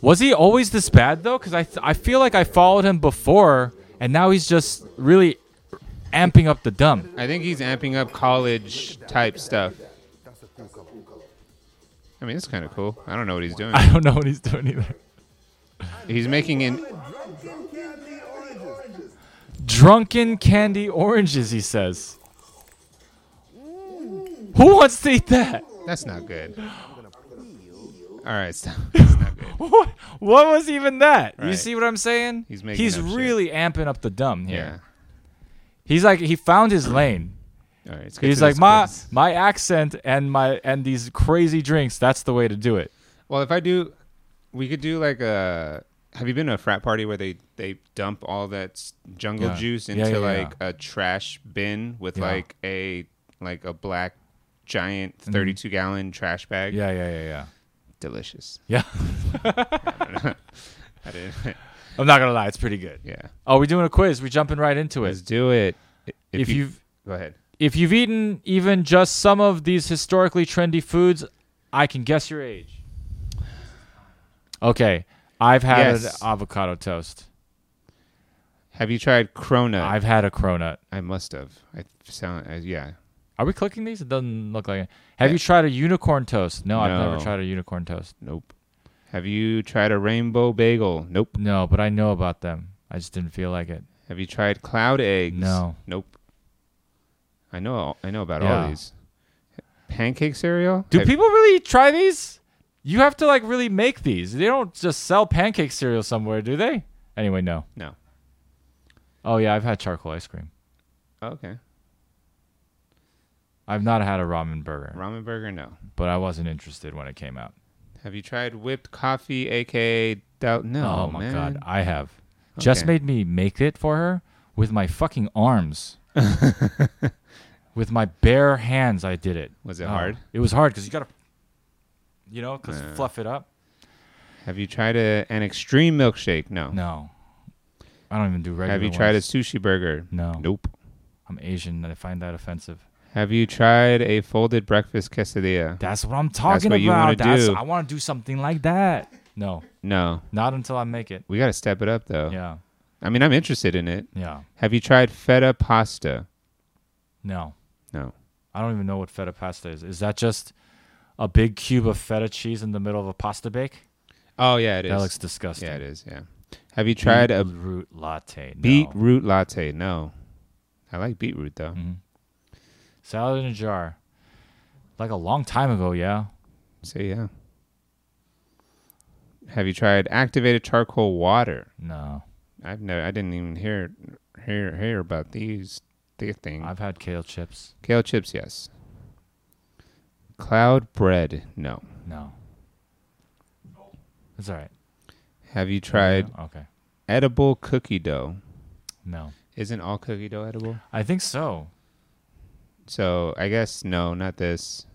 Speaker 2: Was he always this bad though? Because I th- I feel like I followed him before, and now he's just really amping up the dumb.
Speaker 1: I think he's amping up college type stuff. I mean, it's kind of cool. I don't know what he's doing.
Speaker 2: I don't know what he's doing either.
Speaker 1: He's making an
Speaker 2: Drunken candy oranges, he says. Who wants to eat that?
Speaker 1: That's not good. All right, stop. That's not good.
Speaker 2: What, what was even that? You
Speaker 1: Right.
Speaker 2: see what I'm saying?
Speaker 1: He's making up shit.
Speaker 2: really amping up the dumb here.
Speaker 1: Yeah.
Speaker 2: He's like he found his lane.
Speaker 1: All right. let's get
Speaker 2: He's
Speaker 1: to
Speaker 2: like
Speaker 1: this
Speaker 2: my
Speaker 1: quiz.
Speaker 2: my accent and my and these crazy drinks. That's the way to do it.
Speaker 1: Well, if I do, we could do like a. Have you been to a frat party where they they dump all that s- jungle
Speaker 2: Yeah.
Speaker 1: juice
Speaker 2: Yeah,
Speaker 1: into
Speaker 2: yeah, yeah.
Speaker 1: like a trash bin with
Speaker 2: Yeah.
Speaker 1: like a like a black
Speaker 2: Mm-hmm.
Speaker 1: giant 32 gallon trash bag?
Speaker 2: Yeah, yeah, yeah, yeah.
Speaker 1: Delicious.
Speaker 2: Yeah.
Speaker 1: I didn't.
Speaker 2: I'm not gonna lie, it's pretty good.
Speaker 1: Yeah.
Speaker 2: Oh, we doing a quiz. We jumping right into
Speaker 1: Let's
Speaker 2: it.
Speaker 1: do it.
Speaker 2: If you've
Speaker 1: go ahead.
Speaker 2: if you've eaten even just some of these historically trendy foods, I can guess your age. Okay, I've had
Speaker 1: Yes.
Speaker 2: avocado toast.
Speaker 1: Have you tried Cronut?
Speaker 2: I've had a cronut.
Speaker 1: I must have. I sound. I, yeah.
Speaker 2: Are we clicking these? It doesn't look like it. Have you tried a unicorn toast? No, I've never
Speaker 1: No.
Speaker 2: tried a unicorn toast.
Speaker 1: Nope. Have you tried a rainbow bagel? Nope.
Speaker 2: No, but I know about them. I just didn't feel like it.
Speaker 1: Have you tried cloud eggs?
Speaker 2: No.
Speaker 1: Nope. I know. all- I know about
Speaker 2: Yeah.
Speaker 1: all these. Pancake cereal?
Speaker 2: Do
Speaker 1: Have-
Speaker 2: people really try these? You have to like really make these. They don't just sell pancake cereal somewhere, do they? Anyway, no.
Speaker 1: No.
Speaker 2: Oh yeah, I've had charcoal ice cream.
Speaker 1: Okay.
Speaker 2: I've not had a ramen burger,
Speaker 1: Ramen burger? No.
Speaker 2: but I wasn't interested when it came out.
Speaker 1: Have you tried whipped coffee, aka doubt? No.
Speaker 2: oh my
Speaker 1: man.
Speaker 2: god, I have. Jess
Speaker 1: Okay.
Speaker 2: made me make it for her with my fucking arms. with my bare hands I did it.
Speaker 1: Was it
Speaker 2: Oh,
Speaker 1: hard? Uh,
Speaker 2: It was hard cuz you got to you know, cuz fluff it up.
Speaker 1: Have you tried a, an extreme milkshake? No.
Speaker 2: No. I don't even do regular
Speaker 1: oh. Have you tried a
Speaker 2: ones.
Speaker 1: sushi burger?
Speaker 2: No.
Speaker 1: Nope.
Speaker 2: I'm Asian and I find that offensive.
Speaker 1: Have you tried a folded breakfast quesadilla?
Speaker 2: That's what I'm talking
Speaker 1: what you wanna
Speaker 2: about. That's
Speaker 1: do.
Speaker 2: I want to do something like that. No,
Speaker 1: No.
Speaker 2: not until I make it.
Speaker 1: We got to step it up though.
Speaker 2: Yeah.
Speaker 1: I mean, I'm interested in it.
Speaker 2: Yeah.
Speaker 1: Have you tried feta pasta?
Speaker 2: No.
Speaker 1: No.
Speaker 2: I don't even know what feta pasta is. Is that just a big cube of feta cheese in the middle of a pasta bake?
Speaker 1: Oh yeah, it is.
Speaker 2: That looks disgusting.
Speaker 1: yeah, it is. Yeah. Have you tried a
Speaker 2: root latte. No.
Speaker 1: beetroot latte? No. I like beetroot though.
Speaker 2: salad in a jar. Like a long time ago, yeah.
Speaker 1: So yeah. Have you tried activated charcoal water?
Speaker 2: No.
Speaker 1: I've never. I didn't even hear hear hear about these the thing.
Speaker 2: I've had kale chips.
Speaker 1: Kale chips, yes. Cloud bread, no.
Speaker 2: No. It's all right.
Speaker 1: Have you tried
Speaker 2: Okay.
Speaker 1: edible cookie dough?
Speaker 2: No.
Speaker 1: Isn't all cookie dough edible?
Speaker 2: I think so.
Speaker 1: So I guess no, not this.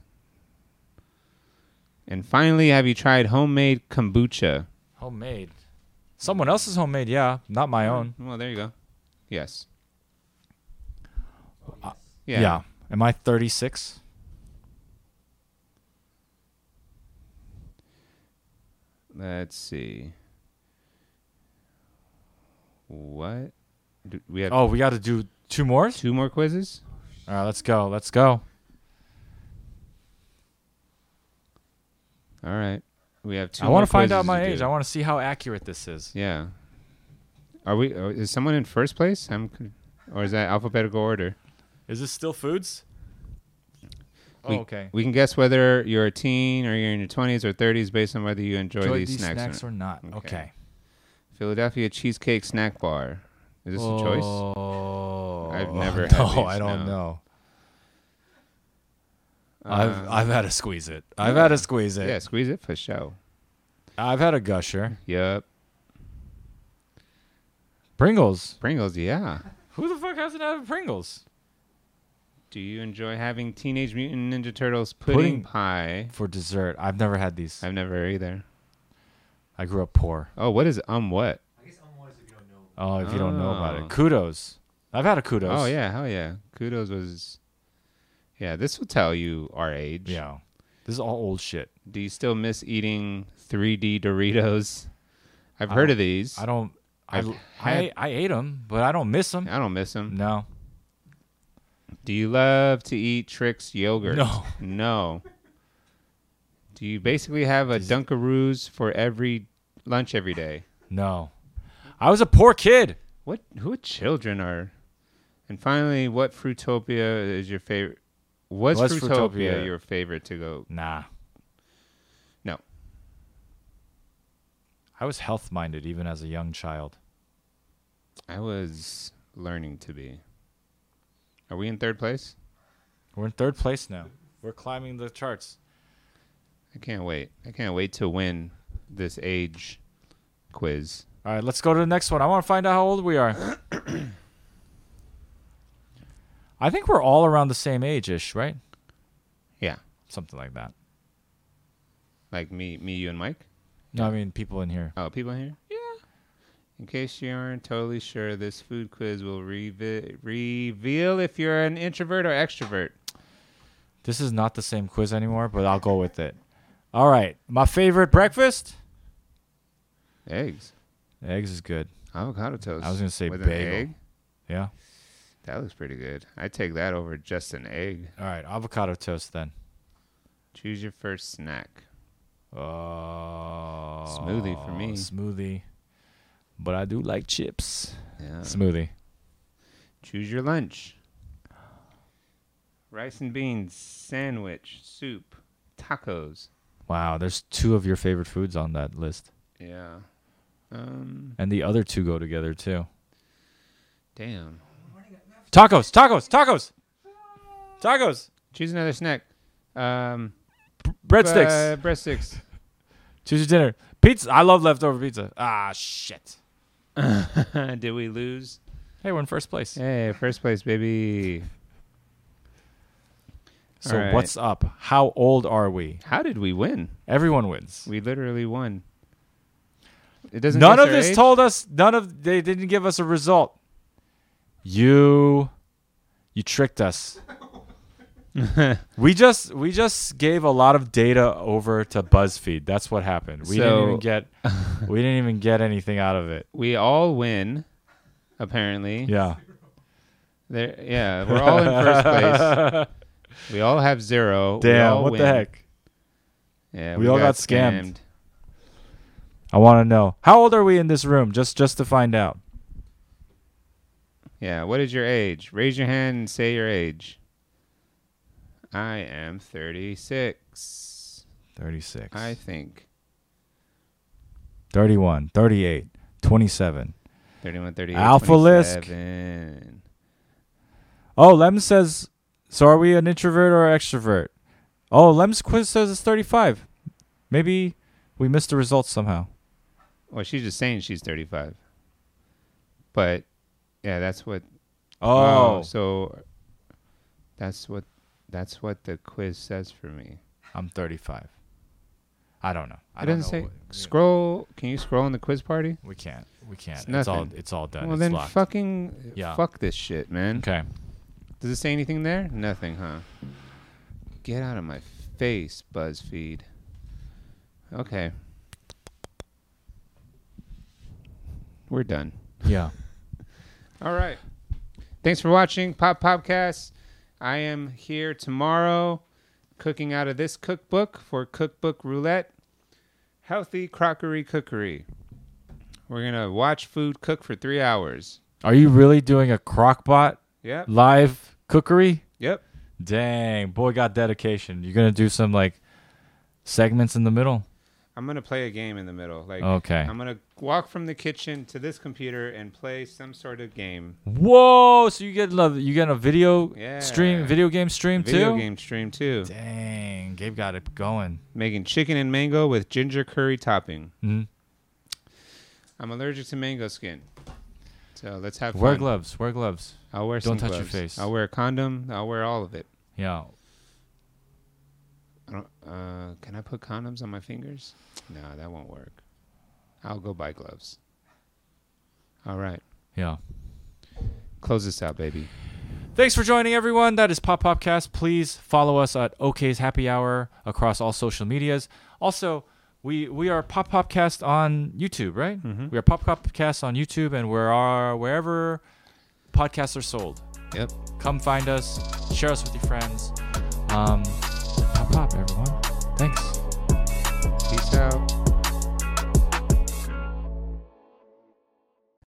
Speaker 1: And finally, have you tried homemade kombucha?
Speaker 2: Homemade. Someone else's homemade, yeah. Not my own.
Speaker 1: Well, there you go. Yes.
Speaker 2: Yeah. Am I 36?
Speaker 1: Let's see. What? Do we have
Speaker 2: Oh, we got to do two more?
Speaker 1: two more quizzes?
Speaker 2: All right, let's go. Let's go.
Speaker 1: All right. We have two.
Speaker 2: I want
Speaker 1: more
Speaker 2: to find out
Speaker 1: quizzes
Speaker 2: my
Speaker 1: do.
Speaker 2: age. I want to see how accurate this is.
Speaker 1: Yeah. Are we? Are, is someone in first place? I'm, con- or is that alphabetical order?
Speaker 2: Is this still foods? Oh,
Speaker 1: We-
Speaker 2: okay.
Speaker 1: We can guess whether you're a teen or you're in your 20s or 30s based on whether you enjoy,
Speaker 2: Enjoy
Speaker 1: these, snacks. or
Speaker 2: or
Speaker 1: not.
Speaker 2: not? Okay.
Speaker 1: Okay. Philadelphia cheesecake snack bar. Is this a choice?
Speaker 2: Oh,
Speaker 1: I've never had
Speaker 2: No,
Speaker 1: these,
Speaker 2: I don't
Speaker 1: no.
Speaker 2: know. I've I've had to squeeze it. I've had to squeeze it.
Speaker 1: Um, Yeah, squeeze it for show.
Speaker 2: I've had a gusher.
Speaker 1: Yep.
Speaker 2: Pringles.
Speaker 1: Pringles. Yeah.
Speaker 2: Who the fuck hasn't had Pringles?
Speaker 1: Do you enjoy having Teenage Mutant Ninja Turtles pudding,
Speaker 2: Pudding.
Speaker 1: pie?
Speaker 2: For dessert, I've never had these.
Speaker 1: I've never either.
Speaker 2: I grew up poor.
Speaker 1: Oh, what is um what?
Speaker 4: I guess I'm wise if you don't know.
Speaker 2: Oh, if you don't know about
Speaker 1: Oh.
Speaker 2: it, kudos. I've had a kudos.
Speaker 1: Oh yeah, hell yeah. Kudos was. Yeah, this will tell you our age.
Speaker 2: Yeah. This is all old shit.
Speaker 1: Do you still miss eating 3D Doritos? I've heard of these.
Speaker 2: I don't. I,
Speaker 1: I've
Speaker 2: I,
Speaker 1: had-
Speaker 2: I ate them, but I don't miss them.
Speaker 1: I don't miss them.
Speaker 2: No.
Speaker 1: Do you love to eat Trix yogurt?
Speaker 2: No.
Speaker 1: No. Do you basically have a Dunkaroos for every lunch every day?
Speaker 2: No. I was a poor kid.
Speaker 1: What? Who children are? And finally, what Fruitopia is your favorite? Was,
Speaker 2: Was
Speaker 1: Fruitopia,
Speaker 2: Fruitopia-
Speaker 1: your favorite to go?
Speaker 2: Nah.
Speaker 1: No.
Speaker 2: I was health minded even as a young child.
Speaker 1: I was learning to be. Are we in third place?
Speaker 2: We're in third place now. We're climbing the charts.
Speaker 1: I can't wait. I can't wait to win this age quiz.
Speaker 2: All right, let's go to the next one. I want to find out how old we are. I think we're all around the same age ish, right?
Speaker 1: Yeah.
Speaker 2: Something like that.
Speaker 1: Like me, me, you, and Mike.
Speaker 2: No, I mean people in here.
Speaker 1: Oh, people in here? Yeah. In case you aren't totally sure, this food quiz will revi- reveal if you're an introvert or extrovert.
Speaker 2: This is not the same quiz anymore, but I'll go with it. All right, my favorite breakfast:
Speaker 1: Eggs.
Speaker 2: eggs is good.
Speaker 1: Avocado toast.
Speaker 2: I was gonna say
Speaker 1: with An
Speaker 2: bagel.
Speaker 1: egg?
Speaker 2: Yeah.
Speaker 1: That looks pretty good. I take that over just an egg.
Speaker 2: All right, avocado toast then.
Speaker 1: Choose your first snack.
Speaker 2: Oh,
Speaker 1: Smoothie for me.
Speaker 2: Smoothie, but I do like chips.
Speaker 1: Yeah.
Speaker 2: Smoothie.
Speaker 1: Choose your lunch. Rice and beans, sandwich, soup, tacos.
Speaker 2: Wow, there's two of your favorite foods on that list,
Speaker 1: Yeah. Um.
Speaker 2: and the other two go together too.
Speaker 1: Damn.
Speaker 2: Tacos, tacos, tacos, tacos,
Speaker 1: Choose another snack. Um.
Speaker 2: breadsticks.
Speaker 1: Uh, breadsticks.
Speaker 2: Choose your dinner. Pizza. I love leftover pizza. Ah, shit.
Speaker 1: Did we lose?
Speaker 2: Hey, we're in first place.
Speaker 1: Hey, first place, baby.
Speaker 2: So
Speaker 1: All right.
Speaker 2: what's up? How old are we?
Speaker 1: How did we win?
Speaker 2: Everyone wins.
Speaker 1: We literally won. It doesn't.
Speaker 2: None
Speaker 1: list
Speaker 2: of
Speaker 1: our
Speaker 2: this
Speaker 1: age?
Speaker 2: told us. None of they didn't give us a result. You, you tricked us. we just we just gave a lot of data over to BuzzFeed. That's what happened. We didn't
Speaker 1: So-
Speaker 2: even get we didn't even get anything out of it.
Speaker 1: We all win. Apparently.
Speaker 2: Yeah.
Speaker 1: There, yeah, we're all in first place. We all have zero. We
Speaker 2: Damn.
Speaker 1: all
Speaker 2: What
Speaker 1: win.
Speaker 2: the heck?
Speaker 1: Yeah,
Speaker 2: We all got scammed. I want to know how old are we in this room? Just just to find out.
Speaker 1: Yeah, what is your age? Raise your hand and say your age. I am 36,
Speaker 2: Thirty six.
Speaker 1: I think.
Speaker 2: 31, 38, 27.
Speaker 1: 31, 38,
Speaker 2: Alpha Lisk.
Speaker 1: 27.
Speaker 2: Oh, Lem says, so are we an introvert or extrovert? Oh, Lem's quiz says it's 35. Maybe we missed the results somehow.
Speaker 1: Well, she's just saying she's 35. But, yeah, that's what.
Speaker 2: Oh,
Speaker 1: So, that's what. That's what the quiz says for me.
Speaker 2: I'm 35. I don't know. I
Speaker 1: it
Speaker 2: don't
Speaker 1: doesn't
Speaker 2: know
Speaker 1: say
Speaker 2: what-
Speaker 1: scroll. Can you scroll in the quiz party?
Speaker 2: We can't. We can't. It's,
Speaker 1: It's
Speaker 2: all.
Speaker 1: nothing.
Speaker 2: It's all done.
Speaker 1: Well,
Speaker 2: it's
Speaker 1: then
Speaker 2: locked.
Speaker 1: fucking
Speaker 2: Yeah.
Speaker 1: fuck this shit, man.
Speaker 2: Okay.
Speaker 1: Does it say anything there? Nothing, huh? Get out of my face, BuzzFeed. Okay. We're done.
Speaker 2: Yeah.
Speaker 1: All right. Thanks for watching Pop Popcast. I am here tomorrow cooking out of this cookbook for Cookbook Roulette Healthy Crockery Cookery. We're going to watch food cook for three hours.
Speaker 2: Are you
Speaker 1: Mm-hmm.
Speaker 2: really doing a crockpot
Speaker 1: Yep.
Speaker 2: live cookery?
Speaker 1: Yep.
Speaker 2: Dang, boy got dedication. You're gonna do some like segments in the middle.
Speaker 1: I'm gonna play a game in the middle. Like
Speaker 2: Okay.
Speaker 1: I'm gonna walk from the kitchen to this computer and play some sort of game.
Speaker 2: Whoa! So you get love. You get a video
Speaker 1: Yeah.
Speaker 2: stream, video game stream
Speaker 1: Video
Speaker 2: too.
Speaker 1: game stream too.
Speaker 2: Dang, Gabe got it going.
Speaker 1: Making chicken and mango with ginger curry topping.
Speaker 2: Mhm.
Speaker 1: I'm allergic to mango skin. So let's have
Speaker 2: Wear
Speaker 1: fun.
Speaker 2: gloves. Wear gloves.
Speaker 1: I'll wear
Speaker 2: Don't
Speaker 1: some
Speaker 2: touch your
Speaker 1: gloves.
Speaker 2: face.
Speaker 1: I'll wear a condom. I'll wear all of it.
Speaker 2: Yeah.
Speaker 1: I don't, uh, can I put condoms on my fingers? No, that won't work. I'll go buy gloves. All right.
Speaker 2: Yeah.
Speaker 1: Close this out, baby.
Speaker 2: Thanks for joining everyone. That is Pop Popcast. Please follow us at OK's Happy Hour across all social medias. Also, we we are Pop Popcast on YouTube, right?
Speaker 1: Mm-hmm.
Speaker 2: We are Pop Popcast on YouTube, and we are wherever podcasts are sold.
Speaker 1: Yep.
Speaker 2: Come find us. Share us with your friends. Um, pop pop, everyone. Thanks.